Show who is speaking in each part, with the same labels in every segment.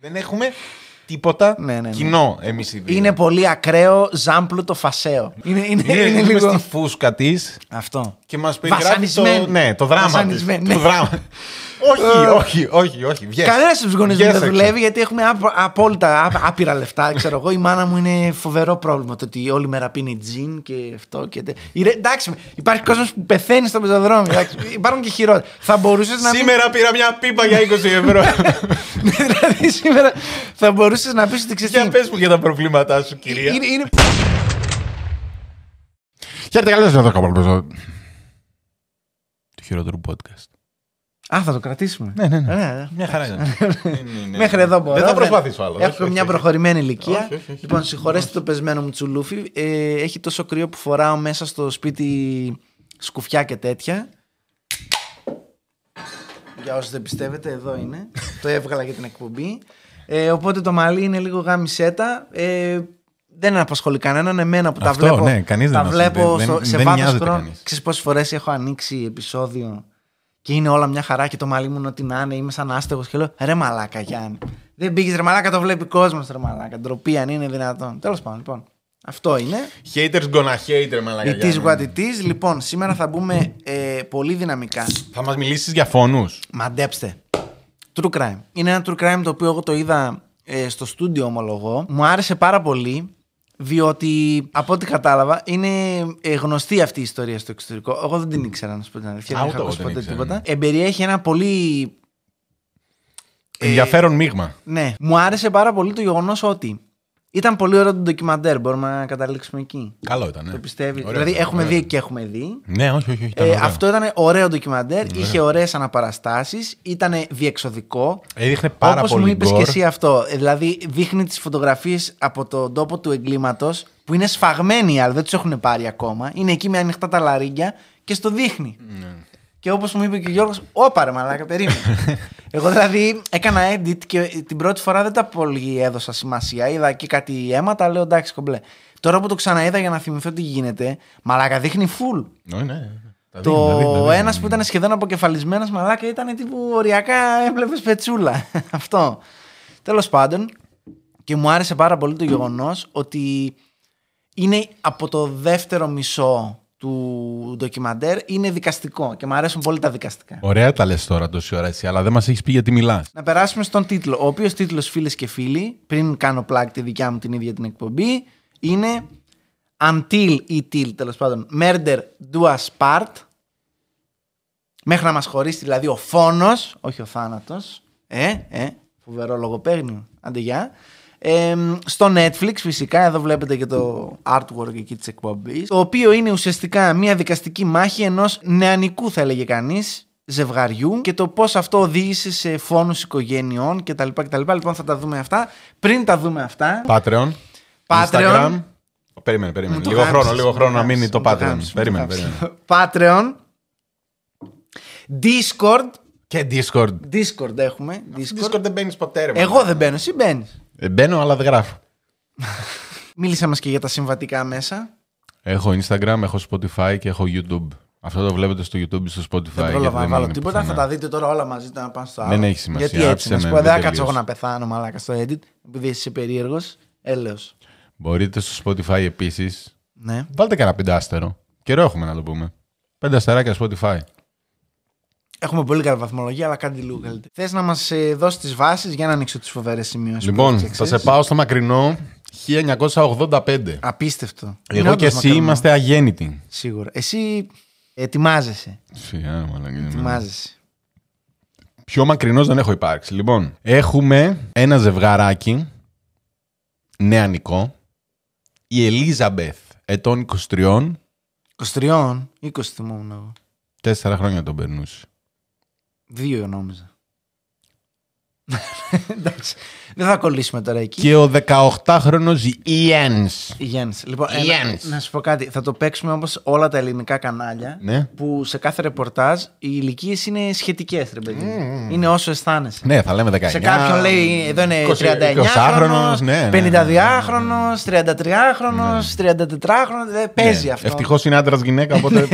Speaker 1: Δεν έχουμε τίποτα
Speaker 2: Ναι, ναι, ναι.
Speaker 1: κοινό εμείς οι δύο.
Speaker 2: Είναι πολύ ακραίο, ζάμπλουτο φασαίο. Είναι, είναι,
Speaker 1: Είναι-
Speaker 2: είναι,
Speaker 1: είναι
Speaker 2: λίγο.
Speaker 1: στη φούσκα της
Speaker 2: Αυτό.
Speaker 1: και μας περιγράφει
Speaker 2: Βασανισμένη.
Speaker 1: το, ναι, το δράμα της.
Speaker 2: Βασανισμένη,
Speaker 1: Το
Speaker 2: ναι.
Speaker 1: δράμα. όχι, όχι, όχι, όχι. Βγες.
Speaker 2: Κανένας από τους γονείς
Speaker 1: Βγες
Speaker 2: μου δεν
Speaker 1: έξω.
Speaker 2: δουλεύει γιατί έχουμε απ- απόλυτα ά- άπειρα λεφτά. Ξέρω εγώ, η μάνα μου είναι φοβερό πρόβλημα. Το ότι όλη μέρα πίνει τζιν και αυτό και. τε- Η ρε- εντάξει, υπάρχει κόσμος που πεθαίνει στο πεζοδρόμιο. εντάξει. Υπάρχουν και χειρότερα. Θα μπορούσες να. μην-
Speaker 1: Σήμερα πήρα μια πίπα για 20 ευρώ.
Speaker 2: δηλαδή σήμερα θα μπορούσες να πεις ότι ξέρεις.
Speaker 1: Για πες μου για τα προβλήματά σου, κυρία.
Speaker 2: Είναι, είναι...
Speaker 3: Χαίρετε καλώς ήρθατε στο Καπαλμπέζο. Το χειρότερο podcast.
Speaker 2: Α, θα το κρατήσουμε. Ε,
Speaker 3: Ναι, ναι, ναι.
Speaker 2: Ωραία.
Speaker 1: Μια χαρά είναι. Ναι, ναι, ναι.
Speaker 2: Μέχρι εδώ μπορώ.
Speaker 1: Δεν θα
Speaker 2: δεν-
Speaker 1: προσπαθήσω άλλο.
Speaker 2: Έχω
Speaker 1: Όχι,
Speaker 2: μια
Speaker 1: όχι, όχι.
Speaker 2: προχωρημένη ηλικία.
Speaker 1: Όχι, όχι, όχι.
Speaker 2: Λοιπόν, συγχωρέστε το πεσμένο μου τσουλούφι. Ε, έχει τόσο κρύο που φοράω μέσα στο σπίτι σκουφιά και τέτοια. Για όσους δεν πιστεύετε, εδώ είναι. το έβγαλα για την εκπομπή. Ε, οπότε το μαλλί είναι λίγο γαμισέτα. Ε, δεν απασχολεί κανέναν. Εμένα που
Speaker 1: Αυτό,
Speaker 2: τα βλέπω,
Speaker 1: ναι, κανείς δεν
Speaker 2: τα
Speaker 1: μας-
Speaker 2: βλέπω
Speaker 1: δεν-
Speaker 2: στο-
Speaker 1: δεν-
Speaker 2: σε
Speaker 1: δεν
Speaker 2: βάθος
Speaker 1: νοιάζεται
Speaker 2: χρόνου.
Speaker 1: κανείς.
Speaker 2: Ξέρεις πόσες φορές έχω ανοίξει επεισόδιο και είναι όλα μια χαρά και το μαλλί μου είναι ό,τι να είναι. Είμαι σαν άστεγος και λέω ρε μαλάκα Γιάννη. Δεν πήγες ρε μαλάκα, το βλέπει κόσμος ρε μαλάκα. Ντροπή αν είναι δυνατόν. Τέλος πάντων, λοιπόν. Αυτό είναι.
Speaker 1: Haters gonna hate, ρε μαλακά.
Speaker 2: It is what it is. Λοιπόν, σήμερα θα μπούμε ε, πολύ δυναμικά.
Speaker 1: Θα μας μιλήσεις για φόνους.
Speaker 2: Μαντέψτε. True crime. Είναι ένα true crime το οποίο εγώ το είδα ε, στο στούντιο, ομολογώ. Μου άρεσε πάρα πολύ, διότι από ό,τι κατάλαβα είναι ε, γνωστή αυτή η ιστορία στο εξωτερικό. Εγώ δεν την ήξερα, να σου πω την αλήθεια.
Speaker 1: Α,
Speaker 2: δεν
Speaker 1: ούτε
Speaker 2: είχα
Speaker 1: εγώ
Speaker 2: ακούσει
Speaker 1: δεν
Speaker 2: ποτέ
Speaker 1: ήξερα, ναι.
Speaker 2: τίποτα. Εμπεριέχει ένα πολύ ε,
Speaker 1: Ενδιαφέρον μείγμα.
Speaker 2: Ναι. Μου άρεσε πάρα πολύ το γεγονός ότι ήταν πολύ ωραίο το ντοκιμαντέρ. Μπορούμε να καταλήξουμε εκεί.
Speaker 1: Καλό ήταν. ναι.
Speaker 2: Το πιστεύει.
Speaker 1: Ωραίο
Speaker 2: δηλαδή,
Speaker 1: ήταν,
Speaker 2: έχουμε
Speaker 1: ωραίο
Speaker 2: δει
Speaker 1: ήταν.
Speaker 2: και έχουμε δει.
Speaker 1: Ναι, όχι, όχι. όχι ήταν
Speaker 2: Ε,
Speaker 1: ωραίο.
Speaker 2: αυτό ήταν ωραίο ντοκιμαντέρ. Είχε ωραίες αναπαραστάσεις. Ήταν διεξοδικό.
Speaker 1: Ε, Έδειχνε πάρα
Speaker 2: Όπως μου
Speaker 1: πολύ
Speaker 2: είπες και
Speaker 1: γκορ.
Speaker 2: εσύ αυτό. Ε, Δηλαδή, δείχνει τις φωτογραφίες από τον τόπο του εγκλήματος που είναι σφαγμένοι, αλλά δεν τους έχουν πάρει ακόμα. Είναι εκεί με ανοιχτά τα λαρίγκια και στο δείχνει.
Speaker 1: Ναι.
Speaker 2: Και όπως μου είπε και ο Γιώργος, όπαρε μαλάκα, περίμενε. Εγώ δηλαδή έκανα edit και την πρώτη φορά δεν τα πολύ έδωσα σημασία. Είδα εκεί κάτι αίματα, λέω εντάξει κομπλέ. Τώρα που το ξαναείδα για να θυμηθώ τι γίνεται, μαλάκα δείχνει full.
Speaker 1: Ναι, ναι, ναι. Τα δείχνει, τα δείχνει, τα
Speaker 2: Το
Speaker 1: δείχνει.
Speaker 2: ένας που ήταν σχεδόν αποκεφαλισμένος μαλάκα ήταν τύπου οριακά έβλεπες πετσούλα. Αυτό. Τέλος πάντων, και μου άρεσε πάρα πολύ το γεγονός ότι είναι από το δεύτερο μισό του ντοκιμαντέρ είναι δικαστικό και μου αρέσουν πολύ τα δικαστικά.
Speaker 1: Ωραία τα λες τώρα τόση ώρα εσύ, αλλά δεν μας έχεις πει γιατί μιλάς.
Speaker 2: Να περάσουμε στον τίτλο, ο οποίος τίτλος φίλες και φίλοι, πριν κάνω plug τη δικιά μου την ίδια την εκπομπή, είναι Until ή Till, τέλος πάντων, Murder Do Us Part, μέχρι να μας χωρίσει δηλαδή ο φόνος, όχι ο θάνατος, ε, ε, φοβερό λογοπαίγνιο, άντε γεια. Ε, στο Netflix φυσικά, εδώ βλέπετε και το artwork εκεί της εκπομπής, το οποίο είναι ουσιαστικά μια δικαστική μάχη ενός νεανικού θα έλεγε κανείς, ζευγαριού και το πώς αυτό οδήγησε σε φόνους οικογένειών κτλ. κτλ. Λοιπόν θα τα δούμε αυτά. Πριν τα δούμε αυτά,
Speaker 1: Patreon.
Speaker 2: Patreon.
Speaker 1: Instagram. Περίμενε, περίμενε.
Speaker 2: Μου το
Speaker 1: Λίγο
Speaker 2: γάμψες,
Speaker 1: χρόνο, λίγο
Speaker 2: μου το
Speaker 1: χρόνο να μείνει
Speaker 2: γάμψες,
Speaker 1: το
Speaker 2: μου
Speaker 1: Patreon.
Speaker 2: γάμψες, μου
Speaker 1: Περίμενε,
Speaker 2: το
Speaker 1: περίμενε.
Speaker 2: γάμψες. Patreon. Discord.
Speaker 1: Και Discord.
Speaker 2: Discord έχουμε. Discord.
Speaker 1: Discord ναι. δεν μπαίνεις ποτέ, ρε.
Speaker 2: Εγώ δεν μπαίνω, εσύ μπαίνεις.
Speaker 1: Ε, Μπαίνω, αλλά δεν γράφω.
Speaker 2: Μίλησα μας και για τα συμβατικά μέσα.
Speaker 1: Έχω Instagram, έχω Spotify και έχω YouTube. Αυτό το βλέπετε στο YouTube ή στο Spotify.
Speaker 2: δεν
Speaker 1: γιατί
Speaker 2: πρόλαβα να βάλω
Speaker 1: είναι
Speaker 2: τίποτα.
Speaker 1: πουθενά.
Speaker 2: Θα τα δείτε τώρα όλα μαζί να πάνε στο άλλο.
Speaker 1: Δεν έχει σημασία,
Speaker 2: Γιατί έτσι,
Speaker 1: άφησε
Speaker 2: να σου
Speaker 1: με,
Speaker 2: πω, δεν
Speaker 1: δεν
Speaker 2: θα κάτσω εγώ
Speaker 1: τελείωσε.
Speaker 2: να πεθάνω μαλάκα στο edit, επειδή είσαι περίεργος. Έλεω.
Speaker 1: Μπορείτε στο Spotify επίσης.
Speaker 2: Ναι.
Speaker 1: Βάλτε κανένα πεντάστερο. Καιρό έχουμε να το πούμε. Πέντε αστεράκια Spotify.
Speaker 2: Έχουμε πολύ καλή βαθμολογία, αλλά κάντε λίγο καλύτερα. Θες να ε, μα δώσεις τις βάσεις για να ανοίξω τις φοβερές σημειώσεις.
Speaker 1: Λοιπόν, θα σε πάω στο μακρινό 1985.
Speaker 2: Απίστευτο. Είναι
Speaker 1: Εγώ και
Speaker 2: όντως
Speaker 1: εσύ
Speaker 2: μακρινό.
Speaker 1: είμαστε αγέννητοι.
Speaker 2: Σίγουρα. Εσύ ετοιμάζεσαι.
Speaker 1: Σιγά, μαλάκα, ναι.
Speaker 2: Ετοιμάζεσαι.
Speaker 1: Πιο μακρινός δεν έχω υπάρξει. Λοιπόν, έχουμε ένα ζευγαράκι νεανικό. Η Ελίζαμπεθ, ετών 23,
Speaker 2: 23, 20 θυμόμουν εγώ.
Speaker 1: τέσσερα χρόνια τον περνούσε.
Speaker 2: Δύο νόμιζα. Εντάξει. Δεν θα κολλήσουμε τώρα εκεί.
Speaker 1: Και ο 18χρονος Ιένς.
Speaker 2: Η Γιάννης. Λοιπόν, ε,
Speaker 1: Γιάννης.
Speaker 2: να, να σου πω κάτι. Θα το παίξουμε όπω όλα τα ελληνικά κανάλια.
Speaker 1: Ναι.
Speaker 2: Που σε κάθε ρεπορτάζ οι ηλικίες είναι σχετικές, ρε παιδί. μου. Είναι όσο αισθάνεσαι.
Speaker 1: Mm. Ναι, θα λέμε 19.
Speaker 2: Σε κάποιον λέει εδώ είναι
Speaker 1: 20,
Speaker 2: 39χρονος,
Speaker 1: 20, ναι, ναι, ναι.
Speaker 2: 52χρονος, 33χρονος, 34χρονος, δεν παίζει αυτό.
Speaker 1: Ευτυχώς Ναι. είναι άντρας γυναίκα, οπότε.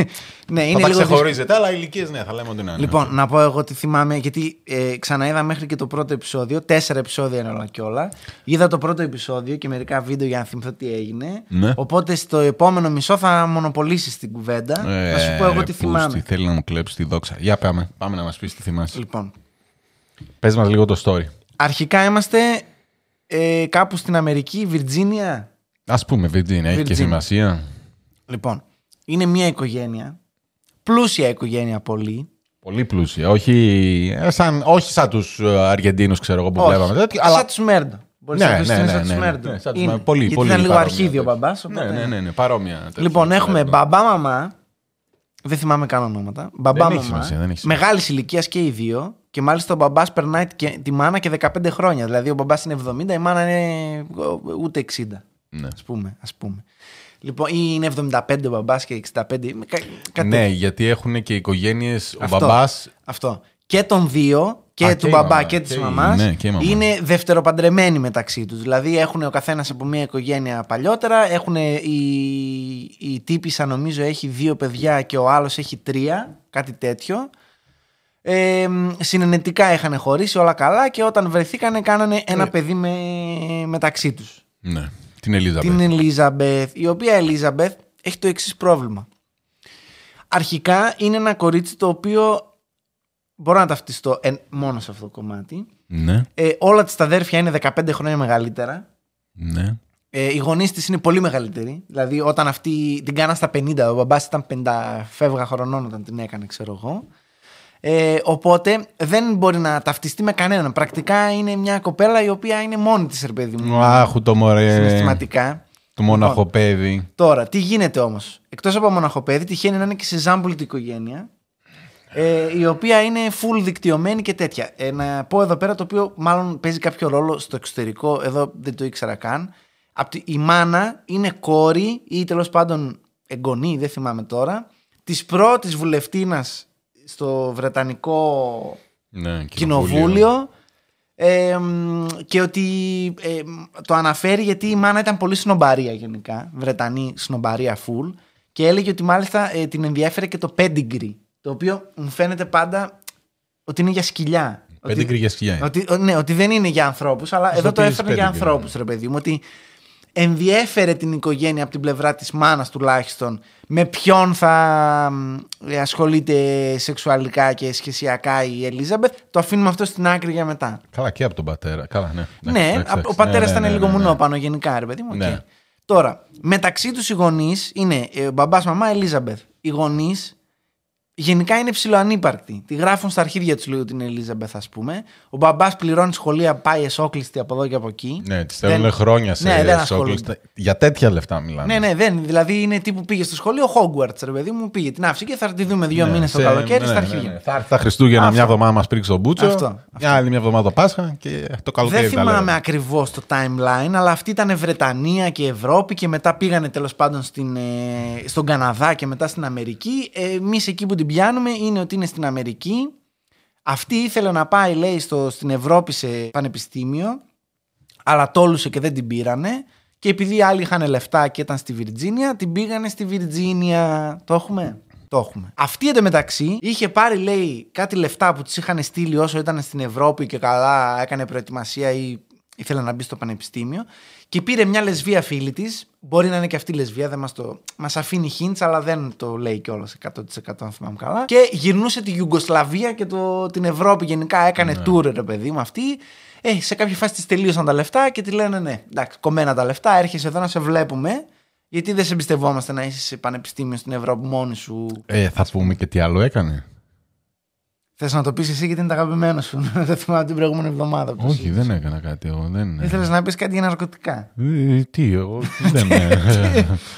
Speaker 2: Ναι,
Speaker 1: θα
Speaker 2: είναι
Speaker 1: τα
Speaker 2: λίγο δύσκολο.
Speaker 1: ξεχωρίζετε, αλλά ηλικίες ναι, θα λέμε ότι είναι.
Speaker 2: Λοιπόν, να πω εγώ τι θυμάμαι, γιατί ε, ξαναείδα μέχρι και το πρώτο επεισόδιο, τέσσερα επεισόδια είναι όλα και όλα. Είδα το πρώτο επεισόδιο και μερικά βίντεο για να θυμηθώ τι έγινε.
Speaker 1: Ναι.
Speaker 2: Οπότε στο επόμενο μισό θα μονοπολίσει την κουβέντα. θα σου πω εγώ τι θυμάμαι.
Speaker 1: Ε, Πούστη, θέλει να μου κλέψει τη δόξα. Για πάμε. Πάμε να μας πεις τι θυμάσαι.
Speaker 2: Λοιπόν,
Speaker 1: Πες μας λίγο το story.
Speaker 2: αρχικά είμαστε ε, κάπου στην Αμερική, Βιρτζίνια.
Speaker 1: Ας πούμε, Βιρτζίνια, έχει και
Speaker 2: Virginia.
Speaker 1: σημασία.
Speaker 2: Λοιπόν, είναι μια οικογένεια. Πλούσια οικογένεια πολύ.
Speaker 1: Πολύ πλούσια. Όχι ε, σαν, όχι σαν τους Αργεντίνους, ξέρω εγώ που
Speaker 2: Όχι.
Speaker 1: βλέπαμε. τέτοιο,
Speaker 2: Σαν τους Μέρντο. Μπορείς
Speaker 1: Ναι,
Speaker 2: να πεις
Speaker 1: ναι,
Speaker 2: ότι είναι
Speaker 1: ναι,
Speaker 2: σαν τους
Speaker 1: ναι, ναι,
Speaker 2: Μέρντο.
Speaker 1: ναι, σαν τους
Speaker 2: Είναι.
Speaker 1: Μέρντο. Πολύ,
Speaker 2: Γιατί
Speaker 1: πολύ
Speaker 2: ήταν λίγο
Speaker 1: παρόμοια
Speaker 2: αρχίδιο
Speaker 1: τέτοια.
Speaker 2: μπαμπάς.
Speaker 1: Ναι, ναι, ναι, ναι, παρόμοια. τέτοια.
Speaker 2: Λοιπόν, έχουμε
Speaker 1: Ναι.
Speaker 2: μπαμπά μαμά. Δεν θυμάμαι καν ονόματα. Μπαμπά
Speaker 1: Δεν έχει
Speaker 2: μαμά.
Speaker 1: σημασία, δεν έχει σημασία.
Speaker 2: Μεγάλης ηλικίας και οι δύο. Και μάλιστα ο μπαμπάς περνάει και, τη μάνα και 15 χρόνια. Δηλαδή ο μπαμπάς είναι 70, η μάνα είναι ούτε 60.
Speaker 1: Ναι.
Speaker 2: Ας πούμε, ας πούμε. Λοιπόν, ή είναι 75 ο μπαμπάς και 65. κα- κάτι
Speaker 1: Ναι, γιατί έχουν και οικογένειες. Ο
Speaker 2: Αυτό.
Speaker 1: μπαμπάς.
Speaker 2: Αυτό. Και των δύο, και
Speaker 1: Α, και
Speaker 2: του
Speaker 1: η
Speaker 2: μπαμπά
Speaker 1: μαμά.
Speaker 2: και της
Speaker 1: Και η-
Speaker 2: μαμάς,
Speaker 1: ναι, και η μαμά.
Speaker 2: είναι δευτεροπαντρεμένοι μεταξύ τους. Δηλαδή έχουν ο καθένας από μια οικογένεια παλιότερα, έχουν η, η τύπησα νομίζω έχει δύο παιδιά και ο άλλος έχει τρία, κάτι τέτοιο. Ε, μ, συνενετικά είχαν χωρίσει όλα καλά και όταν βρεθήκανε κάνανε
Speaker 1: Ε,
Speaker 2: ένα παιδί με, μεταξύ τους.
Speaker 1: Ναι, την Ελίζα.
Speaker 2: Την Ελίζαμπεθ, η οποία Ελίζαμπεθ έχει το εξής πρόβλημα. Αρχικά είναι ένα κορίτσι το οποίο μπορώ να ταυτιστώ εν, μόνο σε αυτό το κομμάτι.
Speaker 1: Ναι,
Speaker 2: Ε, όλα της τα αδέρφια είναι 15 χρόνια μεγαλύτερα.
Speaker 1: ναι.
Speaker 2: Ε, οι γονείς της είναι πολύ μεγαλύτεροι. Δηλαδή, όταν αυτή την κάνα στα 50, ο μπαμπάς ήταν 50 φεύγα χρονών όταν την έκανε, ξέρω εγώ. Ε, οπότε δεν μπορεί να ταυτιστεί με κανέναν. Πρακτικά είναι μια κοπέλα η οποία είναι μόνη της, ρε παιδί μου.
Speaker 1: Άχου το μωρέ.
Speaker 2: Συναισθηματικά.
Speaker 1: Το
Speaker 2: Λοιπόν.
Speaker 1: μοναχοπέδι.
Speaker 2: Τώρα, τι γίνεται όμως. Εκτός από μοναχοπέδι, τυχαίνει να είναι και σε ζάμπολη του οικογένεια. Ε, η οποία είναι full δικτυωμένη και τέτοια. Ε, να πω εδώ πέρα το οποίο μάλλον παίζει κάποιο ρόλο στο εξωτερικό, εδώ δεν το ήξερα καν. Απ' τη, η μάνα είναι κόρη ή τέλος πάντων εγγονή, δεν θυμάμαι τώρα, της πρώτης βουλευτήνα στο Βρετανικό
Speaker 1: Ναι,
Speaker 2: κοινοβούλιο. Ε, μ, και ότι ε, μ, το αναφέρει γιατί η μάνα ήταν πολύ σνομπαρία γενικά. Βρετανή σνομπαρία full. Και έλεγε ότι μάλιστα ε, την ενδιέφερε και το pedigree. Το οποίο μου φαίνεται πάντα ότι είναι για σκυλιά.
Speaker 1: Πέντε
Speaker 2: Ότι-
Speaker 1: κρυγέ σκυλιά. είναι.
Speaker 2: ότι, ο- ναι, ότι δεν είναι για ανθρώπους, αλλά
Speaker 1: Πώς
Speaker 2: εδώ
Speaker 1: το
Speaker 2: το
Speaker 1: πήρες
Speaker 2: έφερε για
Speaker 1: πέντε κιλά.
Speaker 2: ανθρώπου, ρε παιδί μου. Ότι ενδιέφερε την οικογένεια από την πλευρά της μάνας τουλάχιστον με ποιον θα μ, ε, ασχολείται σεξουαλικά και σχεσιακά η Ελίζαμπεθ. Το αφήνουμε αυτό στην άκρη για μετά.
Speaker 1: Καλά και από τον πατέρα. Καλά, ναι.
Speaker 2: Ναι,
Speaker 1: Εντάξει, εντάξει,
Speaker 2: απ-
Speaker 1: εντάξει.
Speaker 2: ο πατέρας
Speaker 1: Ναι,
Speaker 2: ήταν
Speaker 1: ναι, ναι,
Speaker 2: λίγο
Speaker 1: ναι, ναι.
Speaker 2: μονόπανο γενικά, ρε παιδί μου. οκ.
Speaker 1: Ναι.
Speaker 2: Τώρα, μεταξύ τους οι γονείς είναι ε, μπαμπάς, μαμά, Ελίζαμπεθ. Οι γονείς γενικά είναι ψηλοανύπαρκτοι. Τη γράφουν στα αρχίδια του λίγο την Ελίζαμπεθ, ας πούμε. Ο μπαμπάς πληρώνει σχολεία, πάει εσόκλειστη από εδώ και από εκεί.
Speaker 1: Ναι, τις θέλουν χρόνια σε
Speaker 2: Ναι, δεν
Speaker 1: σόκλους.
Speaker 2: ασχολούνται.
Speaker 1: Για τέτοια λεφτά μιλάμε.
Speaker 2: Ναι, ναι, δεν. Δηλαδή είναι τύπου πήγε στο σχολείο, Hogwarts, ρε παιδί μου, πήγε την άφησε και θα τη δούμε δύο
Speaker 1: Ναι,
Speaker 2: μήνες το
Speaker 1: σε-
Speaker 2: καλοκαίρι
Speaker 1: ναι,
Speaker 2: στα
Speaker 1: ναι,
Speaker 2: αρχίδια.
Speaker 1: ναι, ναι. Θα έρθει τα Χριστούγεννα
Speaker 2: Αυτό.
Speaker 1: μια εβδομάδα μας πρίξει τον Μπούτσο.
Speaker 2: Αυτό, αυτό.
Speaker 1: Μια άλλη μια εβδομάδα το Πάσχα και το καλοκαίρι.
Speaker 2: Δεν
Speaker 1: τα
Speaker 2: θυμάμαι
Speaker 1: λέω.
Speaker 2: ακριβώς το timeline, αλλά αυτή ήταν Βρετανία και Ευρώπη και μετά πήγανε τέλος πάντων στην, ε, στον Καναδά και μετά στην Αμερική. Εμείς εκεί που την πιάνουμε είναι ότι είναι στην Αμερική. Αυτή ήθελε να πάει, λέει, στο, στην Ευρώπη σε πανεπιστήμιο, αλλά τόλουσε και δεν την πήρανε. Και επειδή οι άλλοι είχαν λεφτά και ήταν στη Βιρτζίνια, την πήγανε στη Βιρτζίνια. Το έχουμε. Το έχουμε. Αυτή εντωμεταξύ είχε πάρει, λέει, κάτι λεφτά που της είχαν στείλει όσο ήταν στην Ευρώπη και καλά έκανε προετοιμασία ή ήθελε να μπει στο πανεπιστήμιο. Και πήρε μια λεσβία φίλη της. Μπορεί να είναι και αυτή λεσβία, δεν μας το. Μας αφήνει hints, αλλά δεν το λέει κιόλας 100% αν θυμάμαι καλά. Και γυρνούσε τη Ιουγκοσλαβία και το, την Ευρώπη γενικά. Έκανε
Speaker 1: Ναι.
Speaker 2: tour, ρε παιδί μου αυτή. Ε, σε κάποια φάση της τελείωσαν τα λεφτά και τη λένε ναι, εντάξει, κομμένα τα λεφτά, έρχεσαι εδώ να σε βλέπουμε. Γιατί δεν σε εμπιστευόμαστε να είσαι σε πανεπιστήμιο στην Ευρώπη μόνη σου.
Speaker 1: Ε, θα πούμε και τι άλλο έκανε.
Speaker 2: Θες να το πεις εσύ γιατί είναι τα αγαπημένο σου. δεν θυμάμαι την προηγούμενη εβδομάδα. που το
Speaker 1: Όχι,
Speaker 2: συζήτησα.
Speaker 1: δεν έκανα κάτι εγώ. Δεν...
Speaker 2: Ήθελες να πεις κάτι για ναρκωτικά.
Speaker 1: Ε, Τι, εγώ δεν με.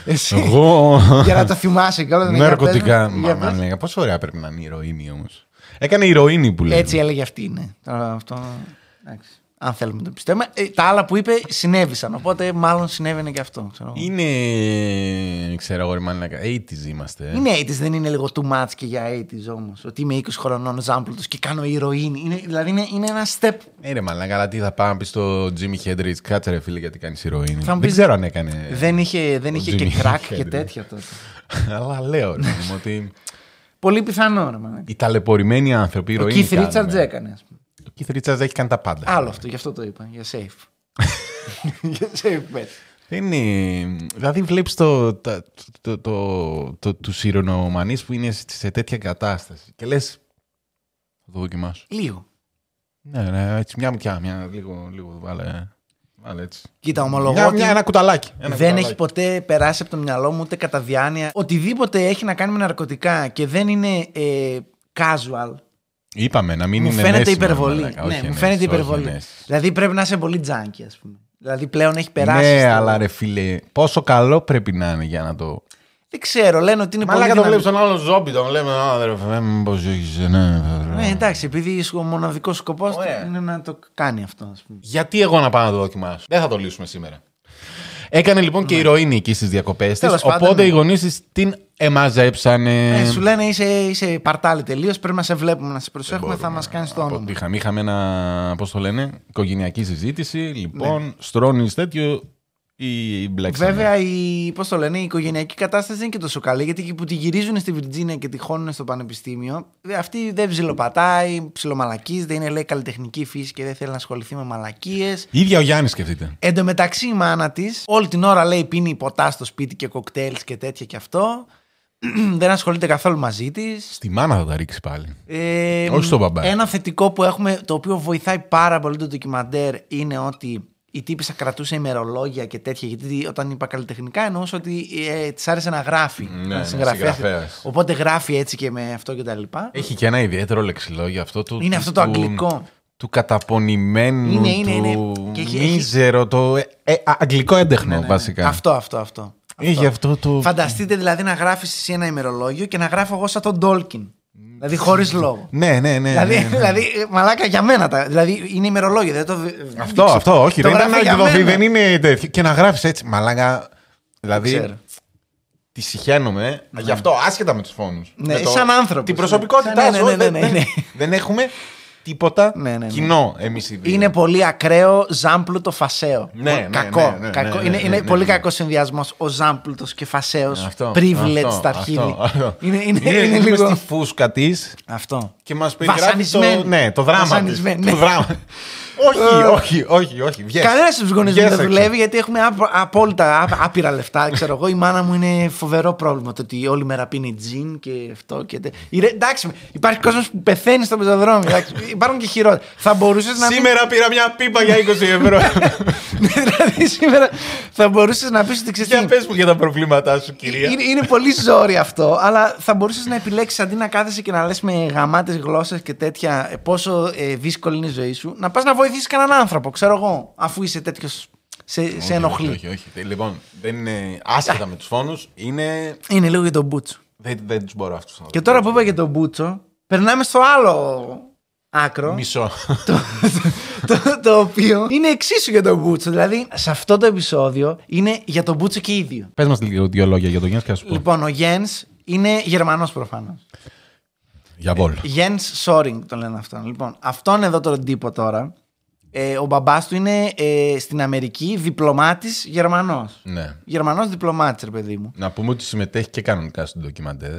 Speaker 2: Εσύ.
Speaker 1: Εγώ. Ναι,
Speaker 2: για να το θυμάσαι και όλα τα
Speaker 1: Ναρκωτικά. Μα μα, λέγα, πόσο ωραία πρέπει να είναι η ηρωίνη όμως. Έκανε ηρωίνη που λέει.
Speaker 2: Έτσι έλεγε αυτή, ναι. Τώρα αυτό. εντάξει. Αν θέλουμε να το πιστεύουμε. Ε, τα άλλα που είπε συνέβησαν. Οπότε μάλλον συνέβαινε και αυτό. Ξέρω. εγώ.
Speaker 1: Είναι. ξέρω εγώ, ρε μαλάκα. 80s είμαστε. ε.
Speaker 2: Είναι 80s, δεν είναι λίγο too much και για 80s όμως. Ότι είμαι 20 χρονών ζάμπλουτος και κάνω ηρωίνη. Είναι, δηλαδή είναι, είναι ένα step.
Speaker 1: Ε, ρε μαλάκα, αλλά τι θα πάω να πει στο Jimmy Hendrix, κάτσε ρε φίλε γιατί κάνεις ηρωίνη.
Speaker 2: Θα μου
Speaker 1: Δεν
Speaker 2: πεις-
Speaker 1: ξέρω αν
Speaker 3: Ε,
Speaker 1: έκανε.
Speaker 2: δεν είχε, δεν είχε και
Speaker 1: Jimmy
Speaker 2: crack και
Speaker 3: ναι.
Speaker 1: Hendrix.
Speaker 2: τέτοια τότε.
Speaker 1: αλλά λέω ρε, μου, ότι
Speaker 2: Πολύ πιθανό, ρε μάνα.
Speaker 1: οι ταλαιπωρημένοι άνθρωποι
Speaker 2: Ο
Speaker 1: ηρωίνη.
Speaker 2: Keith Richards έκανε, ας πούμε.
Speaker 3: Και η Θρίτσα έχει κάνει τα πάντα.
Speaker 2: Άλλο αυτό, γι' αυτό το είπα. Για safe. για safe bet.
Speaker 1: Είναι... Δηλαδή βλέπεις το, τα- το, το, το, το, τους ηρωνομανείς που είναι σε τέτοια κατάσταση και λες θα το δοκιμάσω.
Speaker 2: Λίγο.
Speaker 1: Ναι, ναι, έτσι μια μουτιά, μια λίγο, λίγο βάλε, βάλε έτσι.
Speaker 2: Κοίτα, ομολογώ
Speaker 3: Μια,
Speaker 2: ότι
Speaker 3: μια, ένα κουταλάκι. Ένα
Speaker 2: δεν
Speaker 3: κουταλάκι.
Speaker 2: έχει ποτέ περάσει από το μυαλό μου ούτε κατά διάνοια. Οτιδήποτε έχει να κάνει με ναρκωτικά και δεν είναι ε, casual.
Speaker 1: Είπαμε να μην
Speaker 2: Μου
Speaker 1: είναι
Speaker 2: φαίνεται
Speaker 1: ενέσιμα,
Speaker 2: υπερβολή.
Speaker 1: μαλάκα,
Speaker 2: ναι,
Speaker 1: όχι
Speaker 2: μου
Speaker 1: ενέσεις,
Speaker 2: φαίνεται
Speaker 1: όχι
Speaker 2: υπερβολή.
Speaker 1: ενέσεις.
Speaker 2: Δηλαδή πρέπει να είσαι πολύ junkie, ας πούμε. Δηλαδή πλέον έχει περάσει.
Speaker 1: Ναι,
Speaker 2: στο-
Speaker 1: αλλά ρε φίλε, πόσο καλό πρέπει να είναι για να το.
Speaker 2: Δεν ξέρω, λένε ότι είναι
Speaker 1: Μαλάκα
Speaker 2: πολύ.
Speaker 1: το βλέπει
Speaker 2: δυναμικό.
Speaker 1: τον άλλο ζόμπι, τον λέμε. Α, ρε φίλε, μήπω έχει. Ναι,
Speaker 2: Ναι, εντάξει, επειδή ο μοναδικός σκοπός
Speaker 1: Ωραία.
Speaker 2: είναι να το κάνει αυτό, ας πούμε.
Speaker 1: Γιατί εγώ να πάω να το δοκιμάσω. Δεν θα το λύσουμε σήμερα. Έκανε λοιπόν και ηρωίνη εκεί στις διακοπές της.
Speaker 2: Ναι. Τέλος πάντων,
Speaker 1: Οπότε
Speaker 2: ναι.
Speaker 1: οι γονείς της την εμαζέψανε.
Speaker 2: Ε, σου λένε είσαι, είσαι παρτάλι τελείως. Πρέπει να σε βλέπουμε, να σε προσέχουμε, θα μας κάνεις το όνομα.
Speaker 1: Είχαμε, είχαμε ένα, πώς το λένε, οικογενειακή συζήτηση. Λοιπόν, στρώνεις τέτοιο ή μπλέξανε.
Speaker 2: Ναι. Βέβαια, η, πώς το λένε, η οικογενειακή κατάσταση δεν είναι και τόσο καλή. Γιατί και που τη γυρίζουν στη Βιρτζίνια και τη χώνουν στο πανεπιστήμιο, δε- αυτή δεν ψιλοπατάει, ψιλομαλακής, δεν είναι λέει καλλιτεχνική φύση και δεν θέλει να ασχοληθεί με μαλακίες.
Speaker 1: ίδια ο Γιάννης σκεφτείτε.
Speaker 2: Εν τω μεταξύ η μάνα της, όλη την ώρα λέει πίνει ποτά στο σπίτι και κοκτέιλ και τέτοια και αυτό. δεν ασχολείται καθόλου μαζί της.
Speaker 1: Στη μάνα θα τα ρίξει πάλι.
Speaker 2: Ε,
Speaker 1: Όχι στον μπαμπά.
Speaker 2: Ένα θετικό που έχουμε, το οποίο βοηθάει πάρα πολύ το ντοκιμαντέρ, είναι ότι η τύπησα κρατούσε ημερολόγια και τέτοια. Γιατί όταν είπα καλλιτεχνικά, εννοούσα ότι ε, της άρεσε να γράφει.
Speaker 1: ναι,
Speaker 2: να συγγραφέας.
Speaker 1: συγγραφέας.
Speaker 2: Οπότε γράφει έτσι και με αυτό και τα λοιπά.
Speaker 1: Έχει και ένα ιδιαίτερο λεξιλόγιο αυτό του.
Speaker 2: Είναι
Speaker 1: του-
Speaker 2: αυτό το
Speaker 1: του-
Speaker 2: αγγλικό.
Speaker 1: Του καταπονημένου,
Speaker 2: Είναι, είναι, είναι.
Speaker 1: του
Speaker 2: Και έχει-
Speaker 1: μίζερο, το ε, ε, α- αγγλικό έντεχνο
Speaker 2: Ναι, ναι, ναι.
Speaker 1: βασικά.
Speaker 2: Αυτό, αυτό, αυτό.
Speaker 1: Έχει Ε, αυτό το...
Speaker 2: Φανταστείτε δηλαδή να γράφεις εσύ ένα ημερολόγιο και να γράφω εγώ σαν τον Τόλκιν. Δηλαδή χωρίς λόγο.
Speaker 1: Ναι, ναι, ναι.
Speaker 2: δηλαδή,
Speaker 1: ναι, ναι.
Speaker 2: δηλαδή, ε, μαλάκα για μένα. Τα, δηλαδή είναι ημερολόγιο. Δεν το,
Speaker 1: Αυτό, αυτό, όχι.
Speaker 2: το
Speaker 1: δεν
Speaker 2: γράφει
Speaker 1: είναι
Speaker 2: για
Speaker 1: ανακοινωθεί,
Speaker 2: μένα.
Speaker 1: δεν είναι τέτοιο. Και να γράφεις έτσι, μαλάκα. Δηλαδή,
Speaker 2: Ξέρω.
Speaker 1: τη συχαίνομαι. Γι' αυτό, άσχετα με τους φόνους.
Speaker 2: Ναι, σαν άνθρωπος,
Speaker 1: Την
Speaker 2: ναι.
Speaker 1: προσωπικότητά
Speaker 2: Σαν- ναι,
Speaker 1: σου.
Speaker 2: ναι, ναι,
Speaker 1: δεν-
Speaker 2: ναι, ναι.
Speaker 1: Δεν έχουμε τίποτα
Speaker 2: Ναι, ναι, ναι.
Speaker 1: κοινό εμείς οι δύο.
Speaker 2: Είναι πολύ ακραίο ζάμπλουτο φασαίο.
Speaker 1: Ναι, ναι,
Speaker 2: κακό.
Speaker 1: ναι, ναι,
Speaker 2: κακό.
Speaker 1: ναι, ναι,
Speaker 2: είναι
Speaker 1: ναι,
Speaker 2: είναι
Speaker 1: ναι, ναι.
Speaker 2: πολύ κακός συνδυασμός ο ζάμπλουτος και φασαίος.
Speaker 1: Αυτό,
Speaker 2: Privilege
Speaker 1: αυτό,
Speaker 2: στα αρχίδι.
Speaker 1: αυτό, αυτό.
Speaker 2: Είναι, είναι, είναι,
Speaker 1: Είμαι
Speaker 2: λίγο.
Speaker 1: στη φούσκα της
Speaker 2: Αυτό.
Speaker 1: και μας περιγράφει
Speaker 2: Βασανισμένη.
Speaker 1: το, ναι, το δράμα της,
Speaker 2: Βασανισμένη,
Speaker 1: Το
Speaker 2: ναι.
Speaker 1: δράμα. όχι, όχι, όχι, όχι. Βγες.
Speaker 2: Κανένας από τους γονείς μου
Speaker 1: Βγες
Speaker 2: δεν
Speaker 1: έξω.
Speaker 2: δουλεύει γιατί έχουμε απ- απόλυτα ά- άπειρα λεφτά. Ξέρω εγώ, η μάνα μου είναι φοβερό πρόβλημα. Το ότι όλη μέρα πίνει τζιν και αυτό και. τε- Η ρε- Εντάξει, υπάρχει κόσμος που πεθαίνει στο πεζοδρόμιο. εντάξει. Υπάρχουν και χειρότερα. Θα μπορούσες να. μην-
Speaker 1: Σήμερα πήρα μια πίπα για 20 ευρώ.
Speaker 2: δηλαδή σήμερα θα μπορούσες να πεις ότι ξέρεις.
Speaker 1: Για πες μου για τα προβλήματά σου, κυρία.
Speaker 2: Είναι, είναι πολύ ζόρι αυτό, αλλά θα μπορούσες να επιλέξεις αντί να κάθεσαι και να λες με γαμάτες γλώσσες και τέτοια ε, πόσο ε, δύσκολη είναι η ζωή σου, να πας να βοηθήσεις κανέναν άνθρωπο, ξέρω εγώ, αφού είσαι τέτοιος. Σε, σε
Speaker 1: Όχι,
Speaker 2: ενοχλεί.
Speaker 1: Όχι, όχι, όχι. Λοιπόν, δεν είναι άσχετα με τους φόνους. Είναι.
Speaker 2: Είναι λίγο για τον Μπούτσο.
Speaker 1: Δεν, δεν τους μπορώ αυτούς.
Speaker 2: Και τώρα που είπα για τον Μπούτσο, περνάμε στο άλλο άκρο.
Speaker 1: Μισό.
Speaker 2: το, το, το οποίο είναι εξίσου για τον Μπούτσο. Δηλαδή, σε αυτό το επεισόδιο είναι για τον Μπούτσο και ίδιο.
Speaker 1: Πες μας λίγο δύο λόγια για τον Γιάννης και ας σου πω.
Speaker 2: Λοιπόν, ο Γιέν είναι Γερμανός προφανώς.
Speaker 1: Για βόλ.
Speaker 2: Jens Σόρινγκ τον λένε αυτόν. Λοιπόν, αυτόν εδώ τον τύπο τώρα. Ε, ο μπαμπάς του είναι ε, στην Αμερική διπλωμάτης Γερμανός.
Speaker 1: Ναι.
Speaker 2: Γερμανός διπλωμάτης, ρε παιδί μου.
Speaker 1: Να πούμε ότι συμμετέχει και κανονικά στο ντοκιμαντέρ.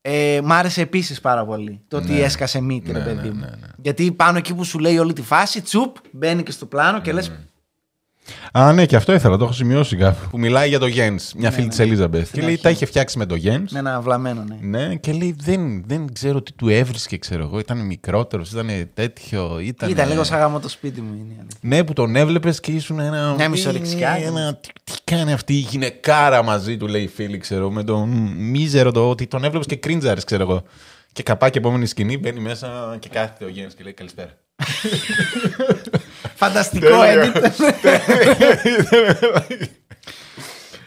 Speaker 2: Ε, μ' άρεσε επίσης πάρα πολύ το ότι
Speaker 1: Ναι.
Speaker 2: έσκασε μύτη, ρε
Speaker 1: Ναι,
Speaker 2: παιδί
Speaker 1: ναι,
Speaker 2: μου.
Speaker 1: ναι, ναι.
Speaker 2: Γιατί πάνω εκεί που σου λέει όλη τη φάση, τσουπ, μπαίνει και στο πλάνο
Speaker 1: Ναι.
Speaker 2: και λες λε.
Speaker 1: Α, ναι, και αυτό ήθελα, το έχω σημειώσει κάπου. Που μιλάει για τον Γιάννη, μια φίλη της Ελίζαμπεθ. Και λέει τα είχε φτιάξει με τον Γιάννη.
Speaker 2: Με ένα βλαμμένο, ναι.
Speaker 1: Ναι, και λέει δεν, δεν ξέρω τι του έβρισκε, ξέρω εγώ. Ήταν μικρότερο, ήταν τέτοιο. Ήταν,
Speaker 2: Ήταν λίγο σαν γάμο το σπίτι μου. Είναι. η αλήθεια.
Speaker 1: Ναι, που τον έβλεπες και ήσουν ένα.
Speaker 2: Μια μισορυξιά.
Speaker 1: Ε, Ένα... Τι, τι κάνει αυτή η γυναικάρα μαζί του, λέει η φίλη, ξέρω με τον μίζερο το ότι τον έβλεπες και κρίντζαρες, ξέρω εγώ. Και καπάκι επόμενη σκηνή μπαίνει μέσα και κάθεται ο Γιάννη και λέει Καλησπέρα.
Speaker 2: Φανταστικό
Speaker 1: Τέλεια.
Speaker 2: edit.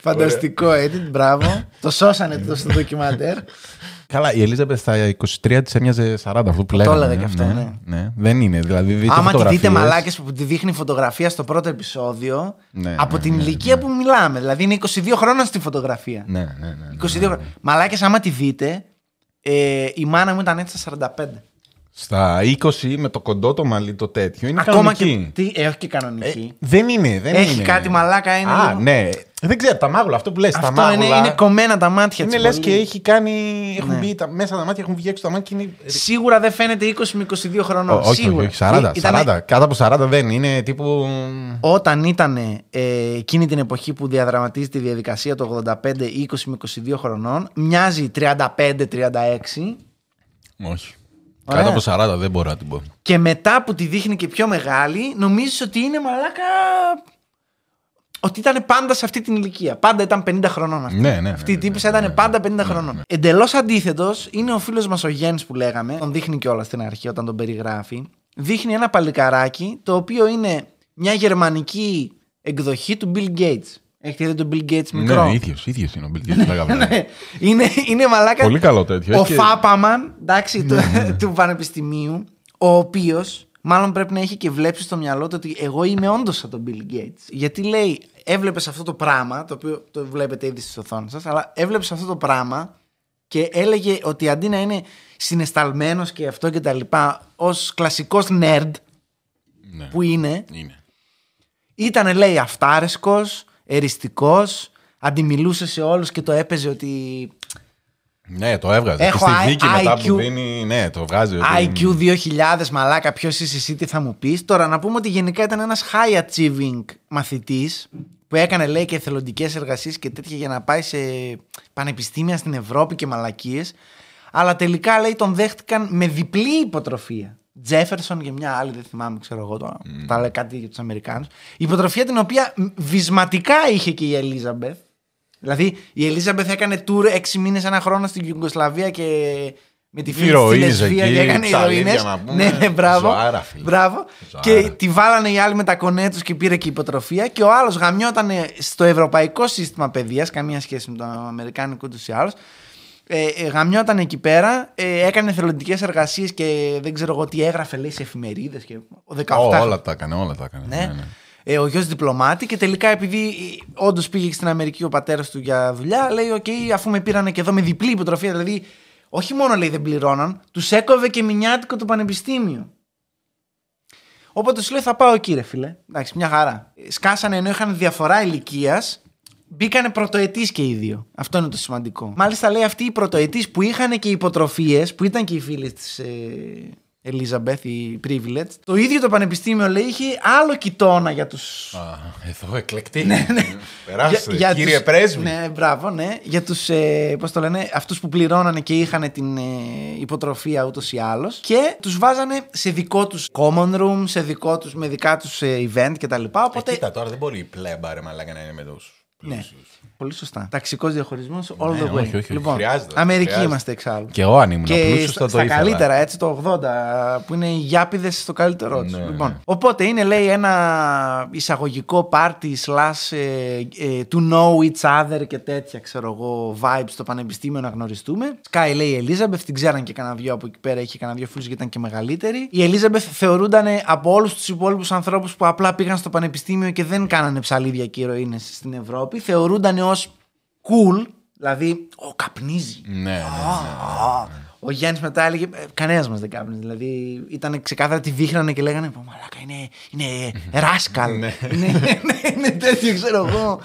Speaker 2: Φανταστικό edit, μπράβο. Το σώσανε το στο ντοκιμαντέρ.
Speaker 1: Καλά, η Ελίζαμπεθ στα 23 της έμοιαζε 40, αυτό που λέγαμε.
Speaker 2: έλεγα κι αυτό, ναι.
Speaker 1: Δεν είναι, δηλαδή. Δείτε
Speaker 2: Άμα τη δείτε
Speaker 1: φωτογραφίες.
Speaker 2: μαλάκες που τη δείχνει φωτογραφία στο πρώτο επεισόδιο,
Speaker 1: Ναι,
Speaker 2: από
Speaker 1: ναι,
Speaker 2: την
Speaker 1: ναι,
Speaker 2: ηλικία που μιλάμε. Δηλαδή είναι 22 χρόνια στη φωτογραφία.
Speaker 1: Ναι, ναι, ναι. ναι.
Speaker 2: 22 χρόνια. Μαλάκες, άμα τη δείτε, ε, η μάνα μου ήταν έτσι στα 45.
Speaker 1: Στα 20 με το κοντό το μαλλί το τέτοιο είναι
Speaker 2: Ακόμα και.
Speaker 1: κανονική.
Speaker 2: Τι, έχει και
Speaker 1: Ε,
Speaker 2: κανονική.
Speaker 1: δεν είναι, δεν
Speaker 2: έχει
Speaker 1: είναι.
Speaker 2: κάτι μαλάκα, είναι.
Speaker 1: Α,
Speaker 2: λίγο-
Speaker 1: ναι. Δεν ξέρω, τα μάγουλα, αυτό που λες, τα
Speaker 2: Αυτό είναι,
Speaker 1: μάγουλα.
Speaker 2: είναι κομμένα τα
Speaker 1: ε,
Speaker 2: μάτια
Speaker 1: Είναι
Speaker 2: της
Speaker 1: λες
Speaker 2: πολύ.
Speaker 1: και έχει κάνει. Έχουν
Speaker 2: Ναι.
Speaker 1: μπει τα, μέσα τα μάτια, έχουν βγει έξω τα μάτια και είναι.
Speaker 2: Σίγουρα δεν φαίνεται 20 με 22 χρονών.
Speaker 1: Ω, όχι,
Speaker 2: σίγουρα.
Speaker 1: όχι, 40,
Speaker 2: Ήτανε-
Speaker 1: 40. Κάτω από 40 δεν είναι τύπου.
Speaker 2: Όταν ήταν ε, εκείνη την εποχή που διαδραματίζεται η διαδικασία το 85-20 με 22 χρονών, μοιάζει 35-36
Speaker 1: Όχι.
Speaker 2: Ωραία.
Speaker 1: Κάτω από 40 δεν μπορώ να την πω.
Speaker 2: και μετά που τη δείχνει και πιο μεγάλη, νομίζεις ότι είναι μαλάκα. Ότι ήταν πάντα σε αυτή την ηλικία. Πάντα ήταν 50 χρονών αυτή.
Speaker 1: Ναι, ναι, ναι,
Speaker 2: αυτή η
Speaker 1: ναι,
Speaker 2: τύπησα
Speaker 1: ναι,
Speaker 2: ήταν
Speaker 1: ναι,
Speaker 2: πάντα 50
Speaker 1: ναι,
Speaker 2: χρονών.
Speaker 1: ναι.
Speaker 2: Εντελώς αντίθετος είναι ο φίλος μας ο Γιάννης που λέγαμε. Τον δείχνει κιόλας στην αρχή όταν τον περιγράφει. Δείχνει ένα παλικαράκι το οποίο είναι μια γερμανική εκδοχή του Bill Gates. Έχετε δει τον Bill Gates μικρό. Ναι,
Speaker 3: Ναι, ίδιος, ίδιος είναι ο Bill Gates, τα γαμιά.
Speaker 1: Ναι.
Speaker 2: είναι, είναι μαλάκα.
Speaker 1: Πολύ καλό τέτοιο. ε,
Speaker 2: Ο
Speaker 1: Έχει-
Speaker 2: Φάπαμαν, εντάξει, του, του πανεπιστημίου, ο οποίος μάλλον πρέπει να έχει και βλέψει στο μυαλό του ότι εγώ είμαι όντως σαν τον Bill Gates. Γιατί λέει, έβλεπες αυτό το πράγμα, το οποίο το βλέπετε ήδη στις οθόνες σας, αλλά έβλεπες αυτό το πράγμα και έλεγε ότι αντί να είναι συναισθαλμένο και αυτό και τα λοιπά, ως κλασικός nerd
Speaker 3: Ναι.
Speaker 2: που είναι,
Speaker 3: Είναι.
Speaker 2: ήταν λέει αυτάρεσκος, εριστικός, αντιμιλούσε σε όλους και το έπαιζε ότι
Speaker 1: Ναι, το έβγαζε.
Speaker 2: Έχω
Speaker 1: Έχω στη
Speaker 2: I-
Speaker 1: δίκη μετά
Speaker 2: IQ.
Speaker 1: που δίνει. Ναι, το βγάζει. ότι-
Speaker 2: IQ 2000, μαλάκα, ποιος είσαι εσύ, τι θα μου πεις. Τώρα, να πούμε ότι γενικά ήταν ένας high achieving μαθητής που έκανε, λέει, και εθελοντικές εργασίες και τέτοια για να πάει σε πανεπιστήμια στην Ευρώπη και μαλακίες. Αλλά τελικά, λέει, τον δέχτηκαν με διπλή υποτροφία. Τζέφερσον και μια άλλη, δεν θυμάμαι, ξέρω εγώ τώρα. Τα λέει κάτι για τους Αμερικάνους. Υποτροφία την οποία μ, βυσματικά είχε και η Ελίζαμπεθ. Δηλαδή, η Ελίζαμπεθ έκανε τουρ έξι μήνες, ένα χρόνο στην Ιουγκοσλαβία και με τη φίλη τη
Speaker 1: Ηρωίνες
Speaker 2: Λεσβίας
Speaker 1: εκεί,
Speaker 2: και έκανε
Speaker 1: ψαλίδια
Speaker 2: ηρωίνες.
Speaker 1: να πούμε.
Speaker 2: Ναι, ναι, μπράβο.
Speaker 1: Ζωάρα, φίλε.
Speaker 2: μπράβο.
Speaker 1: Ζωάρα.
Speaker 2: Και τη βάλανε οι άλλοι με τα κονέ τους και πήρε και υποτροφία. Και ο άλλος γαμιόταν στο ευρωπαϊκό σύστημα παιδείας, καμία σχέση με το αμερικάνικο του ή άλλως. Ε, ε, γαμιόταν εκεί πέρα, ε, έκανε θελοντικές εργασίες και δεν ξέρω εγώ τι έγραφε, λέει σε εφημερίδες. Και... Ο 18
Speaker 1: Ω, όλα τα έκανε, όλα τα έκανε.
Speaker 2: ναι.
Speaker 1: Ναι, ναι.
Speaker 2: Ε, ο γιος διπλωμάτη και τελικά επειδή όντως πήγε στην Αμερική ο πατέρας του για δουλειά, λέει: Οκ, αφού με πήρανε και εδώ με διπλή υποτροφία, δηλαδή όχι μόνο λέει δεν πληρώναν, τους έκοβε και μηνιάτικο το πανεπιστήμιο. Οπότε σου λέει: Θα πάω εκεί, ρε φίλε. Εντάξει, μια χαρά. Ε, Σκάσανε ενώ είχαν διαφορά ηλικίας. Μπήκανε πρωτοετής και οι δύο. Αυτό είναι το σημαντικό. Μάλιστα λέει αυτοί οι πρωτοετής που είχαν και υποτροφίες, που ήταν και οι φίλοι της ε, Elizabeth, οι Privileged. Το ίδιο το πανεπιστήμιο λέει είχε άλλο κοιτώνα για τους.
Speaker 1: Α, εδώ εκλεκτή. Ναι, ναι. Περάστε, κύριε
Speaker 2: τους-
Speaker 1: πρέσβη. Ε,
Speaker 2: Ναι, μπράβο, ναι. Για τους. Ε, Πώς το λένε, αυτούς που πληρώνανε και είχαν την ε, υποτροφία ούτως ή άλλως. Και τους βάζανε σε δικό τους common room, σε δικό τους, με δικά τους event κτλ. Οπότε.
Speaker 1: Ε, κοίτα, τώρα δεν μπορεί η πλέμπα ρε μαλάκα να είναι με τους
Speaker 2: Ναι.
Speaker 1: πλούσιους.
Speaker 2: Πολύ σωστά. Ταξικός διαχωρισμός all
Speaker 1: Ναι,
Speaker 2: the way.
Speaker 1: όχι, όχι, όχι.
Speaker 2: Λοιπόν,
Speaker 1: Χρειάζεται,
Speaker 2: Αμερική
Speaker 1: χρειάζεται.
Speaker 2: είμαστε εξάλλου.
Speaker 1: Και εγώ αν ήμουν
Speaker 2: Και
Speaker 1: πλούσιος
Speaker 2: στα-
Speaker 1: θα το
Speaker 2: στα
Speaker 1: ήθελα.
Speaker 2: καλύτερα, έτσι το 80, που είναι οι γιάπηδες στο καλύτερό τους.
Speaker 1: Ναι,
Speaker 2: λοιπόν.
Speaker 1: ναι.
Speaker 2: Οπότε είναι, λέει, ένα εισαγωγικό πάρτι slash ε, ε, to know each other και τέτοια, ξέρω εγώ, vibes στο πανεπιστήμιο να γνωριστούμε. Σκάει, λέει η Ελίζαμπεθ, την ξέραν και κανένα δυο από εκεί πέρα, είχε κανένα δυο φίλους γιατί ήταν και μεγαλύτερη. Η Ελίζαμπεθ θεωρούνταν από όλους τους υπόλοιπους ανθρώπους που απλά πήγαν στο πανεπιστήμιο και δεν κάνανε ψαλίδια και ηρωίνες στην Ευρώπη, θεωρούνταν ω cool, δηλαδή, ο καπνίζει.
Speaker 1: Ναι, ναι.
Speaker 2: Α, Ο Γιάννης μετά έλεγε. Κανένας μας δεν κάπνιζε. Δηλαδή ήταν ξεκάθαρα τη δείχνανε και λέγανε. «Πω, Μαλάκα είναι, είναι ράσκαλ.
Speaker 1: Ναι.
Speaker 2: Ναι, είναι, είναι- είναι τέτοιο, ξέρω εγώ.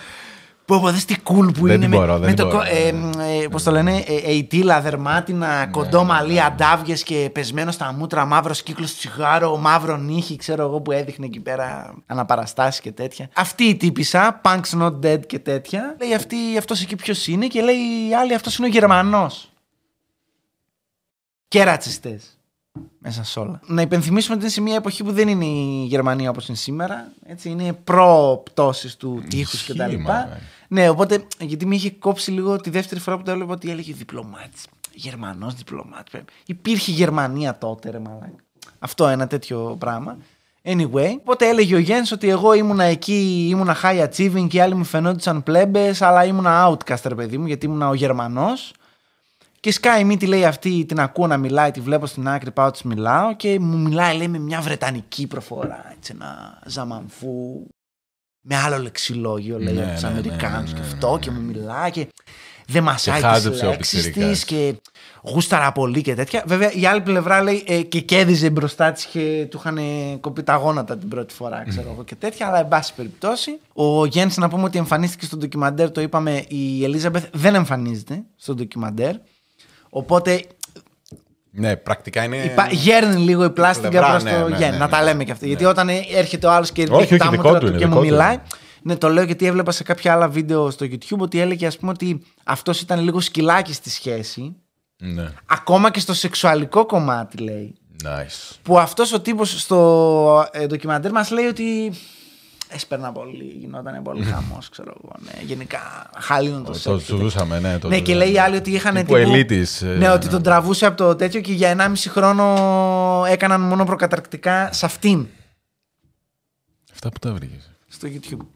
Speaker 2: Πω, πω, δες τι cool που
Speaker 1: Δεν
Speaker 2: είναι.
Speaker 1: την μπορώ, δεν
Speaker 2: με
Speaker 1: την
Speaker 2: το,
Speaker 1: μπορώ,
Speaker 2: κο- ε, ε, πώς το λένε, ε, ειτήλα, δερμάτινα, κοντό μαλλί, αντάβιες και πεσμένο στα μούτρα, μαύρος κύκλος τσιγάρο, μαύρο νύχι, ξέρω εγώ που έδειχνε εκεί πέρα αναπαραστάσεις και τέτοια. Αυτή η τύπησα, Punks Not Dead και τέτοια. Λέει αυτή, αυτός εκεί ποιος είναι και λέει η άλλη, αυτός είναι ο Γερμανός. Και ρατσιστές. Μέσα σε όλα. Να υπενθυμίσουμε ότι είναι σε μια εποχή που δεν είναι η Γερμανία όπως είναι σήμερα. Έτσι, είναι προ-πτώσει του τείχους
Speaker 1: Ισχύει,
Speaker 2: κτλ.
Speaker 1: μάνα.
Speaker 2: Ναι, οπότε γιατί με είχε κόψει λίγο τη δεύτερη φορά που το έβλεπα ότι έλεγε διπλωμάτης. Γερμανός διπλωμάτης. πρέπει. Υπήρχε Γερμανία τότε, ρε μαλάκα. Αυτό ένα τέτοιο πράγμα. Anyway, οπότε έλεγε ο Γιάννη ότι εγώ ήμουνα εκεί, ήμουνα high achieving και οι άλλοι μου φαινόντουσαν πλέμπες, αλλά ήμουνα outcast, ρε παιδί μου, γιατί ήμουνα ο Γερμανός. Και σκάει μη τη λέει αυτή, την ακούω να μιλάει, τη βλέπω στην άκρη, πάω της μιλάω και μου μιλάει λέει με μια βρετανική προφορά, έτσι ένα ζαμανφού με άλλο λεξιλόγιο, λέει,
Speaker 1: Ναι,
Speaker 2: από του
Speaker 1: ναι, ναι,
Speaker 2: Αμερικάνου
Speaker 1: ναι,
Speaker 2: και
Speaker 1: ναι,
Speaker 2: αυτό και μου μιλά και δεν μασάει
Speaker 1: Και
Speaker 2: τις
Speaker 1: χάζεψε ο
Speaker 2: λέξεις
Speaker 1: πιτσιρικάς.
Speaker 2: της και γούσταρα πολύ και τέτοια. Βέβαια η άλλη πλευρά λέει ε, και κέδιζε μπροστά της και του είχαν κοπεί τα γόνατα την πρώτη φορά ξέρω εγώ και τέτοια αλλά εν πάση περιπτώσει. Ο Γέννης να πούμε ότι εμφανίστηκε στο ντοκιμαντέρ το είπαμε η Ελίζαμπεθ δεν εμφανίζεται στο ντοκιμαντέρ οπότε
Speaker 1: Ναι, πρακτικά είναι.
Speaker 2: Υπά... Γέρνει λίγο η πλάστιγκα
Speaker 1: πλευρά,
Speaker 2: προ
Speaker 1: ναι,
Speaker 2: το
Speaker 1: ναι,
Speaker 2: γέν.
Speaker 1: ναι,
Speaker 2: Να τα
Speaker 1: ναι.
Speaker 2: λέμε και αυτά.
Speaker 1: Ναι.
Speaker 2: Γιατί όταν ε, έρχεται ο άλλος και
Speaker 1: Όχι, όχι,
Speaker 2: δείχνει τα
Speaker 1: δικό
Speaker 2: μούτρα
Speaker 1: του
Speaker 2: του
Speaker 1: είναι,
Speaker 2: και μου
Speaker 1: δικό του
Speaker 2: μιλάει.
Speaker 1: είναι.
Speaker 2: Ναι, το λέω γιατί έβλεπα σε κάποια άλλα βίντεο στο YouTube ότι έλεγε ας πούμε ότι αυτός ήταν λίγο σκυλάκι στη σχέση.
Speaker 1: Ναι.
Speaker 2: Ακόμα και στο σεξουαλικό κομμάτι λέει.
Speaker 1: Nice.
Speaker 2: Που αυτός ο τύπος στο ε, ντοκιμαντέρ μας λέει ότι. Έσπερνα πολύ, γινόταν πολύ χαμός, ξέρω εγώ. Ναι. Γενικά, χαλίνο το
Speaker 1: Ε, Το
Speaker 2: σεξ. και τέτοια.
Speaker 1: ζούσαμε, ναι. Το
Speaker 2: Ναι, και λέει οι άλλοι ότι είχαν.
Speaker 1: Τύπου ελίτης, ε,
Speaker 2: ναι, ότι
Speaker 1: ναι.
Speaker 2: τον τραβούσε από το τέτοιο και για 1,5 χρόνο έκαναν μόνο προκαταρκτικά σε αυτήν.
Speaker 1: Αυτά που τα βρήκες.
Speaker 2: Στο YouTube.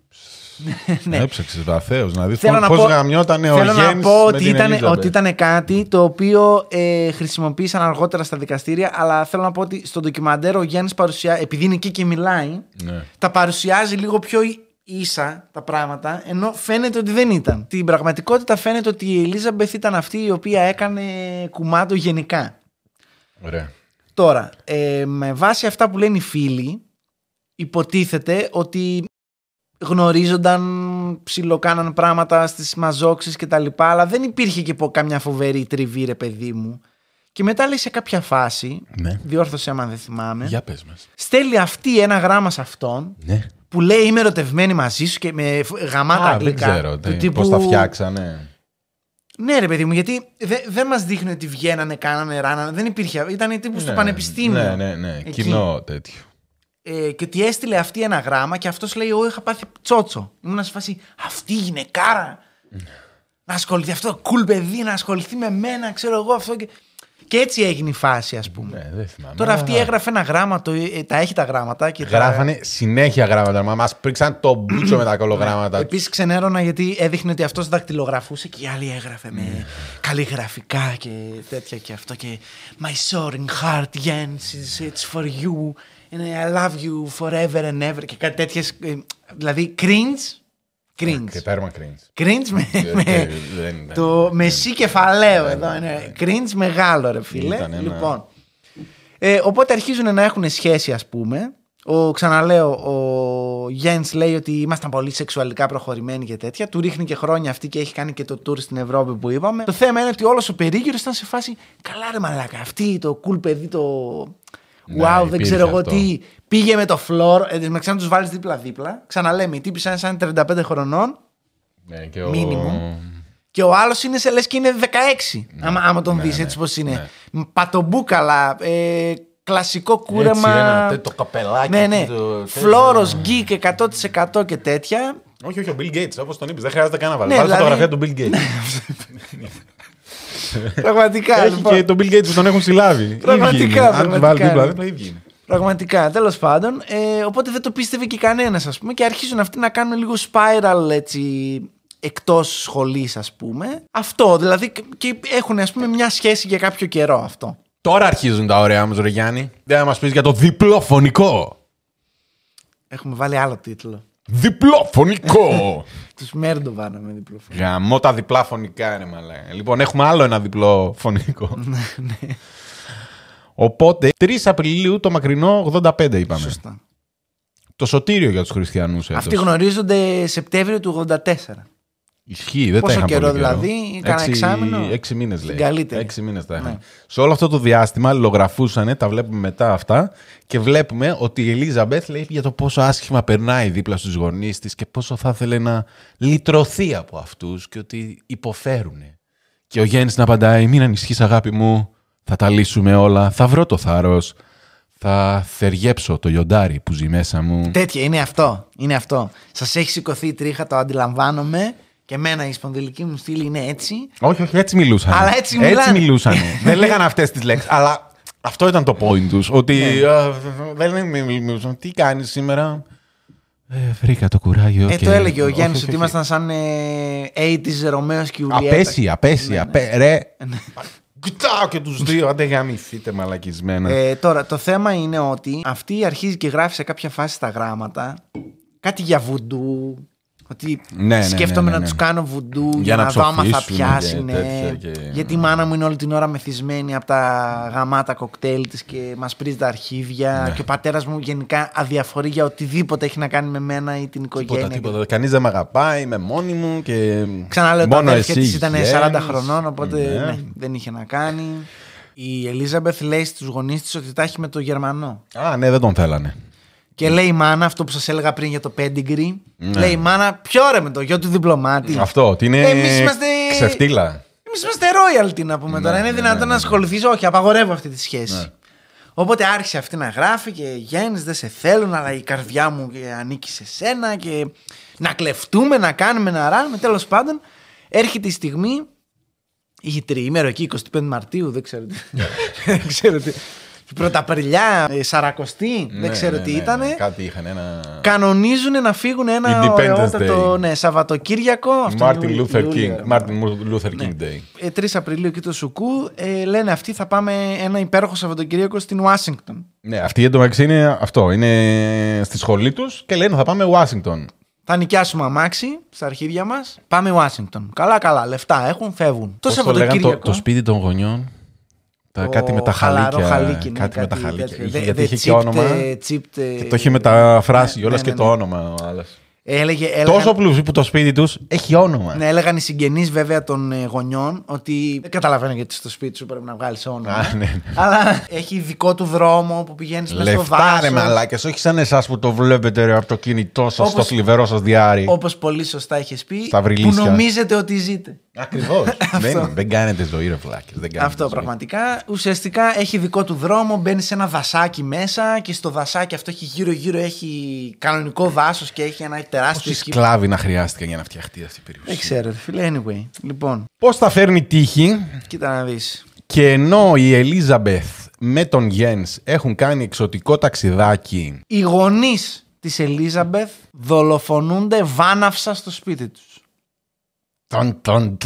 Speaker 1: Ναι. Έψαξε βαθέω να δεις
Speaker 2: Θέλω να
Speaker 1: πώ
Speaker 2: πω-
Speaker 1: γαμιόταν Ναι, ο
Speaker 2: Θέλω να
Speaker 1: Γέννης.
Speaker 2: πω ότι ήταν,
Speaker 1: ναι.
Speaker 2: ότι ήταν κάτι το οποίο ε, χρησιμοποίησαν αργότερα στα δικαστήρια, αλλά θέλω να πω ότι στο ντοκιμαντέρ ο Γιάννη παρουσιάζει. Επειδή είναι εκεί και μιλάει,
Speaker 1: Ναι.
Speaker 2: τα παρουσιάζει λίγο πιο ί- ίσα τα πράγματα, ενώ φαίνεται ότι δεν ήταν. Στην πραγματικότητα φαίνεται ότι η Ελίζαμπεθ ήταν αυτή η οποία έκανε κουμάντο γενικά.
Speaker 1: Ωραία.
Speaker 2: Τώρα, ε, με βάση αυτά που λένε οι φίλοι, υποτίθεται ότι γνωρίζονταν, ψιλοκάναν πράγματα στις μαζόξεις και τα λοιπά, αλλά δεν υπήρχε και πο- καμιά φοβερή τριβή, ρε παιδί μου. Και μετά λέει σε κάποια φάση,
Speaker 1: Ναι.
Speaker 2: διόρθωσέ με αν δεν θυμάμαι,
Speaker 1: Για πες μας.
Speaker 2: στέλνει αυτή ένα γραμμα σε αυτόν,
Speaker 1: Ναι.
Speaker 2: που λέει είμαι ερωτευμένη μαζί σου και με φ- γαμάτα
Speaker 1: Α, δεν
Speaker 2: αγγλικά.
Speaker 1: ξέρω
Speaker 2: του
Speaker 1: τι,
Speaker 2: τύπου-
Speaker 1: πώς τα φτιάξανε.
Speaker 2: Ναι, ρε παιδί μου, γιατί δε- δεν μας δείχνει ότι βγαίνανε, κάνανε, ράνανε. Δεν υπήρχε. Ήταν τύπου στο
Speaker 1: Ναι,
Speaker 2: πανεπιστήμιο.
Speaker 1: Ναι, ναι, ναι.
Speaker 2: Εκεί.
Speaker 1: Κοινό τέτοιο.
Speaker 2: ε, και ότι έστειλε αυτή ένα γράμμα και αυτός λέει: Εγώ είχα πάθει τσότσο. Ήμουν σε φάση αυτή η γυναικάρα. να ασχοληθεί αυτό το cool παιδί, να ασχοληθεί με μένα, ξέρω εγώ αυτό. Και, και έτσι έγινε η φάση, ας πούμε.
Speaker 1: Ναι, δεν θυμάμαι.
Speaker 2: Τώρα αυτή
Speaker 1: Α,
Speaker 2: έγραφε ένα γράμμα, το, ε, τα έχει τα γράμματα. Και
Speaker 1: Γράφανε συνέχεια γράμματα. Μα μας πρίξαν το
Speaker 2: Ναι.
Speaker 1: μπούτσο με τα
Speaker 2: Τα...
Speaker 1: κολογράμματα.
Speaker 2: Επίσης ξενέρωνα γιατί έδειχνε ότι αυτός δακτυλογραφούσε και η άλλη έγραφε με καλλιγραφικά και τέτοια και αυτό. Και My soaring heart, Jens, is- it's for you. And I love you forever and ever. Και κάτι τέτοιες. Δηλαδή, cringe.
Speaker 1: Ναι, Και
Speaker 2: Cringe.
Speaker 1: τέρμα cringe.
Speaker 2: Cringe με.
Speaker 1: Ε,
Speaker 2: με-
Speaker 1: δεν ήταν.
Speaker 2: το με σι κεφαλαίο εδώ
Speaker 1: ναι,
Speaker 2: είναι.
Speaker 1: ναι.
Speaker 2: Cringe μεγάλο, ρε φίλε.
Speaker 1: Ήταν ένα-
Speaker 2: Λοιπόν. Ε, οπότε αρχίζουν να έχουν σχέση, ας πούμε. Ο, ξαναλέω, ο Γιάννη λέει ότι ήμασταν πολύ σεξουαλικά προχωρημένοι και τέτοια. Του ρίχνει και χρόνια αυτή και έχει κάνει και το tour στην Ευρώπη που είπαμε. Το θέμα είναι ότι όλος ο περίγυρος ήταν σε φάση. Καλά, ρε μαλάκα. Αυτή το cool παιδί, το.
Speaker 1: Ναι,
Speaker 2: Wow, δεν
Speaker 1: υπήρχε
Speaker 2: ξέρω εγώ
Speaker 1: αυτό.
Speaker 2: τι. Πήγε με το φλόρ. Ε, με ξανά τους βάλεις δίπλα-δίπλα. Ξαναλέμε, η τύπη σαν σαν 35 χρονών.
Speaker 1: Ναι, και ο-
Speaker 2: Minimum. Και ο άλλος είναι σε λες και είναι 16.
Speaker 1: Ναι,
Speaker 2: άμα, άμα τον δεις δει έτσι πώς είναι. Πατομπούκαλα. Ε, κλασικό κούρεμα.
Speaker 1: ένα τέ- το καπελάκι
Speaker 2: Ναι, ναι.
Speaker 1: το-
Speaker 2: Φλόρο γκίκ 100% και τέτοια.
Speaker 1: Όχι, όχι, ο Bill Gates, όπως τον είπες. Δεν χρειάζεται καν να βάλεις.
Speaker 2: Ναι,
Speaker 1: Βάλεις
Speaker 2: δηλαδή-
Speaker 1: φωτογραφία του Bill Gates.
Speaker 2: Πραγματικά.
Speaker 1: Έχει
Speaker 2: λοιπόν.
Speaker 1: και τον Bill Gates που τον έχουν συλλάβει. Ίδιοι
Speaker 2: Πραγματικά,
Speaker 1: είναι. Αν τους βάλει
Speaker 2: πραγματικά. ναι.
Speaker 1: δίπλα, δίπλα, ίδιοι είναι.
Speaker 2: Πραγματικά, τέλος πάντων. Ε, οπότε δεν το πίστευε και κανένας, ας πούμε, και αρχίζουν αυτοί να κάνουν λίγο spiral έτσι εκτός σχολής, ας πούμε. Αυτό, δηλαδή, και έχουν, ας πούμε, μια σχέση για κάποιο καιρό αυτό.
Speaker 1: Τώρα αρχίζουν τα ωραία μα, Ρεγιάννη. Δεν θα μας πεις για το διπλό φωνικό.
Speaker 2: Έχουμε βάλει άλλο τίτλο.
Speaker 1: Διπλό φωνικό.
Speaker 2: Του Μέρντο βάλαμε διπλό.
Speaker 1: Γαμώ τα διπλά φωνικά, ρε μαλάκα. Λοιπόν, έχουμε άλλο ένα διπλό φωνικό.
Speaker 2: Ναι,
Speaker 1: Οπότε, 3 Απριλίου το μακρινό 85 είπαμε.
Speaker 2: Σωστά.
Speaker 1: Το σωτήριο για τους χριστιανούς έτος.
Speaker 2: Αυτοί γνωρίζονται Σεπτέμβριο του 84.
Speaker 1: Ισχύει, δεν
Speaker 2: Πόσο
Speaker 1: τα είχαν
Speaker 2: καιρό
Speaker 1: πολύ
Speaker 2: δηλαδή, κανένα
Speaker 1: Έξι-
Speaker 2: εξάμηνο?
Speaker 1: Έξι μήνες λέει.
Speaker 2: καλύτερη.
Speaker 1: Έξι μήνες τα είχαν.
Speaker 2: Ναι.
Speaker 1: Σε όλο αυτό το διάστημα αλληλογραφούσανε, τα βλέπουμε μετά αυτά και βλέπουμε ότι η Ελίζαμπεθ λέει για το πόσο άσχημα περνάει δίπλα στους γονείς της και πόσο θα ήθελε να λυτρωθεί από αυτούς και ότι υποφέρουν. Και ο Γέννης να απαντάει: Μην ανησυχείς, αγάπη μου, θα τα λύσουμε όλα. Θα βρω το θάρρος. Θα θεργέψω το λιοντάρι που ζει μέσα μου.
Speaker 2: Τέτοια, είναι αυτό. Είναι αυτό. Σας έχει σηκωθεί η τρίχα, το αντιλαμβάνομαι. Και εμένα η σπονδυλική μου στήλη είναι έτσι.
Speaker 1: Όχι, όχι, έτσι μιλούσαν.
Speaker 2: Αλλά έτσι μιλάνε.
Speaker 1: μιλούσαν. δεν λέγανε αυτές τις λέξεις. Αλλά αυτό ήταν το point τους.
Speaker 2: Ναι.
Speaker 1: Ότι. α, δεν είναι- μιλούσαν. Τι κάνεις σήμερα. Ε, βρήκα το κουράγιο.
Speaker 2: Ε,
Speaker 1: και-
Speaker 2: το έλεγε ο
Speaker 1: Όχι,
Speaker 2: Γιάννης
Speaker 1: όχι,
Speaker 2: ότι
Speaker 1: όχι.
Speaker 2: ήμασταν σαν ε, 80s Ρωμαίος και Ιουλιέτα.
Speaker 1: Απέσιοι, απέσιοι.
Speaker 2: Ναι,
Speaker 1: απέ- Ρε. Κοιτάω και τους δύο. Άντε γαμηθείτε μαλακισμένα.
Speaker 2: Ε, τώρα, το θέμα είναι ότι αυτή αρχίζει και γράφει σε κάποια φάση τα γράμματα. κάτι για βουντού. Ότι
Speaker 1: Ναι, ναι,
Speaker 2: σκέφτομαι
Speaker 1: ναι, ναι,
Speaker 2: να
Speaker 1: ναι.
Speaker 2: τους κάνω βουντού για,
Speaker 1: να
Speaker 2: να, δω άμα θα
Speaker 1: ψοφήσουν και
Speaker 2: πιάσει. ναι.
Speaker 1: τέτοια και-
Speaker 2: Γιατί η μάνα μου είναι όλη την ώρα μεθυσμένη από τα γαμάτα κοκτέιλ της και μας πρίζει τα αρχίδια.
Speaker 1: Ναι.
Speaker 2: Και ο πατέρας μου γενικά αδιαφορεί για οτιδήποτε έχει να κάνει με μένα ή την οικογένεια.
Speaker 1: Τίποτα, τίποτα. Κανείς δεν με αγαπάει, είμαι μόνη μου και.
Speaker 2: Ξαναλέω, τα
Speaker 1: μόνο
Speaker 2: αδέρφια
Speaker 1: εσύ
Speaker 2: της ήταν 40
Speaker 1: βγαίνεις.
Speaker 2: χρονών, οπότε
Speaker 1: Ναι.
Speaker 2: ναι, δεν είχε να κάνει. Η Ελίζαμπεθ λέει στους γονείς της ότι τα έχει με το Γερμανό.
Speaker 1: Α, ναι, δεν τον θέλανε.
Speaker 2: Και
Speaker 1: Ναι.
Speaker 2: λέει η μάνα, αυτό που σας έλεγα πριν για το pedigree, λέει η μάνα, ποιο ρε με το γιο του διπλωμάτη.
Speaker 1: Ναι, Αυτό, ότι είναι.
Speaker 2: Εμείς είμαστε-
Speaker 1: Ξεφτύλα.
Speaker 2: Εμείς είμαστε royal, τι να πούμε
Speaker 1: Ναι,
Speaker 2: τώρα. Είναι δυνατόν να ασχοληθείς. Όχι, απαγορεύω αυτή τη σχέση. Οπότε άρχισε αυτή να γράφει και γέννης, δεν σε θέλουν, αλλά η καρδιά μου ε, ανήκει σε σένα και να κλεφτούμε, να κάνουμε, να ράνουμε. Τέλος πάντων, έρχεται η στιγμή, η τριήμερο εκεί, 25 Μαρτίου, δεν ξέρω τι.
Speaker 1: Ναι.
Speaker 2: δεν ξέρω τι. Πρωταπριλιά, ε, Σαρακοστή,
Speaker 1: Ναι,
Speaker 2: δεν ξέρω
Speaker 1: ναι,
Speaker 2: τι
Speaker 1: ναι,
Speaker 2: ήταν.
Speaker 1: ναι, Κάτι είχαν ένα.
Speaker 2: Κανονίζουν να φύγουν ένα
Speaker 1: Independence
Speaker 2: ωραιότατο
Speaker 1: Day.
Speaker 2: ναι, Σαββατοκύριακο. αυτό
Speaker 1: Μάρτιν
Speaker 2: είναι Ιου-
Speaker 1: Λούθερ
Speaker 2: Ιούλιο,
Speaker 1: Κίνγκ.
Speaker 2: ρε.
Speaker 1: Μάρτιν Λούθερ Κίνγκ Day.
Speaker 2: Ε, 3 Απριλίου και το Σουκού ε, λένε αυτοί θα πάμε ένα υπέροχο Σαββατοκύριακο στην Ουάσιγκτον.
Speaker 1: Ναι, αυτή εντωμεταξύ είναι αυτό. Είναι στη σχολή τους και λένε θα πάμε Ουάσιγκτον.
Speaker 2: Θα νοικιάσουμε αμάξι στα αρχίδια μας. Πάμε Ουάσιγκτον. Καλά, καλά. Λεφτά έχουν, φεύγουν. Το
Speaker 1: Πώς το λέγανε το,
Speaker 2: Σαββατοκύριακο.
Speaker 1: το σπίτι των γονιών. Τα,
Speaker 2: το
Speaker 1: κάτι με τα
Speaker 2: χαλαρό
Speaker 1: χαλίκια.
Speaker 2: χαλίκι, ναι,
Speaker 1: κάτι με τα χαλίκια.
Speaker 2: τέτοιο.
Speaker 1: Είχε-
Speaker 2: The-
Speaker 1: γιατί
Speaker 2: the
Speaker 1: είχε και
Speaker 2: chipped,
Speaker 1: όνομα.
Speaker 2: ε, chipped, ε,
Speaker 1: Και το έχει μεταφράσει
Speaker 2: ναι,
Speaker 1: κιόλα
Speaker 2: ναι,
Speaker 1: και
Speaker 2: ναι,
Speaker 1: το
Speaker 2: ναι.
Speaker 1: όνομα ο άλλος.
Speaker 2: Έλεγε, έλεγαν,
Speaker 1: Τόσο πλούσιοι που το σπίτι τους έχει όνομα.
Speaker 2: ναι, έλεγαν οι συγγενείς βέβαια των ε, γονιών ότι. Δεν καταλαβαίνω γιατί στο σπίτι σου πρέπει να βγάλεις όνομα.
Speaker 1: Α, ναι, ναι.
Speaker 2: Αλλά έχει δικό του δρόμο που πηγαίνεις μέσα στο
Speaker 1: Λεφτά ρε
Speaker 2: βάσο.
Speaker 1: μαλάκες, όχι σαν εσάς που το βλέπετε ρε από το κινητό σας,
Speaker 2: Όπως-
Speaker 1: στο θλιβερό σας διάρρη.
Speaker 2: Όπως πολύ σωστά είχες πει,
Speaker 1: Στα
Speaker 2: που
Speaker 1: βρυλίσια.
Speaker 2: νομίζετε ότι ζείτε.
Speaker 1: Ακριβώς. δεν, δεν κάνετε ζωή ρε φλάκες. Δεν κάνετε
Speaker 2: Αυτό
Speaker 1: ζωή.
Speaker 2: πραγματικά. Ουσιαστικά έχει δικό του δρόμο, μπαίνει σε ένα δασάκι μέσα και στο δασάκι αυτό έχει γύρω-γύρω έχει κανονικό δάσος και έχει ένα τεράστιο
Speaker 1: Πόσοι
Speaker 2: σκι-
Speaker 1: σκλάβοι να χρειάστηκαν για να φτιαχτεί αυτή η περιουσία.
Speaker 2: Δεν ξέρω, ρε φίλε. Anyway, λοιπόν,
Speaker 1: Πώς θα φέρνει τύχη
Speaker 2: κοίτα να δεις.
Speaker 1: και ενώ η Ελίζαμπεθ με τον Γιένς έχουν κάνει εξωτικό ταξιδάκι
Speaker 2: Οι γονείς της Ελίζαμπεθ δολοφονούνται βάναυσα στο σπίτι τους.
Speaker 1: Τον, τον,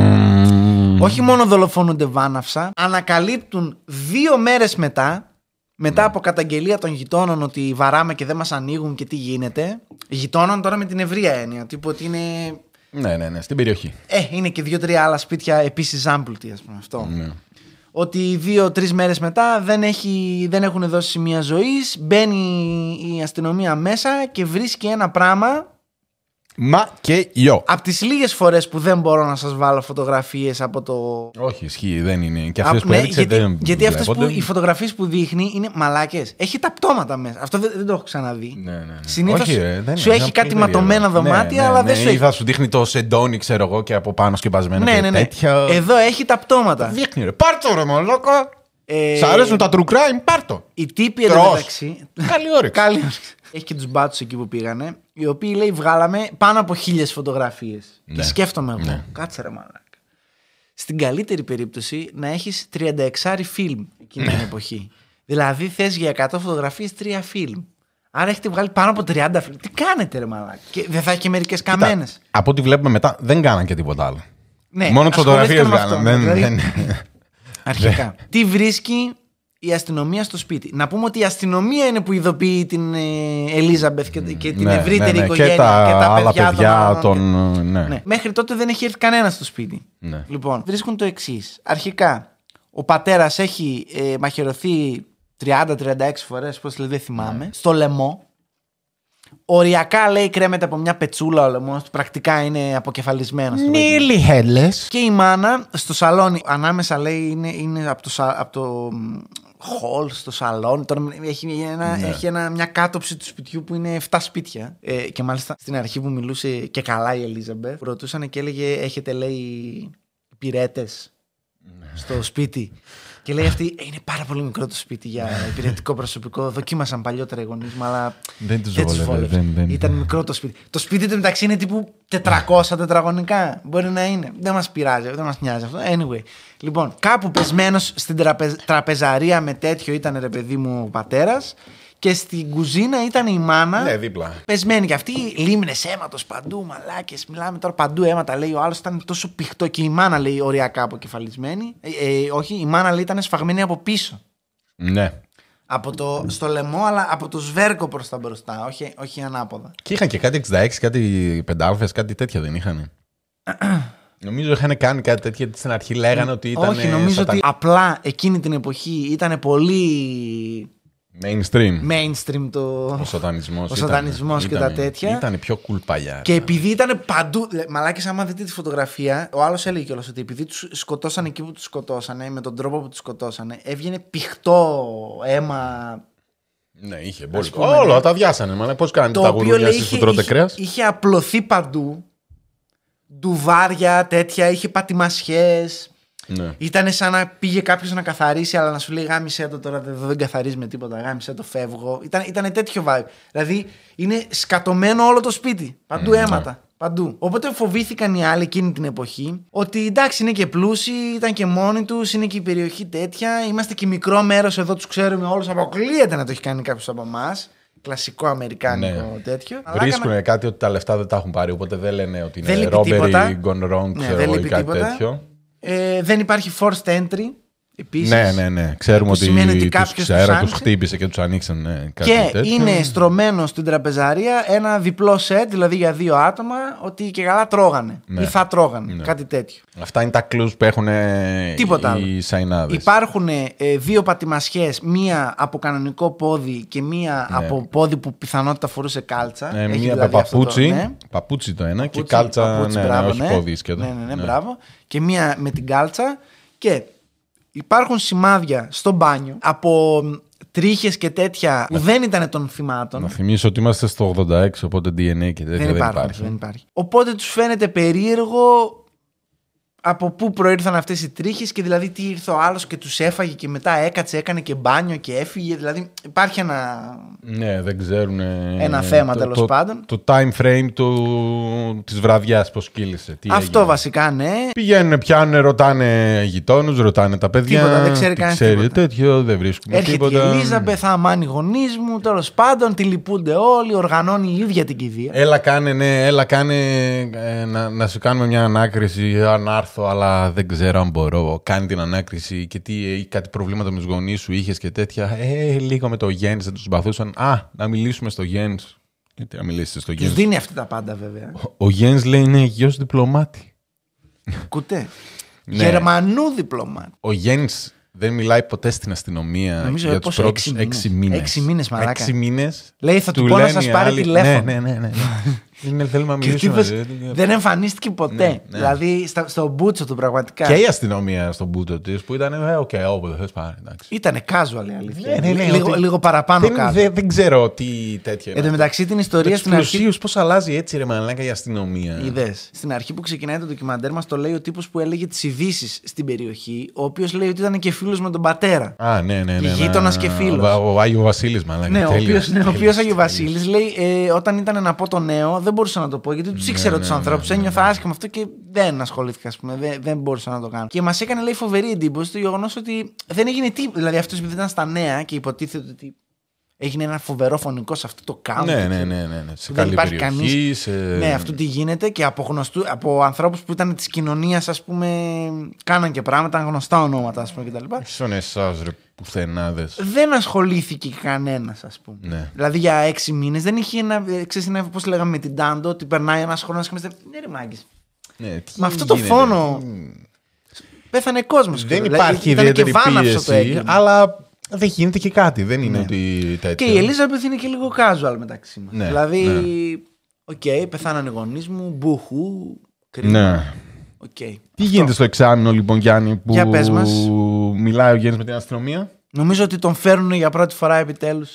Speaker 1: τον.
Speaker 2: Όχι μόνο δολοφονούνται βάναυσα, ανακαλύπτουν δύο μέρες μετά, μετά από καταγγελία των γειτόνων ότι βαράμε και δεν μας ανοίγουν και τι γίνεται. Γειτόνων τώρα με την ευρεία έννοια, τύπου ότι είναι...
Speaker 1: Ναι, ναι, ναι, στην περιοχή.
Speaker 2: Ε, είναι και δύο-τρία άλλα σπίτια επίσης άμπλουτοι, ας πούμε αυτό. Ότι δύο-τρει μέρες μετά δεν, έχει, δεν έχουν δώσει σημεία ζωής, μπαίνει η αστυνομία μέσα και βρίσκει ένα πράγμα
Speaker 1: Μα και γιο.
Speaker 2: από τις λίγες φορές που δεν μπορώ να σας βάλω φωτογραφίες από το
Speaker 1: Όχι, ισχύει, δεν είναι. Και
Speaker 2: Α,
Speaker 1: αυτές που
Speaker 2: ναι,
Speaker 1: έδειξε
Speaker 2: γιατί,
Speaker 1: δεν
Speaker 2: γιατί αυτές που,
Speaker 1: βλέπονται.
Speaker 2: οι φωτογραφίες που δείχνει είναι μαλάκες. Έχει τα πτώματα μέσα. Αυτό δεν, δεν το έχω ξαναδεί.
Speaker 1: Ναι, ναι, ναι.
Speaker 2: Συνήθως
Speaker 1: Όχι, ρε, δεν
Speaker 2: σου
Speaker 1: είναι,
Speaker 2: έχει
Speaker 1: είναι
Speaker 2: κάτι
Speaker 1: πολύ
Speaker 2: ματωμένα
Speaker 1: περίεργο.
Speaker 2: δωμάτια,
Speaker 1: Ναι,
Speaker 2: αλλά
Speaker 1: ναι,
Speaker 2: δεν
Speaker 1: ναι,
Speaker 2: σου
Speaker 1: Ή
Speaker 2: έχει.
Speaker 1: θα σου δείχνει το σεντόνι, ξέρω εγώ, και από πάνω σκεπασμένο.
Speaker 2: Ναι,
Speaker 1: και
Speaker 2: ναι, ναι.
Speaker 1: Τέτοια.
Speaker 2: Εδώ έχει τα πτώματα.
Speaker 1: Δείχνει, ρε. Πάρτο, ρε, μαλάκα.
Speaker 2: Ε,
Speaker 1: Σ' αρέσουν τα true crime, πάρτο.
Speaker 2: Οι τύποι εδώ
Speaker 1: Τρως.
Speaker 2: μεταξύ.
Speaker 1: Καλή όρεξη.
Speaker 2: Καλή όρεξη. Έχει και τους μπάτσους εκεί που πήγανε, οι οποίοι λέει βγάλαμε πάνω από χίλιες φωτογραφίες. Και
Speaker 1: Ναι.
Speaker 2: σκέφτομαι εγώ, κάτσε ρε μαλάκα. Στην καλύτερη περίπτωση να έχεις 36 φιλμ εκείνη
Speaker 1: Ναι.
Speaker 2: την εποχή. Δηλαδή θες για 100 φωτογραφίε 3 φιλμ. Άρα έχετε βγάλει πάνω από 30 φιλμ. Τι κάνετε, ρε μαλάκα. Και δεν θα έχει και μερικές
Speaker 1: Κοίτα,
Speaker 2: καμένες.
Speaker 1: Από ό,τι βλέπουμε μετά, δεν κάναν και τίποτα άλλο.
Speaker 2: Ναι,
Speaker 1: Μόνο Ναι, τι φωτογραφίε
Speaker 2: ασχολήθηκαν με
Speaker 1: κάναν.
Speaker 2: αυτό,
Speaker 1: Δεν-
Speaker 2: δηλαδή,
Speaker 1: δεν-
Speaker 2: Αρχικά.
Speaker 1: Ναι.
Speaker 2: Τι βρίσκει η αστυνομία στο σπίτι. Να πούμε ότι η αστυνομία είναι που ειδοποιεί την ε, Ελίζαμπεθ και, και την
Speaker 1: Ναι, ναι,
Speaker 2: ευρύτερη
Speaker 1: ναι,
Speaker 2: οικογένεια
Speaker 1: Και τα άλλα
Speaker 2: των
Speaker 1: παιδιά
Speaker 2: άλλων.
Speaker 1: των. Ναι.
Speaker 2: Ναι. Μέχρι τότε δεν έχει έρθει κανένας στο σπίτι.
Speaker 1: Ναι.
Speaker 2: Λοιπόν, βρίσκουν το εξής. Αρχικά, ο πατέρας έχει ε, μαχαιρωθεί 30-36 φορές, πώς λέει, δεν θυμάμαι,
Speaker 1: Ναι.
Speaker 2: στο λαιμό. Οριακά λέει κρέμεται από μια πετσούλα ο λαιμό, πρακτικά είναι αποκεφαλισμένος.
Speaker 1: Χέλε.
Speaker 2: Και η μάνα στο σαλόνι, ανάμεσα λέει, είναι, είναι από το, σα- από το μ, hall στο σαλόνι. Τώρα έχει, ένα, έχει ένα, μια κάτωψη του σπιτιού που είναι 7 σπίτια. Ε, και μάλιστα στην αρχή που μιλούσε και καλά η Ελίζαμπεθ, ρωτούσαν και έλεγε: Έχετε λέει υπηρέτε στο σπίτι. Και λέει αυτή: «Ε, Είναι πάρα πολύ μικρό το σπίτι για υπηρετικό προσωπικό. Δοκίμασαν παλιότερα οι γονείς μου, αλλά
Speaker 1: Δεν τους
Speaker 2: τους
Speaker 1: βόλευε,
Speaker 2: βόλευε.
Speaker 1: δεν- δεν-
Speaker 2: Ήταν μικρό το σπίτι. Το σπίτι του μεταξύ είναι τύπου 400 τετραγωνικά. Μπορεί να είναι. Δεν μας πειράζει, δεν μας νοιάζει αυτό. Anyway. Λοιπόν, κάπου πεσμένος στην τραπεζ- τραπεζαρία με τέτοιο ήταν ρε παιδί μου ο πατέρας. Και στην κουζίνα ήταν η μάνα.
Speaker 1: Ναι, δίπλα.
Speaker 2: Πεσμένη και αυτή, λίμνες αίματος παντού, μαλάκες. Μιλάμε τώρα παντού αίματα, λέει ο άλλος. Ήταν τόσο πηχτό και η μάνα λέει οριακά αποκεφαλισμένη. Ε, ε, όχι, η μάνα λέει ήταν σφαγμένη από πίσω.
Speaker 1: Ναι.
Speaker 2: Από το, στο λαιμό, αλλά από το σβέρκο προς τα μπροστά, όχι, όχι ανάποδα.
Speaker 1: Και είχαν και κάτι 66, κάτι 5α, κάτι τέτοια δεν είχαν. νομίζω είχαν κάνει κάτι τέτοιο γιατί στην αρχή λέγανε ότι ήταν.
Speaker 2: όχι, νομίζω ότι απλά εκείνη την εποχή ήταν πολύ
Speaker 1: Mainstream.
Speaker 2: mainstream το.
Speaker 1: Ο σατανισμός.
Speaker 2: Ο σατανισμός και τα τέτοια.
Speaker 1: Ήταν πιο cool παλιά.
Speaker 2: Και επειδή ήταν παντού. Μαλάκι, άμα δείτε τη φωτογραφία, ο άλλος έλεγε κιόλας ότι επειδή τους σκοτώσαν εκεί που τους σκοτώσανε, με τον τρόπο που τους σκοτώσανε, έβγαινε πηχτό αίμα.
Speaker 1: Ναι, είχε
Speaker 2: Ας
Speaker 1: πολύ.
Speaker 2: πούμε, ναι.
Speaker 1: Όλα τα διάσανε. Μα πώ κάνετε
Speaker 2: Το
Speaker 1: τα
Speaker 2: οποίο
Speaker 1: γουρούνια
Speaker 2: λέει
Speaker 1: εσεί
Speaker 2: είχε,
Speaker 1: που τρώτε
Speaker 2: είχε-
Speaker 1: κρέας.
Speaker 2: είχε απλωθεί παντού. Ντουβάρια, τέτοια, είχε πατημασιές.
Speaker 1: Ναι.
Speaker 2: Ήταν σαν να πήγε κάποιος να καθαρίσει, αλλά να σου λέει γάμισε το τώρα, δεν, δεν καθαρίζει με τίποτα. Γάμισε το, φεύγω. Ήταν, ήτανε τέτοιο vibe. Δηλαδή είναι σκατωμένο όλο το σπίτι. Παντού
Speaker 1: Ε, ναι.
Speaker 2: αίματα. Παντού. Οπότε φοβήθηκαν οι άλλοι εκείνη την εποχή ότι εντάξει είναι και πλούσιοι, ήταν και μόνοι τους, είναι και η περιοχή τέτοια. Είμαστε και μικρό μέρος εδώ, τους ξέρουμε όλους. Αποκλείεται να το έχει κάνει κάποιος από εμάς. Κλασικό αμερικάνικο
Speaker 1: Ναι.
Speaker 2: τέτοιο. Αλλά
Speaker 1: Βρίσκουν
Speaker 2: έκανα-
Speaker 1: κάτι ότι τα λεφτά δεν τα έχουν πάρει, οπότε δεν λένε ότι
Speaker 2: Δεν
Speaker 1: είναι
Speaker 2: λείπει
Speaker 1: robbery
Speaker 2: τίποτα.
Speaker 1: gone wrong,
Speaker 2: Ναι,
Speaker 1: ξέρω
Speaker 2: δεν
Speaker 1: εγώ, ή
Speaker 2: λείπει
Speaker 1: κάτι
Speaker 2: τίποτα.
Speaker 1: τέτοιο.
Speaker 2: Ε, δεν υπάρχει forced entry. Επίσης.
Speaker 1: Ναι, ναι, ναι. Ξέρουμε
Speaker 2: Που σημαίνει ότι
Speaker 1: ότι τους
Speaker 2: κάποιος τους
Speaker 1: ξέρα τους
Speaker 2: άνοιξε.
Speaker 1: χτύπησε και τους ανοίξαν. Ναι, κάτι
Speaker 2: Και
Speaker 1: τέτοιο.
Speaker 2: είναι στρωμένο στην τραπεζαρία ένα διπλό σετ, δηλαδή για δύο άτομα, ότι και καλά τρώγανε.
Speaker 1: Ναι.
Speaker 2: Ή θα τρώγανε.
Speaker 1: Ναι.
Speaker 2: Κάτι τέτοιο.
Speaker 1: Αυτά είναι τα κλους που έχουν ε,
Speaker 2: Τίποτα
Speaker 1: οι
Speaker 2: άλλο.
Speaker 1: σαϊνάδες.
Speaker 2: Υπάρχουν ε, δύο πατημασιές, μία από κανονικό πόδι και μία
Speaker 1: Ναι.
Speaker 2: από πόδι που πιθανότητα φορούσε κάλτσα.
Speaker 1: Ε,
Speaker 2: Έχει
Speaker 1: μία με
Speaker 2: δηλαδή αυτό
Speaker 1: παπούτσι,
Speaker 2: Το, ναι.
Speaker 1: παπούτσι το ένα και
Speaker 2: Παπούτσι,
Speaker 1: κάλτσα,
Speaker 2: παπούτσι,
Speaker 1: ναι, ναι,
Speaker 2: μπράβο,
Speaker 1: όχι
Speaker 2: ναι.
Speaker 1: πόδι σκέτο.
Speaker 2: Ναι, ναι, ναι, μπράβο. Και μία με την κάλτσα. Και υπάρχουν σημάδια στο μπάνιο από τρίχες και τέτοια που δεν ήταν των θυμάτων.
Speaker 1: Ε. Να θυμίσω ότι είμαστε στο 86, οπότε DNA και τέτοια
Speaker 2: Δεν,
Speaker 1: δεν,
Speaker 2: υπάρχουν,
Speaker 1: υπάρχει.
Speaker 2: δεν υπάρχει. Οπότε τους φαίνεται περίεργο από πού προήρθαν αυτές οι τρίχες και δηλαδή τι ήρθε ο άλλος και τους έφαγε και μετά έκατσε, έκανε και μπάνιο και έφυγε. Δηλαδή υπάρχει ένα...
Speaker 1: Ναι, δεν ξέρουν. ε,
Speaker 2: Ένα θέμα,
Speaker 1: το-
Speaker 2: τέλος
Speaker 1: το-
Speaker 2: πάντων.
Speaker 1: Το time frame του, της βραδιάς, πώς κύλησε. Τι
Speaker 2: Αυτό
Speaker 1: έγινε.
Speaker 2: βασικά ναι.
Speaker 1: Πηγαίνουν, πιάνουν, ρωτάνε γειτόνους, ρωτάνε τα παιδιά.
Speaker 2: Τίποτα, δεν ξέρει
Speaker 1: τι
Speaker 2: κανένας
Speaker 1: ξέρει,
Speaker 2: τίποτα.
Speaker 1: τέτοιο, δεν βρίσκουμε
Speaker 2: Έρχεται
Speaker 1: τίποτα.
Speaker 2: η Ελίζαμπεθ, αμάνει οι γονείς μου, τέλος πάντων, τη λυπούνται όλοι, οργανώνει η ίδια την κηδεία.
Speaker 1: Έλα κάνε, ναι, έλα κάνε ε, να, να σου κάνουμε μια ανάκριση αν άρθω, αλλά δεν ξέρω αν μπορώ. Κάνει την ανάκριση και τι, ε, κάτι προβλήματα με τους γονείς σου είχες και τέτοια. Ε, λίγο με το Γιάννη δεν τους συμπαθούσαν. Α, να μιλήσουμε στο Γιάννη. Γιατί να μιλήσετε στο
Speaker 2: Τους
Speaker 1: Γιάννη.
Speaker 2: δίνει αυτή τα πάντα βέβαια.
Speaker 1: Ο Γιάννης λέει είναι γιος διπλωμάτη.
Speaker 2: Κουτέ.
Speaker 1: Ναι.
Speaker 2: Γερμανού διπλωμάτη.
Speaker 1: Ο Γιάννης δεν μιλάει ποτέ στην αστυνομία
Speaker 2: Νομίζω,
Speaker 1: για
Speaker 2: ε,
Speaker 1: τους
Speaker 2: πόσο,
Speaker 1: πρώτους
Speaker 2: έξι
Speaker 1: έξι
Speaker 2: μήνες.
Speaker 1: μήνες.
Speaker 2: Έξι μήνες, μαλάκα.
Speaker 1: Έξι μήνες
Speaker 2: Λέει, θα του
Speaker 1: του
Speaker 2: πω να
Speaker 1: λένε
Speaker 2: σας
Speaker 1: οι
Speaker 2: πάρει
Speaker 1: άλλοι,
Speaker 2: τηλέφωνο.
Speaker 1: Ναι, ναι, ναι. ναι. Είναι, θέλουμε να
Speaker 2: Και ο
Speaker 1: μιλήσουμε.
Speaker 2: τύπος
Speaker 1: ρε.
Speaker 2: δεν εμφανίστηκε ποτέ.
Speaker 1: Ναι, ναι.
Speaker 2: Δηλαδή στα- στο μπούτσο του πραγματικά.
Speaker 1: Και η αστυνομία στον πούτο της που ήταν. Ε, οκ, όποτε θε πάρει. εντάξει».
Speaker 2: Ήτανε casual η αλήθεια.
Speaker 1: Ναι, ναι, ναι,
Speaker 2: λίγο,
Speaker 1: ότι-
Speaker 2: λίγο παραπάνω
Speaker 1: Δεν,
Speaker 2: casual.
Speaker 1: δεν, δεν ξέρω τι τέτοια.
Speaker 2: Εν τω μεταξύ την ιστορία στην αρχή.
Speaker 1: πλουσίους πώς αλλάζει έτσι ρε μαλάκα η αστυνομία.
Speaker 2: Είδες. Στην αρχή που ξεκινάει το ντοκιμαντέρ μας, το λέει ο τύπος που έλεγε τις ειδήσεις στην περιοχή, ο οποίος λέει ότι ήταν και φίλος με τον πατέρα.
Speaker 1: Α, ναι, ναι, ναι. ναι,
Speaker 2: Γείτονας και φίλος.
Speaker 1: Ο, Βα- ο Άγιο Βασίλης, μαλάκα.
Speaker 2: Ναι, ο
Speaker 1: τέλειος,
Speaker 2: οποίος ναι, ο
Speaker 1: τέλειος,
Speaker 2: οποίος Άγιο
Speaker 1: τέλειος.
Speaker 2: Βασίλης λέει ε, όταν ήταν να πω το νέο, δεν μπορούσα να το πω γιατί τους
Speaker 1: Ναι,
Speaker 2: ήξερα του ανθρώπου. Ένιωθα άσχημα αυτό και δεν ασχολήθηκα, ας πούμε. Δεν, δεν μπορούσα να το κάνω. Και μας έκανε λέει φοβερή εντύπωση το γεγονός ότι δεν έγινε τίποτα. Δηλαδή αυτός επειδή ήταν στα νέα και υποτίθεται ότι έγινε ένα φοβερό φωνικό σε αυτό το κάμπο.
Speaker 1: Ναι, ναι, ναι, ναι, ναι. Σε
Speaker 2: Δεν
Speaker 1: καλή
Speaker 2: υπάρχει
Speaker 1: περιοχή.
Speaker 2: κανείς-
Speaker 1: σε...
Speaker 2: Ναι, αυτό τι γίνεται και από, γνωστού, από ανθρώπους που ήταν της κοινωνίας, ας πούμε, κάναν και πράγματα, γνωστά ονόματα, ας πούμε, κτλ.
Speaker 1: Σαν εσάς, ρε πουθενάδες.
Speaker 2: Δεν ασχολήθηκε κανένας, ας πούμε.
Speaker 1: Ναι.
Speaker 2: Δηλαδή για έξι μήνες δεν είχε ένα, ε, ξέρεις, ένα, πώς λέγαμε με την Τάντο, ότι περνάει ένας χρόνος και είμαστε, ναι ρε μάγκες,
Speaker 1: Ναι, τι
Speaker 2: Με αυτό το
Speaker 1: γίνεται,
Speaker 2: φόνο-
Speaker 1: τι-
Speaker 2: πέθανε κόσμος.
Speaker 1: Δεν
Speaker 2: ξέρω. δηλαδή,
Speaker 1: υπάρχει
Speaker 2: Ήταν
Speaker 1: ιδιαίτερη
Speaker 2: και βάναυσο το
Speaker 1: πίεση,
Speaker 2: έγκλημα.
Speaker 1: αλλά δεν γίνεται και κάτι. Δεν είναι ότι
Speaker 2: Ναι. Και
Speaker 1: τέτοιο.
Speaker 2: η Ελίζαμπεθ είναι και λίγο casual μεταξύ μας.
Speaker 1: Ναι,
Speaker 2: δηλαδή,
Speaker 1: ναι.
Speaker 2: οκ, πεθάνανε οι γονείς μου, μπουχού, κρίμα,
Speaker 1: Ναι.
Speaker 2: οκ.
Speaker 1: Τι γίνεται στο εξάμεινο, λοιπόν, Γιάννη, που
Speaker 2: Για πες μας.
Speaker 1: μιλάει ο Γιάννη με την αστυνομία.
Speaker 2: Νομίζω ότι τον φέρνουν για πρώτη φορά επιτέλους.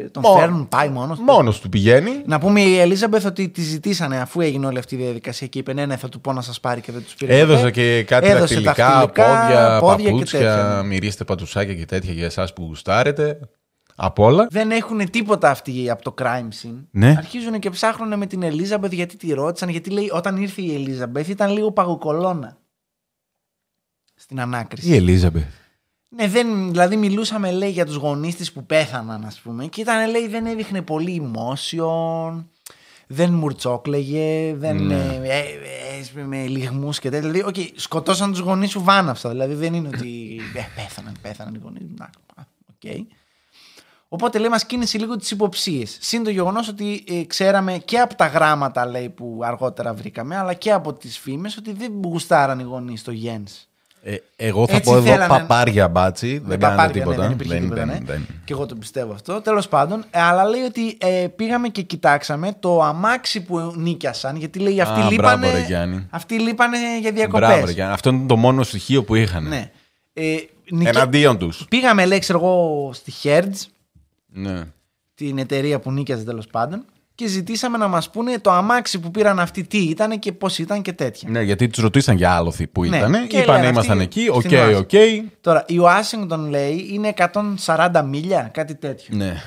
Speaker 2: Ε, τον
Speaker 1: Μό-
Speaker 2: φέρνουν, πάει μόνος.
Speaker 1: Μόνος του πηγαίνει.
Speaker 2: Να πούμε η Ελίζαμπεθ ότι τη ζητήσανε αφού έγινε όλη αυτή η διαδικασία και είπε ναι, ναι, θα του πω να σας πάρει και δεν τους πήρε.
Speaker 1: Έδωσε
Speaker 2: ποτέ.
Speaker 1: και κάτι
Speaker 2: Έδωσε
Speaker 1: δακτυλικά,
Speaker 2: δακτυλικά,
Speaker 1: πόδια,
Speaker 2: πόδια και
Speaker 1: παπούτσια,
Speaker 2: τέτοια.
Speaker 1: μυρίστε πατουσάκια και τέτοια για εσάς που γουστάρετε. Απ' όλα.
Speaker 2: Δεν έχουν τίποτα αυτοί από το crime scene.
Speaker 1: Ναι.
Speaker 2: Αρχίζουν και ψάχνουν με την Ελίζαμπεθ γιατί τη ρώτησαν. Γιατί λέει όταν ήρθε η Ελίζαμπεθ ήταν λίγο παγοκολώνα. Στην ανάκριση.
Speaker 1: Η Ελίζαμπε.
Speaker 2: Ναι, δεν, δηλαδή μιλούσαμε λέει για τους γονείς της που πέθαναν ας πούμε και ήταν λέει δεν έδειχνε πολύ emotion, δεν μουρτσόκλεγε, δεν
Speaker 1: Ναι.
Speaker 2: ε, ε, ε, έσπε με λιγμούς και τέτοια. Δηλαδή, okay, σκοτώσαν τους γονείς σου βάναυσα, δηλαδή δεν είναι ότι ε, πέθαναν, πέθαναν οι γονείς μου. Να, α, οκ. Οπότε λέει, μας κίνησε λίγο τις υποψίες. Συν το γεγονός ότι ε, ξέραμε και από τα γράμματα λέει, που αργότερα βρήκαμε, αλλά και από τις φήμες ότι δεν γουστάραν οι γονείς το Γιέν.
Speaker 1: Ε, εγώ θα
Speaker 2: Έτσι
Speaker 1: πω εδώ
Speaker 2: θέλανε.
Speaker 1: παπάρια μπάτσι. Δεν κάνανε τίποτα.
Speaker 2: δεν υπήρχε τίποτα. ναι.
Speaker 1: δεν.
Speaker 2: Και εγώ το πιστεύω αυτό. Τέλος πάντων, ε, αλλά λέει ότι ε, πήγαμε και κοιτάξαμε το αμάξι που νίκιασαν. Γιατί λέει αυτοί
Speaker 1: Α,
Speaker 2: λείπανε.
Speaker 1: μπράβο, ρε, Γιάννη.
Speaker 2: αυτοί λείπανε για διακοπές.
Speaker 1: Μπράβο, ρε Γιάννη. Αυτό είναι το μόνο στοιχείο που είχαν.
Speaker 2: Ναι. Ε, νικη-
Speaker 1: Εναντίον τους.
Speaker 2: Πήγαμε, λέει, ξέρω εγώ, στη Hertz,
Speaker 1: Ναι.
Speaker 2: την εταιρεία που νίκιαζε τέλος πάντων, και ζητήσαμε να μας πούνε το αμάξι που πήραν αυτοί τι ήταν και πώς ήταν και τέτοια.
Speaker 1: ναι, γιατί τους ρωτήσαν για άλοθη που
Speaker 2: Ναι,
Speaker 1: ήταν.
Speaker 2: και
Speaker 1: Είπαν
Speaker 2: λένε
Speaker 1: ήμασταν
Speaker 2: αυτοί
Speaker 1: εκεί. Οκ,
Speaker 2: στην Οάση.
Speaker 1: οκ.
Speaker 2: Τώρα, η Ουάσιγκτον λέει είναι 140 μίλια, κάτι τέτοιο.
Speaker 1: Ναι.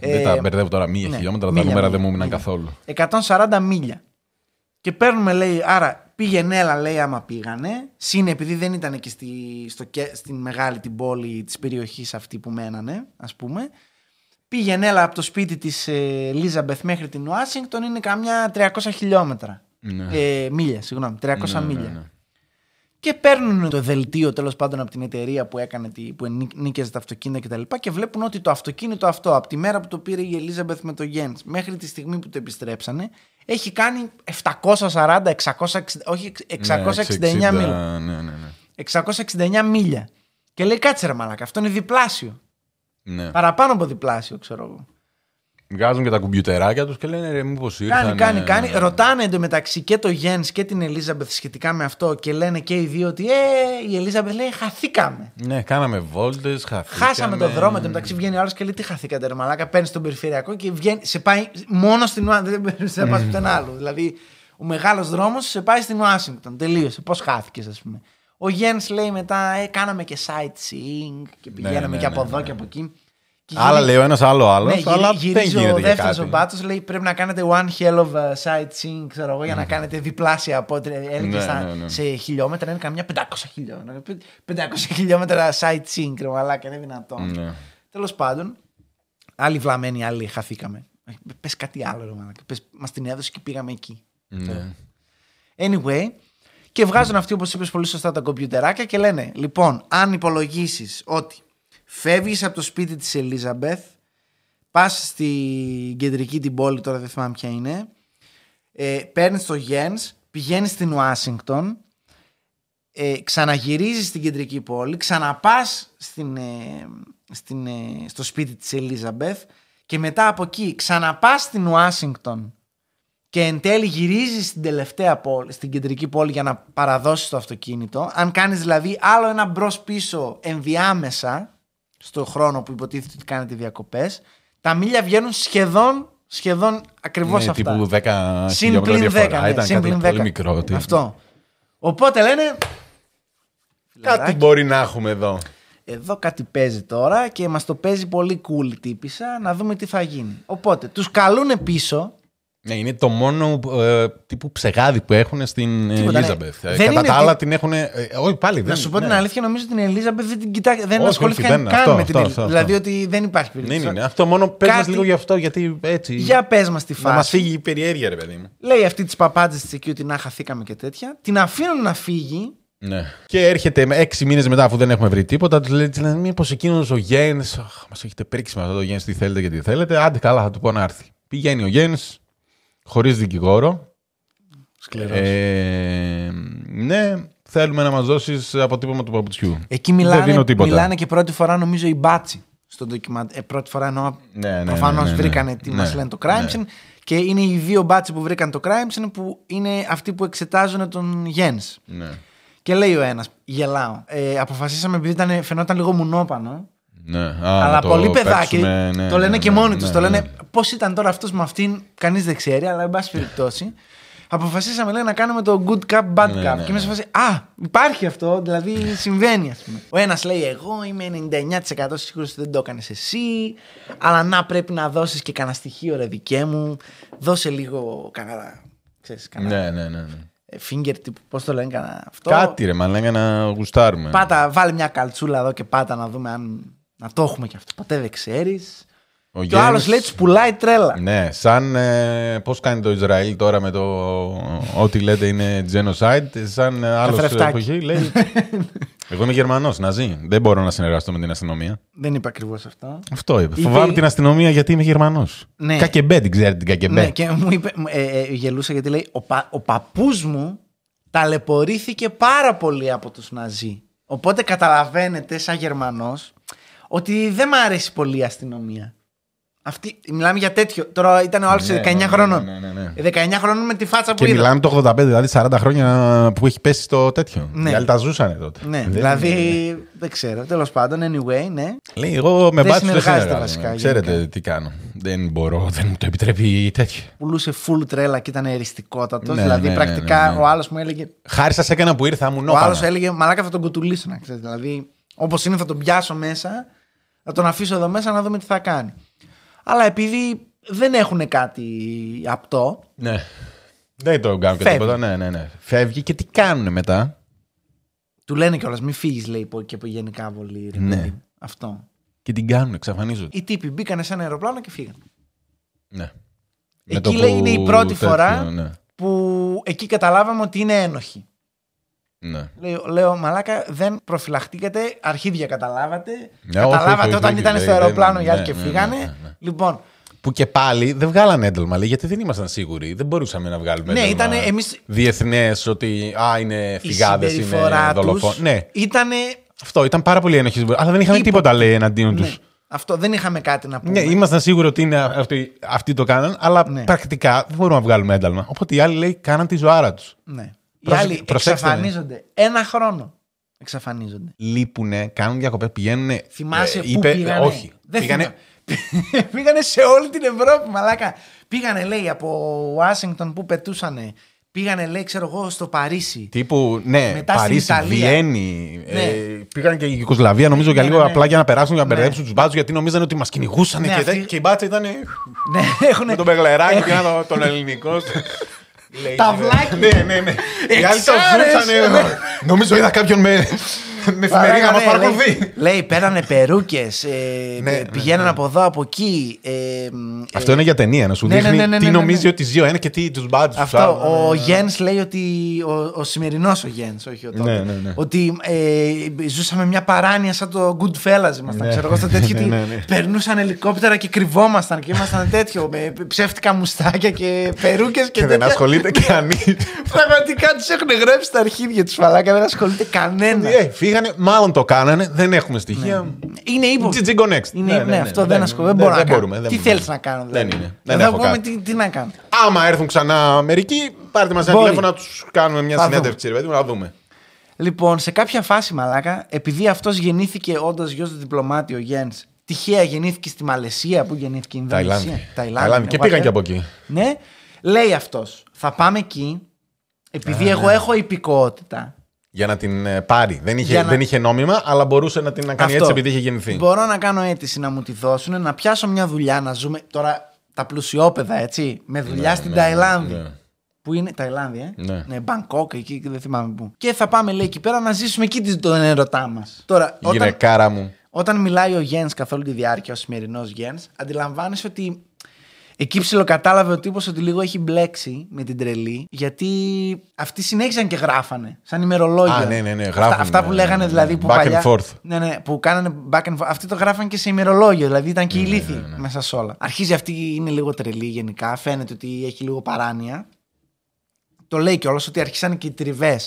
Speaker 2: Ε,
Speaker 1: δεν τα μπερδεύω τώρα μία
Speaker 2: ναι,
Speaker 1: χιλιόμετρα, τα
Speaker 2: μίλια,
Speaker 1: νούμερα δεν
Speaker 2: μίλια,
Speaker 1: μου έμειναν
Speaker 2: μίλια.
Speaker 1: καθόλου.
Speaker 2: 140 μίλια. Και παίρνουμε, λέει, άρα πήγαινε, έλα, λέει, άμα πήγανε. Συν επειδή δεν ήταν εκεί στη, στο, κε- στην μεγάλη την πόλη της περιοχής αυτή που μένανε, ας πούμε. Πήγαινε, έλα, από το σπίτι της Ελίζαμπεθ μέχρι την Ουάσιγκτον είναι καμιά 300 χιλιόμετρα.
Speaker 1: Ναι.
Speaker 2: Ε, μίλια, συγγνώμη, 300 μίλια. Και παίρνουν το δελτίο τέλος πάντων από την εταιρεία που, έκανε, τη- που νί- νίκιαζε τα αυτοκίνητα κτλ. Και, τα λοιπά και βλέπουν ότι το αυτοκίνητο αυτό από τη μέρα που το πήρε η Ελίζαμπεθ με το Γιέντ μέχρι τη στιγμή που το επιστρέψανε έχει κάνει 740, 660, όχι 669
Speaker 1: Ναι,
Speaker 2: μίλια.
Speaker 1: 660, Ναι, ναι, ναι.
Speaker 2: 669 μίλια. Και λέει κάτσε ρε μαλάκα, αυτό είναι διπλάσιο.
Speaker 1: ναι.
Speaker 2: Παραπάνω από διπλάσιο, ξέρω εγώ.
Speaker 1: Βγάζουν και τα κουμπιουτεράκια τους και λένε ρε, μήπως ήρθαν.
Speaker 2: Κάνει, κάνει,
Speaker 1: ε,
Speaker 2: κάνει. Ρωτάνε εντωμεταξύ και το Γιέν και την Ελίζαμπεθ σχετικά με αυτό και λένε και οι δύο ότι ε, η Ελίζαμπεθ λέει χαθήκαμε.
Speaker 1: Ναι, κάναμε βόλτες, χαθήκαμε.
Speaker 2: Χάσαμε τον δρόμο. Εν τω μεταξύ βγαίνει ο άλλος και λέει: Τι χαθήκατε, ρε Μαλάκα. Παίρνεις τον περιφερειακό και βγαίνει, σε πάει μόνο στην Ουάσιγκτον. Δεν παίρνεις να πας πουθενά άλλο. Δηλαδή, ο μεγάλος δρόμος σε πάει στην Ουάσιγκτον. Τελείωσε. Πώς χάθηκε, ας πούμε. Ο Γιάννη λέει μετά: ε, Κάναμε και sightseeing και πηγαίναμε
Speaker 1: ναι,
Speaker 2: και από
Speaker 1: ναι,
Speaker 2: εδώ
Speaker 1: ναι.
Speaker 2: και από εκεί. Και
Speaker 1: Άλλα
Speaker 2: γυρι-
Speaker 1: λέει ο ένας, άλλο άλλος.
Speaker 2: ναι, γυρι-
Speaker 1: αλλά δεν
Speaker 2: γυρίζει ο
Speaker 1: γίνεται για
Speaker 2: δεύτερο ο
Speaker 1: κάτι.
Speaker 2: μπάτσος, λέει πρέπει να κάνετε one hell of uh, sightseeing, ξέρω εγώ, για να κάνετε διπλάσια από ό,τι έλεγε
Speaker 1: Ναι,
Speaker 2: στα-
Speaker 1: ναι, ναι.
Speaker 2: σε χιλιόμετρα. Είναι καμιά 500 χιλιόμετρα. 500 χιλιόμετρα sightseeing, ρε μαλάκα, είναι δυνατόν.
Speaker 1: Ναι.
Speaker 2: Τέλος πάντων, άλλοι βλαμμένοι, άλλοι χαθήκαμε. Πες κάτι άλλο, ρε μαλάκα. Μας την έδωσε και πήγαμε εκεί.
Speaker 1: Ναι.
Speaker 2: Anyway, και βγάζουν αυτοί, όπως είπες πολύ σωστά, τα κομπιουτεράκια και λένε: Λοιπόν, αν υπολογίσεις ότι φεύγεις από το σπίτι της Ελίζαμπεθ, πας στην κεντρική την πόλη, τώρα δεν θυμάμαι ποια είναι, ε, παίρνεις το Γιέν, πηγαίνεις στην Ουάσιγκτον, ε, ξαναγυρίζεις στην κεντρική πόλη, ξαναπάς στην, ε, στην, ε, στο σπίτι της Ελίζαμπεθ και μετά από εκεί ξαναπάς στην Ουάσιγκτον και εν τέλει γυρίζεις στην τελευταία πόλη, στην κεντρική πόλη για να παραδώσεις το αυτοκίνητο. Αν κάνεις δηλαδή άλλο ένα μπρος πίσω ενδιάμεσα στο χρόνο που υποτίθεται ότι κάνετε διακοπές, τα μίλια βγαίνουν σχεδόν, σχεδόν ακριβώς
Speaker 1: Ναι,
Speaker 2: αυτά.
Speaker 1: τύπου 10
Speaker 2: Συν
Speaker 1: χιλιόμετρα
Speaker 2: πλην 10.
Speaker 1: διαφορά.
Speaker 2: ναι,
Speaker 1: Ήταν
Speaker 2: συν
Speaker 1: κάτι
Speaker 2: πλην
Speaker 1: πολύ
Speaker 2: 10.
Speaker 1: μικρό. τι-
Speaker 2: Αυτό. Οπότε λένε.
Speaker 1: Κάτι
Speaker 2: «Φιλαράκι,
Speaker 1: μπορεί να έχουμε εδώ.
Speaker 2: Εδώ κάτι παίζει τώρα και μας το παίζει πολύ cool η τύπησα να δούμε τι θα γίνει. Οπότε τους καλούν πίσω.
Speaker 1: Ναι, είναι το μόνο ε, τύπου ψεγάδι που έχουν στην
Speaker 2: Τίποτα, ναι.
Speaker 1: Ελίζαμπεθ.
Speaker 2: Δεν
Speaker 1: Κατά
Speaker 2: είναι
Speaker 1: τα άλλα
Speaker 2: τί-
Speaker 1: την έχουν. ε, όχι, πάλι δεν.
Speaker 2: να σου πω
Speaker 1: ναι.
Speaker 2: την αλήθεια, νομίζω ότι την Ελίζαμπεθ δεν, την κοιτά, δεν
Speaker 1: Όχι,
Speaker 2: ασχολήθηκαν
Speaker 1: όχι, δεν,
Speaker 2: καν
Speaker 1: αυτό,
Speaker 2: με
Speaker 1: αυτό,
Speaker 2: την
Speaker 1: αυτό,
Speaker 2: Ελίζαμπεθ. Δηλαδή ότι δεν υπάρχει περίπτωση.
Speaker 1: Ναι, ναι, ναι. Αυτό μόνο πες μας
Speaker 2: Κάτι-
Speaker 1: λίγο γι' αυτό, γιατί έτσι.
Speaker 2: Για πες μας τη
Speaker 1: Να μας
Speaker 2: φάση.
Speaker 1: φύγει η περιέργεια, ρε παιδί μου.
Speaker 2: Λέει αυτή της παπάτζα της εκεί ότι να χαθήκαμε και τέτοια. Την αφήνουν να φύγει.
Speaker 1: Ναι. Και έρχεται με- έξι μήνες μετά, αφού δεν έχουμε βρει τίποτα, τους λέει: λέει Μήπως εκείνος ο Γέν. Μας έχετε πρίξει με αυτό το Γέν, τι θέλετε και τι θέλετε. Άντε, καλά, θα του πω να έρθει. Πηγαίνει ο Γέν, χωρίς δικηγόρο.
Speaker 2: Σκληρός.
Speaker 1: Ε, ναι, θέλουμε να μας δώσεις αποτύπωμα του παπουτσιού.
Speaker 2: Εκεί μιλάνε,
Speaker 1: δεν δίνω τίποτα.
Speaker 2: μιλάνε και πρώτη φορά νομίζω οι μπάτσι στο ντοκιμαντ. Ε, πρώτη φορά εννοώ.
Speaker 1: Ναι, ναι, ναι,
Speaker 2: Προφανώ
Speaker 1: ναι, ναι.
Speaker 2: βρήκανε τι
Speaker 1: Ναι,
Speaker 2: μα λένε το crime scene. Και είναι οι δύο μπάτσι που βρήκαν το crime scene που είναι αυτοί που εξετάζουν τον Γιέν.
Speaker 1: Ναι.
Speaker 2: Και λέει ο ένας, γελάω. Ε, αποφασίσαμε επειδή ήταν, φαινόταν λίγο μουνόπανο.
Speaker 1: ναι. Α,
Speaker 2: αλλά
Speaker 1: να το
Speaker 2: πολύ παιδάκι.
Speaker 1: παίξουμε, ναι,
Speaker 2: το λένε
Speaker 1: ναι,
Speaker 2: και
Speaker 1: ναι,
Speaker 2: μόνοι
Speaker 1: ναι,
Speaker 2: τους. Το
Speaker 1: ναι.
Speaker 2: λένε πώς ήταν τώρα αυτός με αυτήν, κανείς δεν ξέρει, αλλά εν πάση περιπτώσει. Αποφασίσαμε λέει, να κάνουμε το good cup, bad cup.
Speaker 1: Ναι, ναι,
Speaker 2: και μέσα φάση, α, υπάρχει αυτό, δηλαδή συμβαίνει, ας πούμε. Ο ένας λέει, εγώ είμαι 99% σίγουρος ότι δεν το έκανες εσύ, αλλά να πρέπει να δώσεις και κανένα στοιχείο, ρε δικέ μου. Δώσε λίγο κανένα. Ξέρεις,
Speaker 1: Ναι,
Speaker 2: κανένα
Speaker 1: ναι, ναι. ναι.
Speaker 2: ε, finger tip, πώς το λένε, κανένα αυτό.
Speaker 1: Κάτι ναι. ρε, μαλάκα να γουστάρουμε.
Speaker 2: Πάτα, βάλει μια καλτσούλα εδώ και πάτα να δούμε αν. Να το έχουμε κι αυτό. Ποτέ δεν ξέρεις.
Speaker 1: Ο
Speaker 2: Και ο άλλος
Speaker 1: Γιάννης-
Speaker 2: λέει τους πουλάει τρέλα.
Speaker 1: Ναι, σαν ε, πώς κάνει το Ισραήλ τώρα με το ό,τι λέτε είναι genocide, σαν ε, άλλος
Speaker 2: Καθρεφτάκι.
Speaker 1: εποχή λέει Εγώ είμαι Γερμανός, Ναζί. Δεν μπορώ να συνεργαστώ με την αστυνομία.
Speaker 2: Δεν είπα ακριβώς αυτό.
Speaker 1: Αυτό είπε.
Speaker 2: Ή
Speaker 1: Φοβάμαι
Speaker 2: τι-
Speaker 1: την αστυνομία γιατί είμαι Γερμανός.
Speaker 2: Ναι.
Speaker 1: Κακεμπέ, την ξέρετε την κακεμπέ.
Speaker 2: Ναι, και μου είπε, ε, ε, γελούσα γιατί λέει: Ο, πα, ο παππούς μου ταλαιπωρήθηκε πάρα πολύ από τους Ναζί. Οπότε καταλαβαίνετε, σαν Γερμανός, ότι δεν μ' αρέσει πολύ η αστυνομία. Αυτή, μιλάμε για τέτοιο. Τώρα ήταν ο άλλο
Speaker 1: Ναι,
Speaker 2: 19
Speaker 1: ναι, ναι,
Speaker 2: χρόνων.
Speaker 1: ναι, ναι, ναι.
Speaker 2: 19 χρόνων με τη φάτσα που
Speaker 1: Και
Speaker 2: Ε, είδα.
Speaker 1: μιλάμε το 85, δηλαδή 40 χρόνια που έχει πέσει το τέτοιο.
Speaker 2: Ναι.
Speaker 1: Οι άλλοι τα ζούσανε τότε.
Speaker 2: Ναι,
Speaker 1: Δεν-
Speaker 2: δηλαδή δεν ξέρω. Τέλος πάντων, anyway, ναι.
Speaker 1: Λέει, εγώ με
Speaker 2: Δεν
Speaker 1: μπάτσου δεν
Speaker 2: συνεργάζεται
Speaker 1: συνεργάζομαι.
Speaker 2: βασικά,
Speaker 1: Ξέρετε
Speaker 2: γενικά.
Speaker 1: τι κάνω. Δεν μπορώ, δεν μου το επιτρέπει η τέτοια.
Speaker 2: Πουλούσε full τρέλα και ήταν εριστικότατος.
Speaker 1: Ναι,
Speaker 2: δηλαδή,
Speaker 1: ναι, ναι,
Speaker 2: πρακτικά
Speaker 1: ναι, ναι.
Speaker 2: ο άλλος μου έλεγε.
Speaker 1: Χάρη σα έκανα που ήρθα, μου
Speaker 2: ο
Speaker 1: νόπανα.
Speaker 2: άλλο έλεγε Μαλάκα θα τον κουτουλήσω, να ξέρεις. Δηλαδή, όπως είναι, θα τον πιάσω μέσα, θα τον αφήσω εδώ μέσα να δούμε τι θα κάνει. Αλλά επειδή δεν έχουν κάτι απτό,
Speaker 1: Ναι. Δεν το κάνουν και
Speaker 2: Φεύγει.
Speaker 1: τίποτα. Ναι, ναι, ναι. Φεύγει και τι κάνουν μετά.
Speaker 2: του λένε κιόλας μην φύγεις, λέει και από γενικά πολύ. ρε
Speaker 1: Ναι.
Speaker 2: παιδί μου. Αυτό.
Speaker 1: Και την κάνουν, εξαφανίζονται.
Speaker 2: Οι τύποι μπήκανε σε ένα αεροπλάνο και φύγανε.
Speaker 1: Ναι. Με το
Speaker 2: Εκεί λέει
Speaker 1: που-
Speaker 2: είναι η πρώτη
Speaker 1: τέτοιο,
Speaker 2: φορά
Speaker 1: Ναι.
Speaker 2: που εκεί καταλάβαμε ότι είναι ένοχοι.
Speaker 1: ναι.
Speaker 2: Λέω, λέω, μαλάκα, δεν προφυλαχτήκατε, αρχίδια καταλάβατε.
Speaker 1: Ναι, όχι,
Speaker 2: καταλάβατε
Speaker 1: όχι, όχι,
Speaker 2: όταν
Speaker 1: όχι,
Speaker 2: ήταν
Speaker 1: δεν-
Speaker 2: στο αεροπλάνο
Speaker 1: δεν-
Speaker 2: οι άλλοι
Speaker 1: ναι,
Speaker 2: και
Speaker 1: ναι,
Speaker 2: φύγανε.
Speaker 1: ναι, ναι, ναι.
Speaker 2: Λοιπόν,
Speaker 1: Που και πάλι δεν βγάλανε ένταλμα, λέει, γιατί δεν ήμασταν σίγουροι. Δεν μπορούσαμε να βγάλουμε
Speaker 2: ναι,
Speaker 1: ένταλμα.
Speaker 2: ήταν εμείς,
Speaker 1: Διεθνές ότι α, είναι
Speaker 2: η
Speaker 1: φυγάδες, είναι
Speaker 2: συμπεριφορά
Speaker 1: δολοφόνοι.
Speaker 2: τους
Speaker 1: Ναι,
Speaker 2: ήταν...
Speaker 1: αυτό ήταν πάρα πολύ ένοχης. Αλλά δεν είχαμε
Speaker 2: Υπο- Ναι.
Speaker 1: τίποτα, λέει, εναντίον τους.
Speaker 2: αυτό δεν είχαμε κάτι να πούμε.
Speaker 1: Ναι, ήμασταν σίγουροι ότι είναι αυτοί, αυτοί το κάναν, αλλά
Speaker 2: Ναι.
Speaker 1: πρακτικά δεν μπορούμε να βγάλουμε ένταλμα. Οπότε οι άλλοι λέει κάναν τη ζωάρα τους.
Speaker 2: Ναι. Οι
Speaker 1: Προσέξτε-
Speaker 2: άλλοι
Speaker 1: προσέξτε με.
Speaker 2: εξαφανίζονται. Ένα χρόνο εξαφανίζονται.
Speaker 1: Λείπουνε, κάνουν διακοπές, πηγαίνουν.
Speaker 2: Θυμάσαι πού
Speaker 1: Ε, είπε,
Speaker 2: πήγανε.
Speaker 1: Όχι.
Speaker 2: Δεν
Speaker 1: πήγανε,
Speaker 2: θυμάμαι. πήγανε σε όλη την Ευρώπη, μαλάκα. Πήγανε, λέει, από Ουάσιγκτον που πετούσανε. Πήγανε, λέει, ξέρω εγώ, στο Παρίσι.
Speaker 1: Τύπου, ναι,
Speaker 2: Μετά στην
Speaker 1: Παρίσι,
Speaker 2: Ιταλία.
Speaker 1: Βιέννη.
Speaker 2: Ναι.
Speaker 1: Ε, πήγαν και η Ιουγκοσλαβία, νομίζω, για
Speaker 2: Ναι,
Speaker 1: λίγο
Speaker 2: ναι, ναι.
Speaker 1: απλά για να περάσουν, για να
Speaker 2: Ναι.
Speaker 1: μπερδέψουν τους μπάτσους, γιατί νομίζανε ότι μας κυνηγούσαν
Speaker 2: Ναι,
Speaker 1: και,
Speaker 2: αυτοί-
Speaker 1: δεν- και η μπάτσα ήταν.
Speaker 2: ναι, Ε. έχουνε-
Speaker 1: με τον Μπεγλεράκι και ένα τον ελληνικό. Λέει,
Speaker 2: Τα
Speaker 1: ναι.
Speaker 2: βλάκια. ναι.
Speaker 1: Ναι, ναι, ναι. Οι άλλοι το
Speaker 2: Εξάρες.
Speaker 1: βρούσανε. Νομίζω είδα κάποιον με, με εφημερίδα να μα
Speaker 2: Παράγανε, λέει-
Speaker 1: παρακολουθεί.
Speaker 2: Λέει, παίρνανε περούκε,
Speaker 1: Ναι, ναι,
Speaker 2: πηγαίνανε από εδώ, από εκεί. ε, μ,
Speaker 1: Αυτό
Speaker 2: ε,
Speaker 1: είναι για ταινία, να σου
Speaker 2: ναι,
Speaker 1: δείχνει
Speaker 2: ναι, ναι, ναι,
Speaker 1: τι
Speaker 2: ναι,
Speaker 1: νομίζει
Speaker 2: ναι.
Speaker 1: ότι ζει ο ένας και τι τους μπάτζους.
Speaker 2: Αυτό
Speaker 1: ναι,
Speaker 2: ο Γιέν λέει ότι. Ο, ο σημερινός ο Γιέν, όχι ο τότε.
Speaker 1: Ναι, ναι, ναι.
Speaker 2: Ότι ε, ζούσαμε μια παράνοια σαν το Goodfellas ήμασταν.
Speaker 1: Ναι.
Speaker 2: Ξέρω εγώ, στο τέτοιο.
Speaker 1: Ναι,
Speaker 2: ότι
Speaker 1: ναι, ναι.
Speaker 2: Περνούσαν ελικόπτερα και κρυβόμασταν και ήμασταν τέτοιο. με ψεύτικα μουστάκια και περούκες και, Ναι.
Speaker 1: Και δεν
Speaker 2: τέτοια.
Speaker 1: ασχολείται κανείς.
Speaker 2: Πραγματικά τους έχουν γράψει τα αρχίδια τους φαλάκα, δεν ασχολείται κανένας.
Speaker 1: Ε, φύγανε, μάλλον το κάνανε, δεν έχουμε
Speaker 2: Ναι,
Speaker 1: στοιχεία.
Speaker 2: Είναι ύποπτο.
Speaker 1: GG Go Next.
Speaker 2: Είναι, ναι, αυτό δεν ασχολούμαι. Δεν,
Speaker 1: δεν-
Speaker 2: μπορώ να
Speaker 1: δεν
Speaker 2: κάνω.
Speaker 1: μπορούμε, δεν
Speaker 2: τι
Speaker 1: μπορούμε.
Speaker 2: θέλεις να κάνω,
Speaker 1: Δεν
Speaker 2: δηλαδή.
Speaker 1: είναι. Δεν
Speaker 2: θα
Speaker 1: έχω
Speaker 2: πούμε
Speaker 1: κάτι.
Speaker 2: τι, τι να κάνω.
Speaker 1: Άμα έρθουν ξανά μερικοί, πάρτε μας ένα
Speaker 2: Μπορεί.
Speaker 1: τηλέφωνο να τους κάνουμε μια
Speaker 2: Θα
Speaker 1: συνέντευξη, ρε παιδί μου, να δούμε.
Speaker 2: Λοιπόν, σε κάποια φάση, μαλάκα, επειδή αυτός γεννήθηκε όντας γιος του διπλωμάτη, ο Γιέν, τυχαία γεννήθηκε στη Μαλαισία που γεννήθηκε η Ινδονησία.
Speaker 1: Ταϊλάνδη. Ταϊλάνδη. Και
Speaker 2: whatever.
Speaker 1: πήγαν και από εκεί.
Speaker 2: Ναι, λέει αυτός. Θα πάμε εκεί, επειδή
Speaker 1: Ε,
Speaker 2: εγώ
Speaker 1: ναι.
Speaker 2: έχω υπηκότητα.
Speaker 1: Για να την ε, πάρει. Δεν είχε,
Speaker 2: Για να-
Speaker 1: δεν είχε νόμιμα, αλλά μπορούσε να την να κάνει
Speaker 2: Αυτό.
Speaker 1: έτσι επειδή είχε γεννηθεί.
Speaker 2: Μπορώ να κάνω αίτηση να μου τη δώσουν, να πιάσω μια δουλειά, να ζούμε. Τώρα τα πλουσιόπεδα, έτσι. Με δουλειά στην
Speaker 1: ναι,
Speaker 2: Ταϊλάνδη.
Speaker 1: ναι.
Speaker 2: Που είναι Ταϊλάνδη, ε.
Speaker 1: Ναι.
Speaker 2: Μπανκόκ, εκεί δεν θυμάμαι πού. Και θα πάμε, λέει, εκεί πέρα να ζήσουμε εκεί τις- τον ερωτά μας. Τώρα, όταν,
Speaker 1: Γυναικάρα μου.
Speaker 2: όταν μιλάει ο Γιέν καθ' όλη τη διάρκεια, ο σημερινός Γιέν, αντιλαμβάνεσαι ότι εκεί ψιλοκατάλαβε ο τύπος ότι λίγο έχει μπλέξει με την τρελή, γιατί αυτοί συνέχισαν και γράφανε, σαν ημερολόγια.
Speaker 1: Α, ναι, ναι, ναι,
Speaker 2: Αυτά-
Speaker 1: γράφουν,
Speaker 2: αυτά, που
Speaker 1: ναι,
Speaker 2: λέγανε
Speaker 1: ναι, ναι.
Speaker 2: δηλαδή. Που
Speaker 1: Back and
Speaker 2: παλιά,
Speaker 1: forth.
Speaker 2: Ναι, ναι, που κάνανε back and forth. Αυτοί το γράφαν και σε ημερολόγιο, δηλαδή ήταν
Speaker 1: Ναι,
Speaker 2: και ηλίθιοι μέσα σε όλα. Αρχίζει αυτή, είναι λίγο τρελή γενικά, φαίνεται ότι έχει λίγο παράνοια. Το λέει κιόλας ότι αρχίσαν και οι τριβές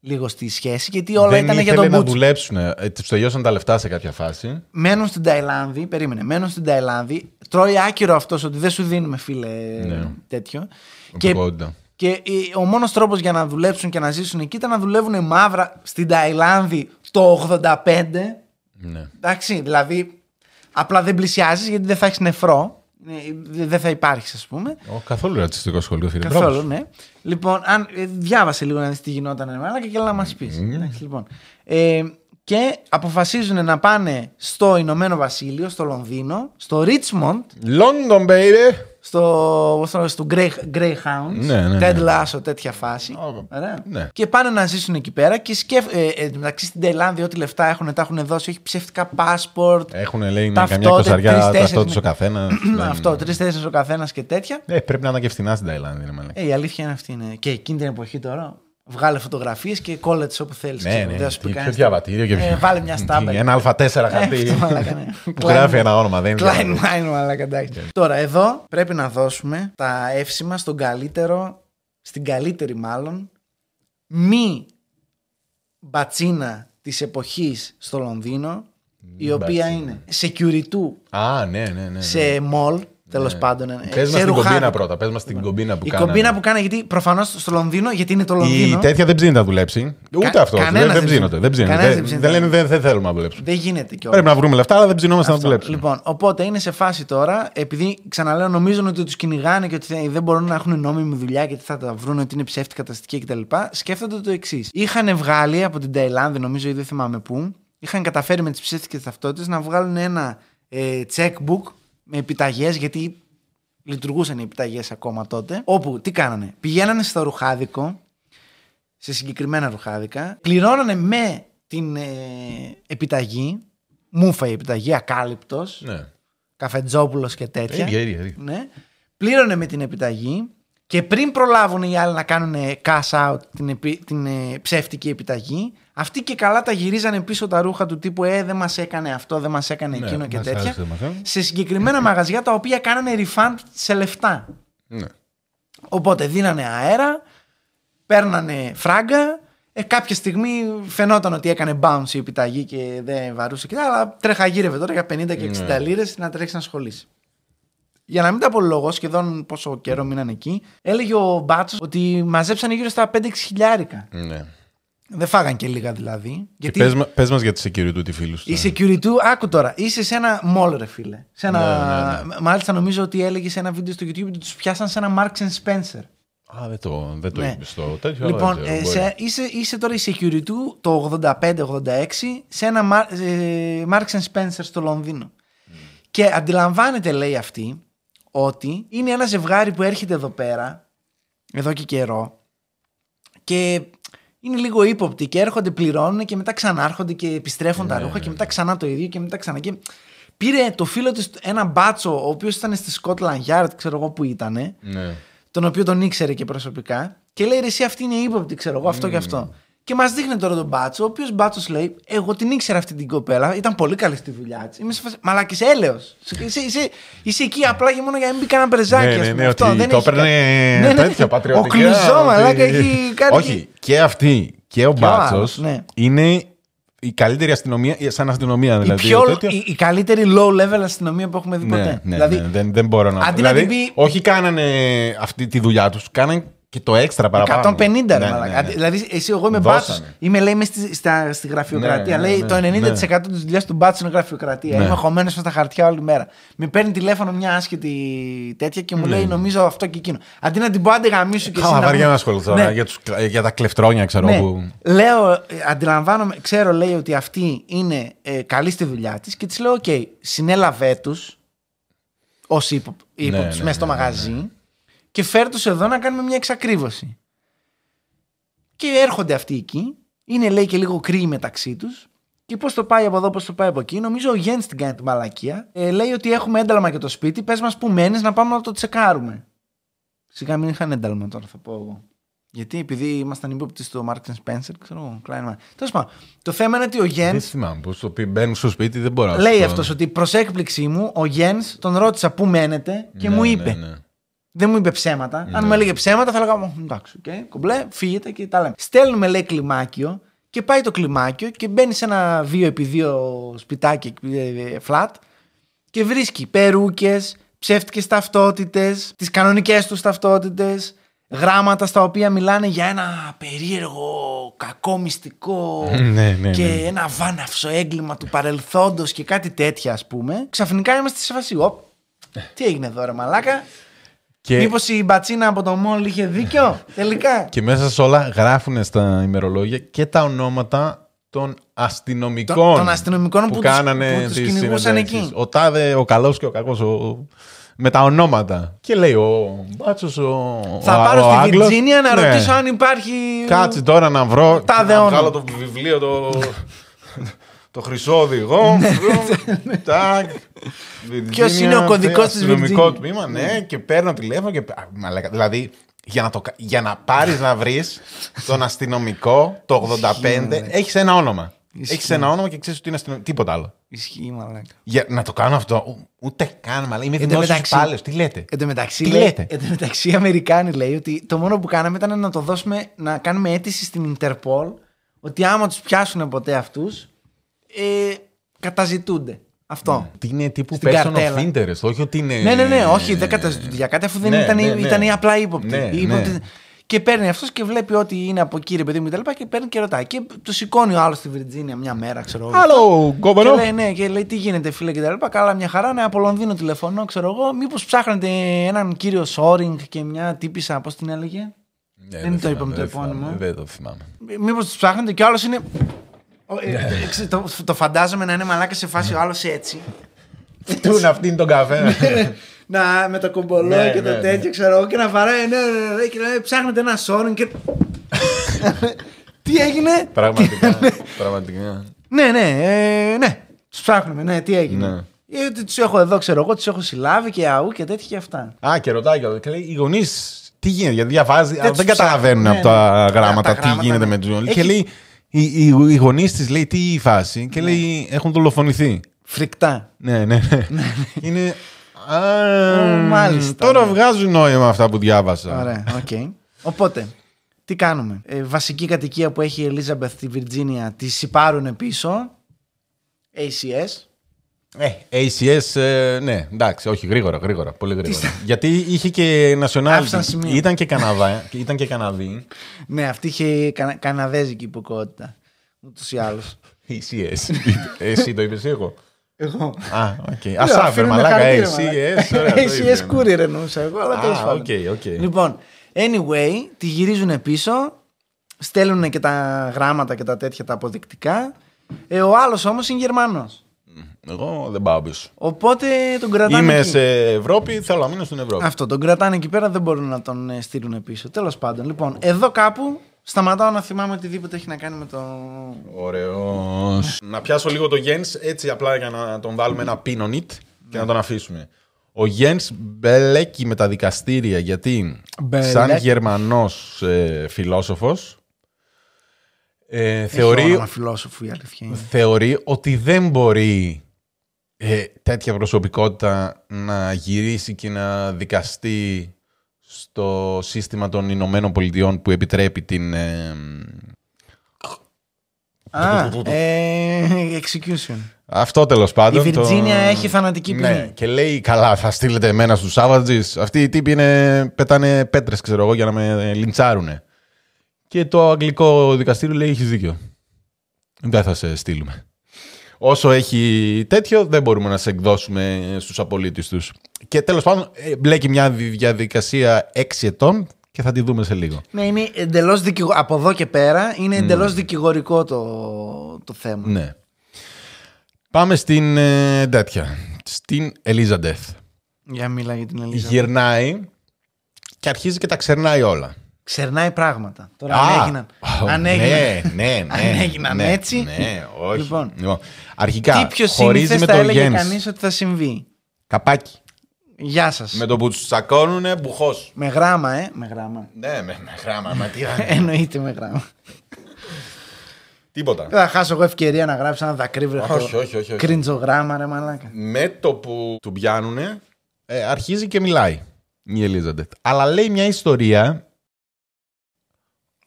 Speaker 2: λίγο στη σχέση, γιατί όλα
Speaker 1: δεν
Speaker 2: ήταν
Speaker 1: ήθελε
Speaker 2: για τον
Speaker 1: να
Speaker 2: Μπούτσο.
Speaker 1: δουλέψουν. Του τελειώσαν τα λεφτά σε κάποια φάση.
Speaker 2: Μένουν στην Ταϊλάνδη, περίμενε, μένουν στην Ταϊλάνδη. Τρώει άκυρο αυτός ότι δεν σου δίνουμε, φίλε, τέτοιο. Και,
Speaker 1: Οπικότητα.
Speaker 2: και ε, ο μόνος τρόπος για να δουλέψουν και να ζήσουν εκεί ήταν να δουλεύουν μαύρα στην Ταϊλάνδη το 85.
Speaker 1: Ναι.
Speaker 2: Εντάξει, δηλαδή απλά δεν πλησιάζεις γιατί δεν θα έχεις νεφρό. Ε, δε- Δεν θα υπάρχεις, ας πούμε.
Speaker 1: Ο, καθόλου ρατσιστικό σχολείο, φίλε.
Speaker 2: Καθόλου,
Speaker 1: Μπράβο.
Speaker 2: ναι. Λοιπόν, αν, ε, διάβασε λίγο να δεις τι γινόταν, ρε μαλάκα, και έλα να μας πει.
Speaker 1: Mm.
Speaker 2: Λοιπόν. Ε, και αποφασίζουν να πάνε στο Ηνωμένο Βασίλειο, στο Λονδίνο, στο Ρίτσμοντ,
Speaker 1: London, baby!
Speaker 2: στο, στο, στο Grey, Greyhounds,
Speaker 1: Ναι, ναι,
Speaker 2: Ted
Speaker 1: ναι.
Speaker 2: Lasso, τέτοια φάση.
Speaker 1: Ω,
Speaker 2: Ωραία.
Speaker 1: ναι.
Speaker 2: Και πάνε να ζήσουν εκεί πέρα και σκέφ... ε, ε, εν τω μεταξύ στην Ταϊλάνδη ό,τι λεφτά έχουν τα έχουν δώσει, έχει ψεύτικα passport.
Speaker 1: Έχουν λέει να
Speaker 2: Ταυτότε,
Speaker 1: καμιά κοσαριά
Speaker 2: τρεις-τέσσερις
Speaker 1: ταυτό του
Speaker 2: με-
Speaker 1: ο δηλαδή. Ε, καθένα. ναι,
Speaker 2: Αυτό, τρει-τέσσερι ο καθένας και τέτοια.
Speaker 1: πρέπει να ήταν και φθηνά στην Ταϊλάνδη, ρε μαλάκα.
Speaker 2: Ε, η αλήθεια είναι αυτή. Είναι. Και εκείνη ναι. την εποχή τώρα. Βγάλε φωτογραφίες και κόλλα τις όπου θέλεις.
Speaker 1: Ναι, ναι. τι- Ποιο διαβατήριο και ποιο.
Speaker 2: Ε, βάλε μια Ε, στάμπελ.
Speaker 1: Ένα Α4 χαρτί.
Speaker 2: ναι.
Speaker 1: Που γράφει ένα όνομα, δεν είναι.
Speaker 2: Klein
Speaker 1: διαβατήριο.
Speaker 2: Mine, μαλάκα, εντάξει.
Speaker 1: Ναι.
Speaker 2: Τώρα, εδώ πρέπει να δώσουμε τα εύσημα στον καλύτερο, στην καλύτερη μάλλον, μη μπατσίνα της εποχής στο Λονδίνο, η οποία είναι security
Speaker 1: Α, ναι, ναι, ναι, ναι.
Speaker 2: σε μολ, τέλος πάντων. ε,
Speaker 1: Πες
Speaker 2: σε
Speaker 1: μας την
Speaker 2: ρουχάδι.
Speaker 1: κομπίνα πρώτα. Πες μας την κομπίνα που
Speaker 2: Η
Speaker 1: κάνανε.
Speaker 2: κομπίνα που κάνα, γιατί προφανώς στο Λονδίνο, γιατί είναι το
Speaker 1: Η
Speaker 2: Λονδίνο,
Speaker 1: τέτοια δεν ψήνεται να δουλέψει. Ούτε αυτό. Δεν,
Speaker 2: κανένας
Speaker 1: δεν
Speaker 2: δεν
Speaker 1: ψήνονται. Δεν, ψήνονται.
Speaker 2: κανένας
Speaker 1: δεν,
Speaker 2: δεν
Speaker 1: δεν
Speaker 2: ψήνεται.
Speaker 1: λένε δεν, δεν θέλουμε να δουλέψουμε.
Speaker 2: δεν γίνεται κιόλας.
Speaker 1: Πρέπει να βρούμε λεφτά, αλλά δεν ψινόμαστε να
Speaker 2: Αυτό.
Speaker 1: δουλέψουμε.
Speaker 2: Λοιπόν, οπότε είναι σε φάση τώρα, επειδή ξαναλέω, νομίζουν ότι τους κυνηγάνε και ότι δεν μπορούν να έχουν νόμιμη δουλειά και ότι θα τα βρουν, ότι είναι ψεύτικα καταστατική κτλ. Σκέφτονται το εξής. Είχαν βγάλει από την Ταϊλάνδη, νομίζω, ή δεν θυμάμαι πού, είχαν καταφέρει με τις ψεύτικες ταυτότητες να βγάλουν ένα ε, checkbook με επιταγές, γιατί λειτουργούσαν οι επιταγές ακόμα τότε. Όπου τι κάνανε, πηγαίνανε στο ρουχάδικο, σε συγκεκριμένα ρουχάδικα, πληρώνανε με την ε, επιταγή, μούφα η επιταγή, ακάλυπτος,
Speaker 1: Ναι.
Speaker 2: καφετζόπουλος και τέτοια.
Speaker 1: Ίδια, ίδια, ίδια.
Speaker 2: Ναι. Πλήρωνε με την επιταγή και πριν προλάβουν οι άλλοι να κάνουν ε, cash out την, επι- την ε, ψεύτικη επιταγή, αυτοί και καλά τα γυρίζανε πίσω τα ρούχα του τύπου «Ε, δεν μας έκανε αυτό, δεν μας έκανε
Speaker 1: Ναι,
Speaker 2: εκείνο» και
Speaker 1: μας
Speaker 2: τέτοια.
Speaker 1: άρεσε, μας έκανε.
Speaker 2: Σε συγκεκριμένα μαγαζιά τα οποία κάνανε refund σε λεφτά.
Speaker 1: Ναι.
Speaker 2: Οπότε δίνανε αέρα, παίρνανε φράγκα. Ε, κάποια στιγμή φαινόταν ότι έκανε bounce η επιταγή και δεν βαρούσε και τα, αλλά τρέχα γύρευε τώρα για 50
Speaker 1: Ναι.
Speaker 2: και 60 λίρες να τρέξει να ασχολήσει. Για να μην τα απολογώ, σχεδόν πόσο καιρό μείναν εκεί, έλεγε ο Μπάτσος ότι μαζέψανε γύρω στα 5-6 χιλιάρικα.
Speaker 1: ναι.
Speaker 2: Δεν φάγαν και λίγα δηλαδή. Γιατί
Speaker 1: Πες, μα- πες μας για τη security του τη φίλου σου. ε.
Speaker 2: η security, άκου τώρα, είσαι σε ένα mall, ρε φίλε. Σε ένα...
Speaker 1: Ναι,
Speaker 2: Μάλιστα, νομίζω ότι έλεγε σε ένα βίντεο στο YouTube ότι τους πιάσαν σε ένα Marks Spencer.
Speaker 1: Α, δεν το, δεν το
Speaker 2: Ναι.
Speaker 1: είπες στο τέτοιο. αλλά
Speaker 2: Λοιπόν,
Speaker 1: δεν ξέρω,
Speaker 2: ε,
Speaker 1: μπορεί.
Speaker 2: σε, είσαι, είσαι τώρα η security του το 85-86 σε ένα Mar- ε, Marks and Spencer στο Λονδίνο.
Speaker 1: Mm.
Speaker 2: Και αντιλαμβάνεται, λέει αυτή, ότι είναι ένα ζευγάρι που έρχεται εδώ πέρα, εδώ και καιρό, και είναι λίγο ύποπτοι και έρχονται, πληρώνουν και μετά ξανάρχονται και επιστρέφουν
Speaker 1: Ναι,
Speaker 2: τα ρούχα και μετά ξανά το ίδιο και μετά ξανά. Και πήρε το φίλο της ένα μπάτσο, ο οποίος ήταν στη Scotland Yard, ξέρω εγώ που ήτανε,
Speaker 1: Ναι.
Speaker 2: τον οποίο τον ήξερε και προσωπικά, και λέει: «Ρε, Εσύ αυτή είναι ύποπτη, ξέρω εγώ, αυτό και
Speaker 1: Mm.
Speaker 2: αυτό. Και μας δείχνει τώρα τον Μπάτσο, ο οποίος Μπάτσος λέει: Εγώ την ήξερα αυτή την κοπέλα, ήταν πολύ καλή στη δουλειά της. Είμαι σε φάση. Μαλάκι, έλεος. Είσαι, είσαι, είσαι εκεί απλά και μόνο για να μην μπει κανένα μπρεζάκι.
Speaker 1: Ναι,
Speaker 2: ας
Speaker 1: ναι,
Speaker 2: πούμε.
Speaker 1: ναι,
Speaker 2: Αυτό,
Speaker 1: ότι
Speaker 2: δεν
Speaker 1: το
Speaker 2: έχει
Speaker 1: έπαιρνε
Speaker 2: κα- Ναι, ναι.
Speaker 1: τέτοια πατριωτικά.
Speaker 2: Ο κλουζό,
Speaker 1: ότι-
Speaker 2: μαλάκα, έχει κάνει.
Speaker 1: Όχι, και αυτή και ο
Speaker 2: ο άλλος,
Speaker 1: Μπάτσο
Speaker 2: ναι.
Speaker 1: είναι η καλύτερη αστυνομία, ε, σαν αστυνομία
Speaker 2: Η,
Speaker 1: δηλαδή.
Speaker 2: πιο,
Speaker 1: τέτοια.
Speaker 2: η, η καλύτερη low level αστυνομία που έχουμε δει
Speaker 1: Ναι,
Speaker 2: ποτέ.
Speaker 1: ναι,
Speaker 2: δηλαδή,
Speaker 1: ναι, δεν, δεν μπορώ να.
Speaker 2: αντί να
Speaker 1: δηλαδή,
Speaker 2: την πει-
Speaker 1: Όχι κάνανε αυτή τη δουλειά τους, κάνανε και το έξτρα παραπάνω.
Speaker 2: 150 ρε
Speaker 1: Ναι, ναι,
Speaker 2: μαλάκα.
Speaker 1: ναι, ναι.
Speaker 2: Δηλαδή, εσύ, εγώ είμαι
Speaker 1: Δώσανε.
Speaker 2: μπάτσο. Είμαι, λέει, είμαι στη, στα, στη γραφειοκρατία.
Speaker 1: Ναι, ναι,
Speaker 2: λέει
Speaker 1: ναι,
Speaker 2: το 90%
Speaker 1: ναι.
Speaker 2: της δουλειάς του μπάτσου είναι γραφειοκρατία.
Speaker 1: Ναι.
Speaker 2: Είμαι χωμένος στα χαρτιά όλη μέρα. Με παίρνει τηλέφωνο μια άσχετη τέτοια και μου λέει, νομίζω αυτό και εκείνο. Αντί να την πω, άντε γαμίσου και εσύ.
Speaker 1: Ναι. Καλά,
Speaker 2: να
Speaker 1: βαριά
Speaker 2: μου-
Speaker 1: να ασχοληθώ
Speaker 2: Ναι.
Speaker 1: τώρα για, τους, για τα κλεφτρόνια, ξέρω
Speaker 2: Ναι.
Speaker 1: που.
Speaker 2: Λέω, ε, αντιλαμβάνομαι, ξέρω λέει ότι αυτή είναι ε, καλή στη δουλειά της και της λέω: Οκ, συνέλαβε τους ως ύποπτου
Speaker 1: Ναι,
Speaker 2: μέσα
Speaker 1: ναι,
Speaker 2: στο
Speaker 1: ναι, ναι,
Speaker 2: μαγαζί και φέρ του εδώ να κάνουμε μια εξακρίβωση. Και έρχονται αυτοί εκεί, είναι λέει και λίγο κρύοι μεταξύ τους. Και πώς το πάει από εδώ, πώς το πάει από εκεί. Νομίζω ο Γιάννης την κάνει τη μαλακία. Ε, λέει ότι έχουμε ένταλμα για το σπίτι, πες μας που μένεις να πάμε να το τσεκάρουμε. Σιγά μην είχαν ένταλμα τώρα, θα πω εγώ. Γιατί επειδή ήμασταν ύποπτοι στο Μάρτιν Spencer, ξέρω εγώ, Κλάινμαν. Τέλος πάντων, το θέμα είναι ότι ο Γιάννης
Speaker 1: Δεν θυμάμαι πώς το πει. Μπαίνουν στο σπίτι, δεν μπορώ να σου
Speaker 2: λέει
Speaker 1: πω.
Speaker 2: αυτός ότι προς έκπληξή μου, ο Γιάννης τον ρώτησα πού μένετε και
Speaker 1: Ναι,
Speaker 2: μου
Speaker 1: ναι,
Speaker 2: είπε.
Speaker 1: ναι.
Speaker 2: Δεν μου είπε ψέματα. Αν μου έλεγε ψέματα, θα έλεγα. «Μ, Εντάξει, okay, κομπλέ, φύγετε και τα λέμε. Στέλνουμε, λέει, κλιμάκιο και πάει το κλιμάκιο και μπαίνει σε ένα 2x2 σπιτάκι, ε, flat και βρίσκει περούκες, ψεύτικες ταυτότητες, τις κανονικές τους ταυτότητες, γράμματα στα οποία μιλάνε για ένα περίεργο, κακό μυστικό
Speaker 1: Ναι, ναι,
Speaker 2: και
Speaker 1: ναι.
Speaker 2: ένα βάναυσο έγκλημα του παρελθόντος και κάτι τέτοια, ας πούμε. Ξαφνικά είμαστε σε φάση. «Οπ, Τι έγινε εδώ, ρε Μαλάκα.
Speaker 1: Και,
Speaker 2: Μήπως η μπατσίνα από το μόλ είχε δίκιο, τελικά.
Speaker 1: και μέσα σε όλα γράφουν στα ημερολόγια και τα ονόματα των
Speaker 2: Των-
Speaker 1: αστυνομικών.
Speaker 2: των αστυνομικών που τους-
Speaker 1: κάνανε
Speaker 2: που τους
Speaker 1: τις
Speaker 2: κυνηγούσαν εκεί.
Speaker 1: συνεντεύξεις. Ο τάδε, ο καλός και ο κακός. Ο... Με τα ονόματα. Και λέει ο Μπάτσος. Ο...
Speaker 2: Θα
Speaker 1: ο-
Speaker 2: πάρω
Speaker 1: ο
Speaker 2: στη
Speaker 1: Άγγλος.
Speaker 2: Βιρτζίνια να
Speaker 1: Ναι.
Speaker 2: ρωτήσω αν υπάρχει.
Speaker 1: Κάτσε τώρα να βρω.
Speaker 2: Τάδε
Speaker 1: να
Speaker 2: όνομα.
Speaker 1: βγάλω το βιβλίο το. το χρυσό οδηγό. Τάκ.
Speaker 2: Ποιος είναι ο κωδικός της
Speaker 1: Βιρτζίνια. Αστυνομικό
Speaker 2: Virginia.
Speaker 1: τμήμα, ναι, και παίρνω τηλέφωνο και. α, μαλάκα, Δηλαδή, Για να, το, κα- για να πάρεις να βρεις τον αστυνομικό το 85,
Speaker 2: Ισχύει, ρε.
Speaker 1: έχεις ένα όνομα.
Speaker 2: Ισχύει.
Speaker 1: Έχεις ένα όνομα και ξέρεις ότι είναι αστυνομικό. Τίποτα άλλο.
Speaker 2: Ισχύει, μαλάκα.
Speaker 1: Για να το κάνω αυτό, ου- ούτε καν, μαλά. Είμαι
Speaker 2: Ε, τω
Speaker 1: δημόσιος
Speaker 2: μεταξύ-
Speaker 1: υπάλληλος. Τι λέτε.
Speaker 2: Εν τω μεταξύ,
Speaker 1: Τι
Speaker 2: λέει-
Speaker 1: λέτε?
Speaker 2: εν τω μεταξύ, οι Αμερικάνοι λέει ότι το μόνο που κάναμε ήταν να το δώσουμε, να κάνουμε αίτηση στην Ιντερπολ ότι άμα τους πιάσουν ποτέ αυτούς, ε, καταζητούνται. Αυτό.
Speaker 1: Τι είναι τύπου
Speaker 2: Στην
Speaker 1: person of
Speaker 2: καρτέλα.
Speaker 1: interest, όχι ότι είναι... ε,
Speaker 2: Ναι, ναι, ναι, όχι, δεν καταζητούνται για κάτι αφού δεν
Speaker 1: ναι,
Speaker 2: ήταν,
Speaker 1: ναι, ναι.
Speaker 2: ήταν η απλά ύποπτη.
Speaker 1: Ναι,
Speaker 2: Η ύποπτη-
Speaker 1: ναι.
Speaker 2: Και παίρνει αυτός και βλέπει ότι είναι από κύριε παιδί μου και τα λοιπά και παίρνει και ρωτάει. Και του σηκώνει ο άλλος στη Βιρτζίνια μια μέρα, ξέρω εγώ.
Speaker 1: Άλλο
Speaker 2: Και
Speaker 1: κόμπανο.
Speaker 2: λέει, ναι, και λέει τι γίνεται, φίλε, και τα λοιπά. Καλά, μια χαρά, ναι, από Λονδίνο τηλεφωνώ, ξέρω εγώ. Μήπως ψάχνετε έναν κύριο Σόρινγκ και μια τύπησα, πώς την έλεγε. δεν το λοιπόν, είπαμε το επώνυμο.
Speaker 1: Ναι, Δεν το θυμάμαι.
Speaker 2: Μήπως του ψάχνετε και ο άλλος είναι. Ο, ε, ε, ξε- το, το φαντάζομαι να είναι μαλάκα σε φάση ο άλλος έτσι.
Speaker 1: Του να αυτήν τον καφέ.
Speaker 2: Ναι, Ε, να με το κομπολό
Speaker 1: Ναι,
Speaker 2: και το
Speaker 1: ναι, ναι.
Speaker 2: τέτοιο, ξέρω εγώ, και να βαράει. Ναι, ναι, ναι, ναι, και λέει ψάχνετε ένα Σόρινγκ και. τι έγινε.
Speaker 1: Πραγματικά. Πραγματικά.
Speaker 2: Ναι, ναι, ε, ναι. Τους ψάχνουμε, ναι, τι έγινε.
Speaker 1: Ναι.
Speaker 2: Ε, ότι τους έχω εδώ, ξέρω εγώ, τους έχω συλλάβει και αού και τέτοια και αυτά.
Speaker 1: Α, και ρωτάει κιόλας. και λέει: Οι γονείς τι γίνεται, γιατί διαβάζει, αλλά
Speaker 2: τους
Speaker 1: δεν καταλαβαίνουν
Speaker 2: ψάχνουν,
Speaker 1: από τα
Speaker 2: ναι, ναι.
Speaker 1: γράμματα
Speaker 2: Τα
Speaker 1: τι
Speaker 2: γράμματα,
Speaker 1: γίνεται
Speaker 2: ναι.
Speaker 1: με τους γονείς.
Speaker 2: Έχει- Ναι.
Speaker 1: Και λέει: Οι, οι, οι γονείς της λέει: Τι η φάση, και λέει: Έχουν δολοφονηθεί.
Speaker 2: Φρικτά.
Speaker 1: Ναι, ναι, ναι. Είναι. Α,
Speaker 2: Ε, μάλιστα,
Speaker 1: Τώρα
Speaker 2: ναι.
Speaker 1: βγάζουν νόημα αυτά που διάβασα.
Speaker 2: Ωραία, οκ. Οπότε, τι κάνουμε. Ε, βασική κατοικία που έχει η Elizabeth στη Βιρτζίνια τη σιπάρουν πίσω. ACS.
Speaker 1: Ε, ACS, ε, ναι, εντάξει, όχι, γρήγορα, γρήγορα, πολύ γρήγορα. Γιατί είχε και
Speaker 2: Άφησαν
Speaker 1: nationality,
Speaker 2: σημείο.
Speaker 1: ήταν και, Καναδά, ήταν και Καναδί,
Speaker 2: Ναι, αυτή είχε κανα- καναδέζικη υποκότητα. Ούτως ή άλλως.
Speaker 1: ACS, εσύ το είπες ή εγώ.
Speaker 2: Εγώ.
Speaker 1: Α, οκ.
Speaker 2: Λέω,
Speaker 1: Ασάφερ,
Speaker 2: αφήνουν
Speaker 1: μαλάκα,
Speaker 2: χαρτί, ρε,
Speaker 1: εσύ,
Speaker 2: μαλάκα.
Speaker 1: εσύ, ωραία, το ίδιο
Speaker 2: ACS
Speaker 1: είναι.
Speaker 2: courier εννοούσα εγώ, αλλά
Speaker 1: Α,
Speaker 2: τέλος πάντων.
Speaker 1: οκ, οκ.
Speaker 2: Λοιπόν, anyway, τη γυρίζουν πίσω, στέλνουν και τα γράμματα και τα τέτοια τα αποδεικτικά. Ε, ο άλλος όμως είναι Γερμανός.
Speaker 1: Εγώ δεν πάω πίσω.
Speaker 2: Οπότε τον κρατάνε
Speaker 1: Είμαι
Speaker 2: εκεί.
Speaker 1: σε Ευρώπη, θέλω να μείνω στην Ευρώπη.
Speaker 2: Αυτό, τον κρατάνε εκεί πέρα, δεν μπορούν να τον ε, στείλουν πίσω. Τέλος πάντων, λοιπόν, εδώ κάπου σταματάω να θυμάμαι οτιδήποτε έχει να κάνει με το...
Speaker 1: Ωραίος. να πιάσω λίγο το Jens έτσι απλά για να τον βάλουμε ένα pin on it και να τον αφήσουμε. Ο Jens μπελέκει με τα δικαστήρια γιατί σαν
Speaker 2: Μπελέκει.
Speaker 1: Γερμανός ε, φιλόσοφος ε,
Speaker 2: Έχει
Speaker 1: θεωρεί,
Speaker 2: όνομα φιλόσοφου η αλήθεια είναι.
Speaker 1: θεωρεί ότι δεν μπορεί ε, τέτοια προσωπικότητα να γυρίσει και να δικαστεί στο σύστημα των Ηνωμένων Πολιτειών που επιτρέπει την... ε,
Speaker 2: Α, ε, execution.
Speaker 1: Αυτό τέλος πάντων.
Speaker 2: Η Βιρτζίνια έχει θανατική ποινή.
Speaker 1: Ναι, και λέει: Καλά, θα στείλετε εμένα στους Σάββατζης. Αυτοί οι τύποι είναι, πετάνε πέτρες, ξέρω εγώ, για να με λιντσάρουνε. Και το αγγλικό δικαστήριο λέει: Έχεις δίκιο. Δεν θα σε στείλουμε. Όσο έχει τέτοιο, δεν μπορούμε να σε εκδώσουμε στους απολύτους τους. Και τέλος πάντων, ε, μπλέκει μια δι- διαδικασία 6 ετών και θα τη δούμε σε λίγο.
Speaker 2: Ναι, είναι εντελώς δικηγο... από εδώ και πέρα είναι εντελώς δικηγορικό το, το θέμα.
Speaker 1: Ναι. Πάμε στην ε, τέτοια. Στην Ελίζαντεθ.
Speaker 2: Για μίλα για την Ελίζα.
Speaker 1: γυρνάει και αρχίζει και τα ξερνάει όλα.
Speaker 2: Ξερνάει πράγματα. Τώρα
Speaker 1: Α,
Speaker 2: αν έγιναν.
Speaker 1: ω,
Speaker 2: αν
Speaker 1: ναι,
Speaker 2: έγιναν.
Speaker 1: ναι, ναι,
Speaker 2: αν έγιναν
Speaker 1: ναι,
Speaker 2: έτσι.
Speaker 1: Ναι, όχι.
Speaker 2: Λοιπόν.
Speaker 1: Λοιπόν, αρχικά
Speaker 2: Τι πιο
Speaker 1: χωρίζεις
Speaker 2: συνήθω
Speaker 1: με
Speaker 2: θα
Speaker 1: το
Speaker 2: έλεγε
Speaker 1: Γιάννης.
Speaker 2: κανείς ότι θα συμβεί.
Speaker 1: Καπάκι.
Speaker 2: Γεια σας.
Speaker 1: Με
Speaker 2: Με...
Speaker 1: το που τους τσακώνουνε, μπουχός.
Speaker 2: γράμμα, ε. Με γράμμα.
Speaker 1: Ναι, με, με γράμμα, μα τι
Speaker 2: Εννοείται με γράμμα.
Speaker 1: Τίποτα.
Speaker 2: Δεν θα χάσω εγώ ευκαιρία να γράψω ένα δακρύβρεχο.
Speaker 1: Όχι, όχι, όχι, όχι.
Speaker 2: Κρίντζο γράμμα, ρε μαλάκα.
Speaker 1: Με το που του πιάνουνε, ε, αρχίζει και μιλάει η Ελίζαντετ. Αλλά λέει μια ιστορία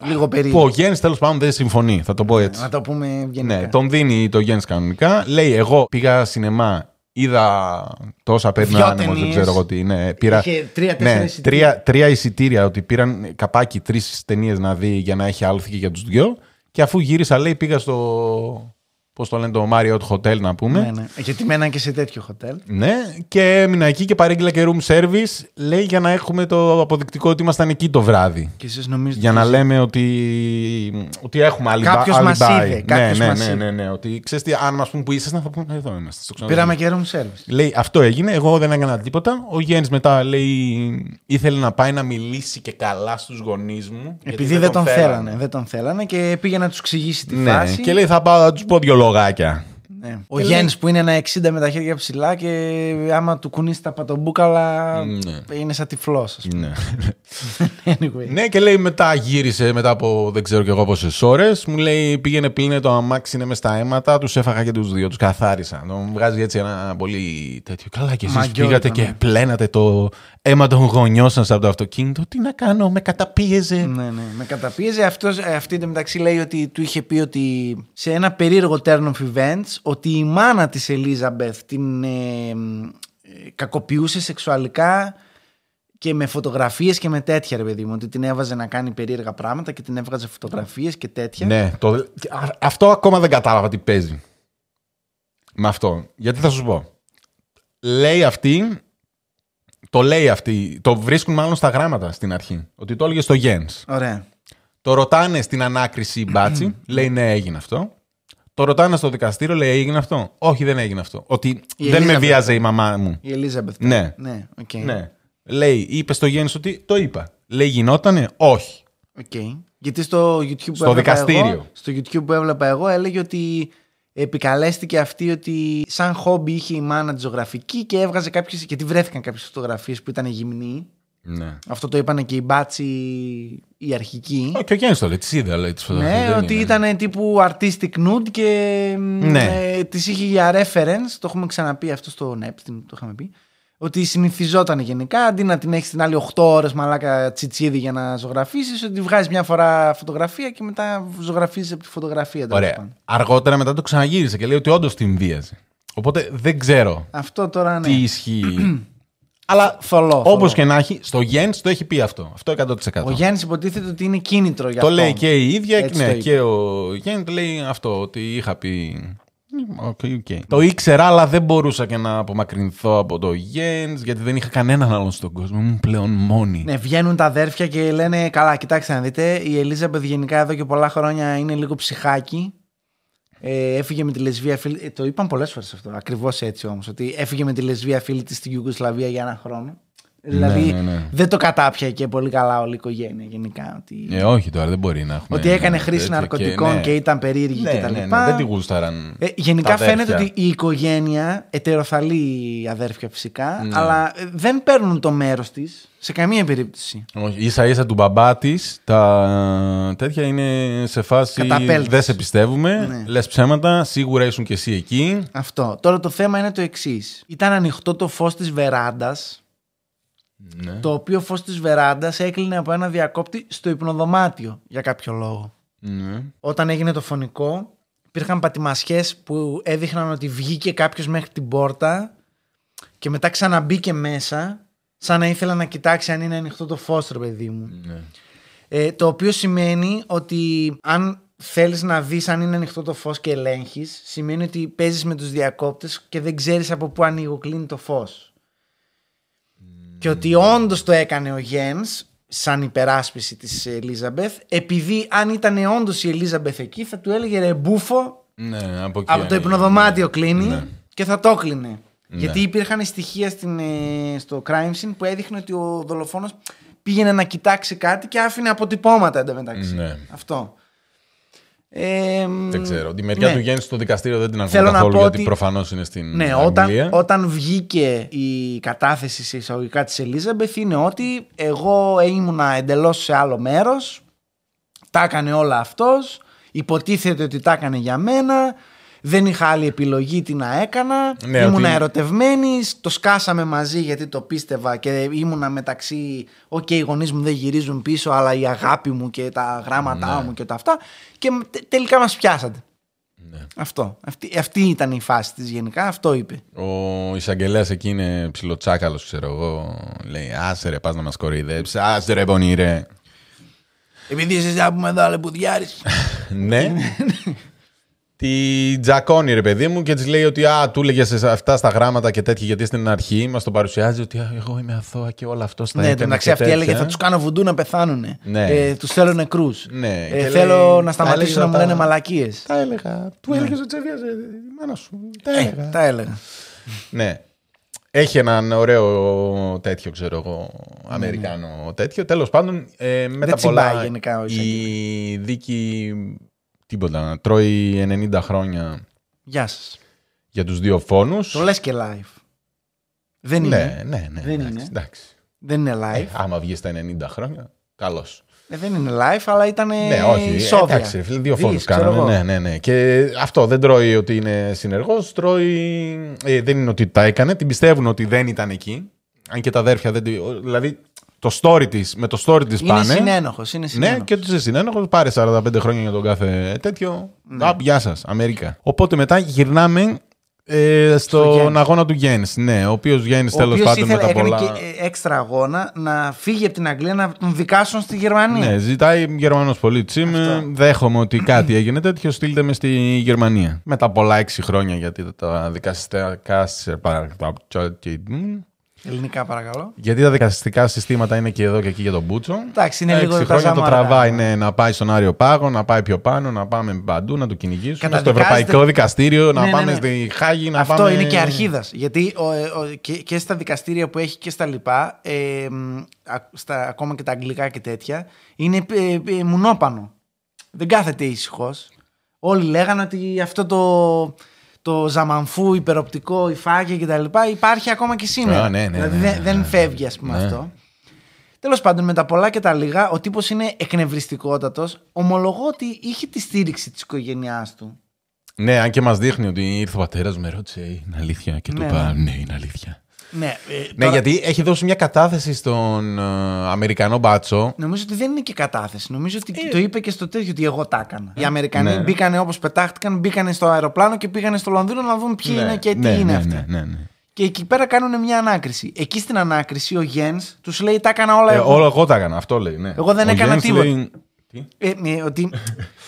Speaker 2: Λίγο περίεργο.
Speaker 1: που ο Γιάννη τέλος πάντων δεν συμφωνεί. Θα το πω έτσι.
Speaker 2: Να το πούμε ευγενικά.
Speaker 1: Ναι, τον δίνει το Γιάννη κανονικά. Λέει, εγώ πήγα σινεμά, είδα τόσα παίρνει
Speaker 2: Δυο
Speaker 1: άνεμο, δεν
Speaker 2: ταινίες.
Speaker 1: ξέρω εγώ τι. Ναι, πήρα.
Speaker 2: Είχε τρία, τέσσερα
Speaker 1: ναι,
Speaker 2: εισιτήρια.
Speaker 1: τρία, τρία εισιτήρια ότι πήραν καπάκι τρεις ταινίες να δει για να έχει άλθει και για τους δυο. Και αφού γύρισα, λέει, πήγα στο. Πώς το λένε, το Marriott Hotel να πούμε.
Speaker 2: Ναι, ναι. Γιατί μέναν και σε τέτοιο χοτέλ.
Speaker 1: Ναι, και έμεινα εκεί και παρήγγειλα και room service. Λέει για να έχουμε το αποδεικτικό ότι ήμασταν εκεί το βράδυ.
Speaker 2: Και εσείς νομίζετε.
Speaker 1: Για να
Speaker 2: ότι-
Speaker 1: λέμε ότι, ότι έχουμε άλλη
Speaker 2: Κάποιος μας
Speaker 1: αλιμπάι.
Speaker 2: είδε,
Speaker 1: Ναι,
Speaker 2: κάποιος
Speaker 1: ναι,
Speaker 2: μας
Speaker 1: ναι,
Speaker 2: είδε.
Speaker 1: ναι, ναι, Ότι ξέρεις τι, αν μας πούν που ήσασταν, θα πούμε «Ε, εδώ είμαστε. στο ξενοδοχείο».
Speaker 2: Πήραμε και room service.
Speaker 1: Λέει αυτό έγινε, εγώ δεν έκανα τίποτα. Ο Γιάννης μετά λέει ήθελε να πάει να μιλήσει και καλά στους γονείς μου. γιατί
Speaker 2: Επειδή δεν τον θέλανε. Δεν τον θέλανε και πήγε να τους εξηγήσει τη
Speaker 1: Ναι,
Speaker 2: φάση.
Speaker 1: και λέει θα πάω να τους πω δυο λογάκια.
Speaker 2: Ναι. Ο Γιάννη που είναι ένα 60 με τα χέρια ψηλά και άμα του κουνήσει τα πατομπούκαλα
Speaker 1: Ναι.
Speaker 2: είναι σαν τυφλός, ας
Speaker 1: Ναι.
Speaker 2: πούμε. Anyway.
Speaker 1: ναι, και λέει μετά γύρισε μετά από δεν ξέρω και εγώ πόσες ώρες. Μου λέει πήγαινε πλύνε το αμάξι, είναι μες στα αίματα. Τους έφαγα και τους δύο, τους καθάρισα. Μου βγάζει έτσι ένα πολύ τέτοιο. Καλά, και εσείς
Speaker 2: Μαγκιό
Speaker 1: πήγατε
Speaker 2: ήταν,
Speaker 1: και
Speaker 2: ναι.
Speaker 1: πλένατε το αίμα των γονιών σα από το αυτοκίνητο. Τι να κάνω, με καταπίεζε.
Speaker 2: Ναι, ναι. Με καταπίεζε. Αυτός, ε, αυτή εντωμεταξύ λέει ότι του είχε πει ότι σε ένα περίεργο turn of events ότι η μάνα της Ελίζαμπεθ την ε, ε, κακοποιούσε σεξουαλικά και με φωτογραφίες και με τέτοια ρε παιδί μου. Ότι την έβαζε να κάνει περίεργα πράγματα και την έβγαζε φωτογραφίες και τέτοια.
Speaker 1: Ναι, το, και α- αυτό ακόμα δεν κατάλαβα τι παίζει. Με αυτό. Γιατί θα σου πω. Λέει αυτή, το λέει αυτή, το βρίσκουν μάλλον στα γράμματα στην αρχή. Ότι το έλεγε στο Γιένς.
Speaker 2: Ωραία.
Speaker 1: Το ρωτάνε στην ανάκριση η μπάτσι, λέει ναι έγινε αυτό. Το ρωτάνε στο δικαστήριο, λέει έγινε αυτό. Όχι δεν έγινε αυτό. Ότι δεν με
Speaker 2: Ελίζαμπεθ.
Speaker 1: βίαζε η μαμά μου.
Speaker 2: Η Ελίζαμπεθ.
Speaker 1: Ναι.
Speaker 2: Ναι, οκ.
Speaker 1: Ναι. Λέει, είπε στο Γιέννη ότι το είπα. Λέει γινότανε, όχι.
Speaker 2: Οκ. Γιατί στο YouTube που
Speaker 1: Στο
Speaker 2: έβλεπα
Speaker 1: δικαστήριο.
Speaker 2: Εγώ, στο YouTube που έβλεπα εγώ έλεγε ότι επικαλέστηκε αυτή ότι σαν χόμπι είχε η μάνα τη ζωγραφική και έβγαζε κάποιες, γιατί βρέθηκαν κάποιες φωτογραφίες που ήταν γυμνοί.
Speaker 1: Ναι.
Speaker 2: Αυτό το είπανε και η μπάτσι η αρχική.
Speaker 1: Ω, Και ο Γιάννης το λέει, τι είδα, λέει τις φωτογραφίε.
Speaker 2: Ναι, ότι ήταν τύπου artistic nude και
Speaker 1: Ναι.
Speaker 2: ε, τη είχε για reference. Το έχουμε ξαναπεί αυτό στο Neptune, το είχαμε πει. Ότι συνηθιζόταν γενικά αντί να την έχεις την άλλη 8 ώρες μαλάκα τσιτσίδι για να ζωγραφίσεις, ότι βγάζεις μια φορά φωτογραφία και μετά ζωγραφίζεις από τη φωτογραφία. τέλος
Speaker 1: Ωραία.
Speaker 2: πάντων.
Speaker 1: Αργότερα μετά το ξαναγύρισε και λέει ότι όντως την βίαζε. Οπότε δεν ξέρω
Speaker 2: Αυτό τώρα ναι.
Speaker 1: τι ισχύει. Αλλά
Speaker 2: Θολό.
Speaker 1: όπω
Speaker 2: θολό.
Speaker 1: και να έχει, στο Γιάννη το έχει πει αυτό. Αυτό 100%.
Speaker 2: Ο Γιάννη υποτίθεται ότι είναι κίνητρο για
Speaker 1: Το
Speaker 2: αυτό.
Speaker 1: λέει και η ίδια
Speaker 2: Έτσι το
Speaker 1: ναι,
Speaker 2: είπε.
Speaker 1: και ο Γιάννη το λέει αυτό, ότι είχα πει. «Οκ,
Speaker 2: Ναι.
Speaker 1: οκ». Το ήξερα, αλλά δεν μπορούσα και να απομακρυνθώ από το Γιάννη, γιατί δεν είχα κανέναν άλλον στον κόσμο. Ήμουν πλέον μόνη.
Speaker 2: Ναι, βγαίνουν τα αδέρφια και λένε καλά, κοιτάξτε να δείτε, η Ελίζαμπεθ γενικά εδώ και πολλά χρόνια είναι λίγο ψυχάκι. Ε, έφυγε με τη λεσβία φίλη. ε, το είπαν πολλές φορές αυτό. Ακριβώς έτσι όμως. Ότι έφυγε με τη λεσβία φίλη της στην Ιουγκοσλαβία για ένα χρόνο. δηλαδή
Speaker 1: ναι, ναι.
Speaker 2: δεν το κατάπια και πολύ καλά όλη η οικογένεια γενικά. Ότι,
Speaker 1: Ε, ναι, όχι τώρα, δεν μπορεί να έχουμε.
Speaker 2: Ναι. ότι έκανε χρήση
Speaker 1: τέτοιο
Speaker 2: ναρκωτικών και,
Speaker 1: ναι.
Speaker 2: ήταν περίεργη
Speaker 1: Ναι,
Speaker 2: κτλ.
Speaker 1: ναι, ναι, δεν τη γούσταραν.
Speaker 2: Ε, γενικά
Speaker 1: τα αδέρφια.
Speaker 2: φαίνεται ότι η οικογένεια, ετεροθαλή αδέρφια φυσικά,
Speaker 1: Ναι.
Speaker 2: αλλά ε, δεν παίρνουν το μέρος της σε καμία περίπτωση.
Speaker 1: Όχι, ίσα ίσα του μπαμπά της, τα τέτοια είναι σε φάση.
Speaker 2: Καταπέλτης.
Speaker 1: Δεν σε πιστεύουμε.
Speaker 2: Ναι.
Speaker 1: Λες ψέματα, σίγουρα ήσουν και εσύ εκεί.
Speaker 2: Αυτό. Τώρα το θέμα είναι το εξής. Ήταν ανοιχτό το φως της βεράντας.
Speaker 1: Ναι.
Speaker 2: Το οποίο φως της βεράντας έκλεινε από ένα διακόπτη στο υπνοδωμάτιο για κάποιο λόγο.
Speaker 1: Ναι.
Speaker 2: Όταν έγινε το φωνικό, υπήρχαν πατημασιές που έδειχναν ότι βγήκε κάποιος μέχρι την πόρτα και μετά ξαναμπήκε μέσα, σαν να ήθελα να κοιτάξει αν είναι ανοιχτό το φως, ρε παιδί μου. Ε, το οποίο σημαίνει ότι αν θέλεις να δεις αν είναι ανοιχτό το φως και ελέγχεις, σημαίνει ότι παίζεις με τους διακόπτες και δεν ξέρεις από πού ανοιγοκλίνει το φως. Και ότι όντως το έκανε ο Γένς σαν υπεράσπιση της Ελίζαμπεθ, επειδή αν ήταν όντως η Ελίζαμπεθ εκεί θα του έλεγε ρε μπούφο
Speaker 1: Ναι, Ναι. από, εκεί
Speaker 2: από το
Speaker 1: έγινε.
Speaker 2: υπνοδωμάτιο κλείνει και θα το κλείνε. Γιατί υπήρχαν στοιχεία στην, ε, στο crime scene που έδειχνε ότι ο δολοφόνος πήγαινε να κοιτάξει κάτι και άφηνε αποτυπώματα εντωμεταξύ.
Speaker 1: Ναι.
Speaker 2: Αυτό. Ε, μ,
Speaker 1: Δεν ξέρω. Τη μεριά
Speaker 2: ναι.
Speaker 1: του Γέννη στο δικαστήριο δεν την ακούω
Speaker 2: Θέλω να
Speaker 1: καθόλου,
Speaker 2: πω
Speaker 1: γιατί
Speaker 2: ότι-
Speaker 1: προφανώς είναι στην
Speaker 2: Ναι,
Speaker 1: Αγγλία.
Speaker 2: όταν, όταν βγήκε η κατάθεση σε εισαγωγικά της Ελίζαμπεθ είναι ότι εγώ ήμουνα εντελώς σε άλλο μέρος, τα έκανε όλα αυτός, υποτίθεται ότι τα έκανε για μένα, δεν είχα άλλη επιλογή τι να έκανα,
Speaker 1: Ναι,
Speaker 2: ήμουνα
Speaker 1: ότι-
Speaker 2: ερωτευμένης, το σκάσαμε μαζί γιατί το πίστευα και ήμουνα μεταξύ «Οκ, οι γονείς μου δεν γυρίζουν πίσω, αλλά η αγάπη μου και τα
Speaker 1: Ναι.
Speaker 2: γράμματά μου και τα αυτά» και τε- τελικά μας πιάσατε.
Speaker 1: Ναι.
Speaker 2: Αυτό. Αυτή, αυτή ήταν η φάση της γενικά, αυτό είπε.
Speaker 1: Ο εισαγγελέας εκεί είναι ψιλοτσάκαλος, ξέρω εγώ. Λέει, άσε ρε, πας να μας κοροϊδέψεις. Άσε ρε, πονήρε.
Speaker 2: Επειδή εσείς θα πούμε εδώ αλεπουδιάρης.
Speaker 1: ναι. Τη τζακώνει ρε παιδί μου και της λέει ότι α, του έλεγε αυτά στα γράμματα και τέτοια γιατί στην αρχή μας το παρουσιάζει ότι α, εγώ είμαι αθώα και όλα αυτό στα
Speaker 2: ναι,
Speaker 1: έκανε
Speaker 2: εντάξει,
Speaker 1: και
Speaker 2: αυτή έλεγε
Speaker 1: τέτοια.
Speaker 2: θα τους κάνω βουντού να πεθάνουνε.
Speaker 1: Ναι.
Speaker 2: Ε, τους θέλω νεκρούς.
Speaker 1: Ναι,
Speaker 2: Ε,
Speaker 1: και
Speaker 2: θέλω
Speaker 1: λέει,
Speaker 2: να
Speaker 1: τα
Speaker 2: σταματήσουν
Speaker 1: έλεγα
Speaker 2: να μου
Speaker 1: τα-
Speaker 2: λένε μαλακίες.
Speaker 1: Τα έλεγα. Του έλεγε ότι τσεβίαζε. η Μάνα σου. Τα
Speaker 2: Ε,
Speaker 1: έλεγα.
Speaker 2: τα έλεγα.
Speaker 1: Ναι. Έχει έναν ωραίο τέτοιο, ξέρω εγώ, Αμερικάνο τέτοιο. Τέλος πάντων, ε, με
Speaker 2: Δεν
Speaker 1: τα
Speaker 2: τσιμπάει
Speaker 1: πολλά.
Speaker 2: γενικά ο
Speaker 1: η δίκη. Τίποτα. Τρώει 90 χρόνια.
Speaker 2: Γεια σας.
Speaker 1: για τους δύο φόνους.
Speaker 2: Το λες και live. Δεν είναι.
Speaker 1: Ναι, ναι, ναι.
Speaker 2: Δεν
Speaker 1: εντάξει,
Speaker 2: είναι.
Speaker 1: εντάξει.
Speaker 2: Δεν είναι
Speaker 1: Ε,
Speaker 2: live.
Speaker 1: άμα βγεις στα 90 χρόνια, καλώς.
Speaker 2: Ε, δεν είναι live, αλλά ήταν
Speaker 1: Ναι, όχι.
Speaker 2: σόβια.
Speaker 1: Εντάξει, φίλε, δύο
Speaker 2: Δις,
Speaker 1: φόνου
Speaker 2: Ε, ξέρω
Speaker 1: κάναμε.
Speaker 2: εγώ.
Speaker 1: Ναι, ναι, ναι. Και αυτό δεν τρώει ότι είναι συνεργός, τρώει. ε, δεν είναι ότι τα έκανε. Την πιστεύουν ότι δεν ήταν εκεί. Αν και τα αδέρφια δεν. τη- ο- Δηλαδή το story της με το story της
Speaker 2: Είναι
Speaker 1: πάνε.
Speaker 2: συνένοχος. Είναι
Speaker 1: Ναι,
Speaker 2: συνένοχος.
Speaker 1: και τους είσαι συνένοχος. Πάρε 45 χρόνια για τον κάθε τέτοιο.
Speaker 2: Ναι.
Speaker 1: Α, γεια σας, Αμερικά. Οπότε μετά γυρνάμε ε, στον
Speaker 2: Γιάννη.
Speaker 1: αγώνα του Γιάννη. Ναι, ο οποίος Γιάννη
Speaker 2: Ο
Speaker 1: τέλος
Speaker 2: οποίος
Speaker 1: πάντων
Speaker 2: ήθελε,
Speaker 1: με τα
Speaker 2: έκανε
Speaker 1: πολλά.
Speaker 2: και ε, έξτρα αγώνα να φύγει από την Αγγλία να τον δικάσουν στη Γερμανία.
Speaker 1: Ναι, ζητάει Γερμανός πολίτη. Είμαι.
Speaker 2: Αυτό.
Speaker 1: Δέχομαι ότι κάτι έγινε τέτοιο. Στείλτε με στη Γερμανία. Μετά πολλά έξι χρόνια, γιατί τα δικαστικά.
Speaker 2: Ελληνικά παρακαλώ.
Speaker 1: Γιατί τα δικαστικά συστήματα είναι και εδώ και εκεί για τον Μπούτσο.
Speaker 2: Εντάξει, είναι
Speaker 1: Έξι
Speaker 2: λίγο τα
Speaker 1: χρόνια το
Speaker 2: ζαμαρά.
Speaker 1: τραβάει ναι, να πάει στον Άριο Πάγο, να πάει πιο πάνω, να πάμε παντού, να του κυνηγήσουμε. Στο
Speaker 2: Καταδικάζεται-
Speaker 1: Ευρωπαϊκό Δικαστήριο, να
Speaker 2: Ναι, ναι,
Speaker 1: πάμε
Speaker 2: ναι.
Speaker 1: στη Χάγη, να
Speaker 2: Αυτό
Speaker 1: πάμε.
Speaker 2: είναι και αρχίδας. Γιατί ο, ε, ο, και, και στα δικαστήρια που έχει και στα λοιπά, ε, μ, α- στα, ακόμα και τα αγγλικά και τέτοια, είναι ε, ε, μουνόπανο. Δεν κάθεται ήσυχος. Όλοι λέγανε ότι αυτό το, το ζαμανφού, υπεροπτικό, υφάκια κτλ. υπάρχει ακόμα και σήμερα.
Speaker 1: Α, ναι, ναι,
Speaker 2: δηλαδή
Speaker 1: ναι,
Speaker 2: δεν-
Speaker 1: ναι,
Speaker 2: δεν
Speaker 1: ναι.
Speaker 2: φεύγει, ας πούμε,
Speaker 1: Ναι.
Speaker 2: αυτό. Τέλος πάντων, με τα πολλά και τα λίγα, ο τύπος είναι εκνευριστικότατος. Ομολογώ ότι είχε τη στήριξη της οικογένειάς του.
Speaker 1: Ναι, αν και μας δείχνει ότι ήρθε ο πατέρας, με ρώτησε, «Ε, είναι αλήθεια. Και του
Speaker 2: Ναι,
Speaker 1: είπα, ναι, είναι αλήθεια.
Speaker 2: Ναι, ε,
Speaker 1: Ναι,
Speaker 2: τώρα-
Speaker 1: γιατί έχει δώσει μια κατάθεση στον ε, Αμερικανό μπάτσο.
Speaker 2: Νομίζω ότι δεν είναι και κατάθεση. Νομίζω ότι το είπε και στο τέτοιο ότι εγώ τα έκανα. Οι Αμερικανοί
Speaker 1: Ναι.
Speaker 2: μπήκανε όπως πετάχτηκαν, μπήκανε στο αεροπλάνο και πήγανε στο Λονδίνο να δουν ποιοι είναι και τι
Speaker 1: ναι,
Speaker 2: είναι
Speaker 1: ναι,
Speaker 2: αυτοί.
Speaker 1: Ναι, ναι, ναι.
Speaker 2: Και εκεί πέρα κάνουν μια ανάκριση. Εκεί στην ανάκριση ο Γιέν τους λέει: Τα έκανα όλα.
Speaker 1: Ε,
Speaker 2: εγώ».
Speaker 1: όλα εγώ τα έκανα, αυτό λέει. Ναι.
Speaker 2: Εγώ δεν έκανα
Speaker 1: Γιάννης
Speaker 2: τίποτα.
Speaker 1: λέει, «Τι?»
Speaker 2: Ε, ναι, ότι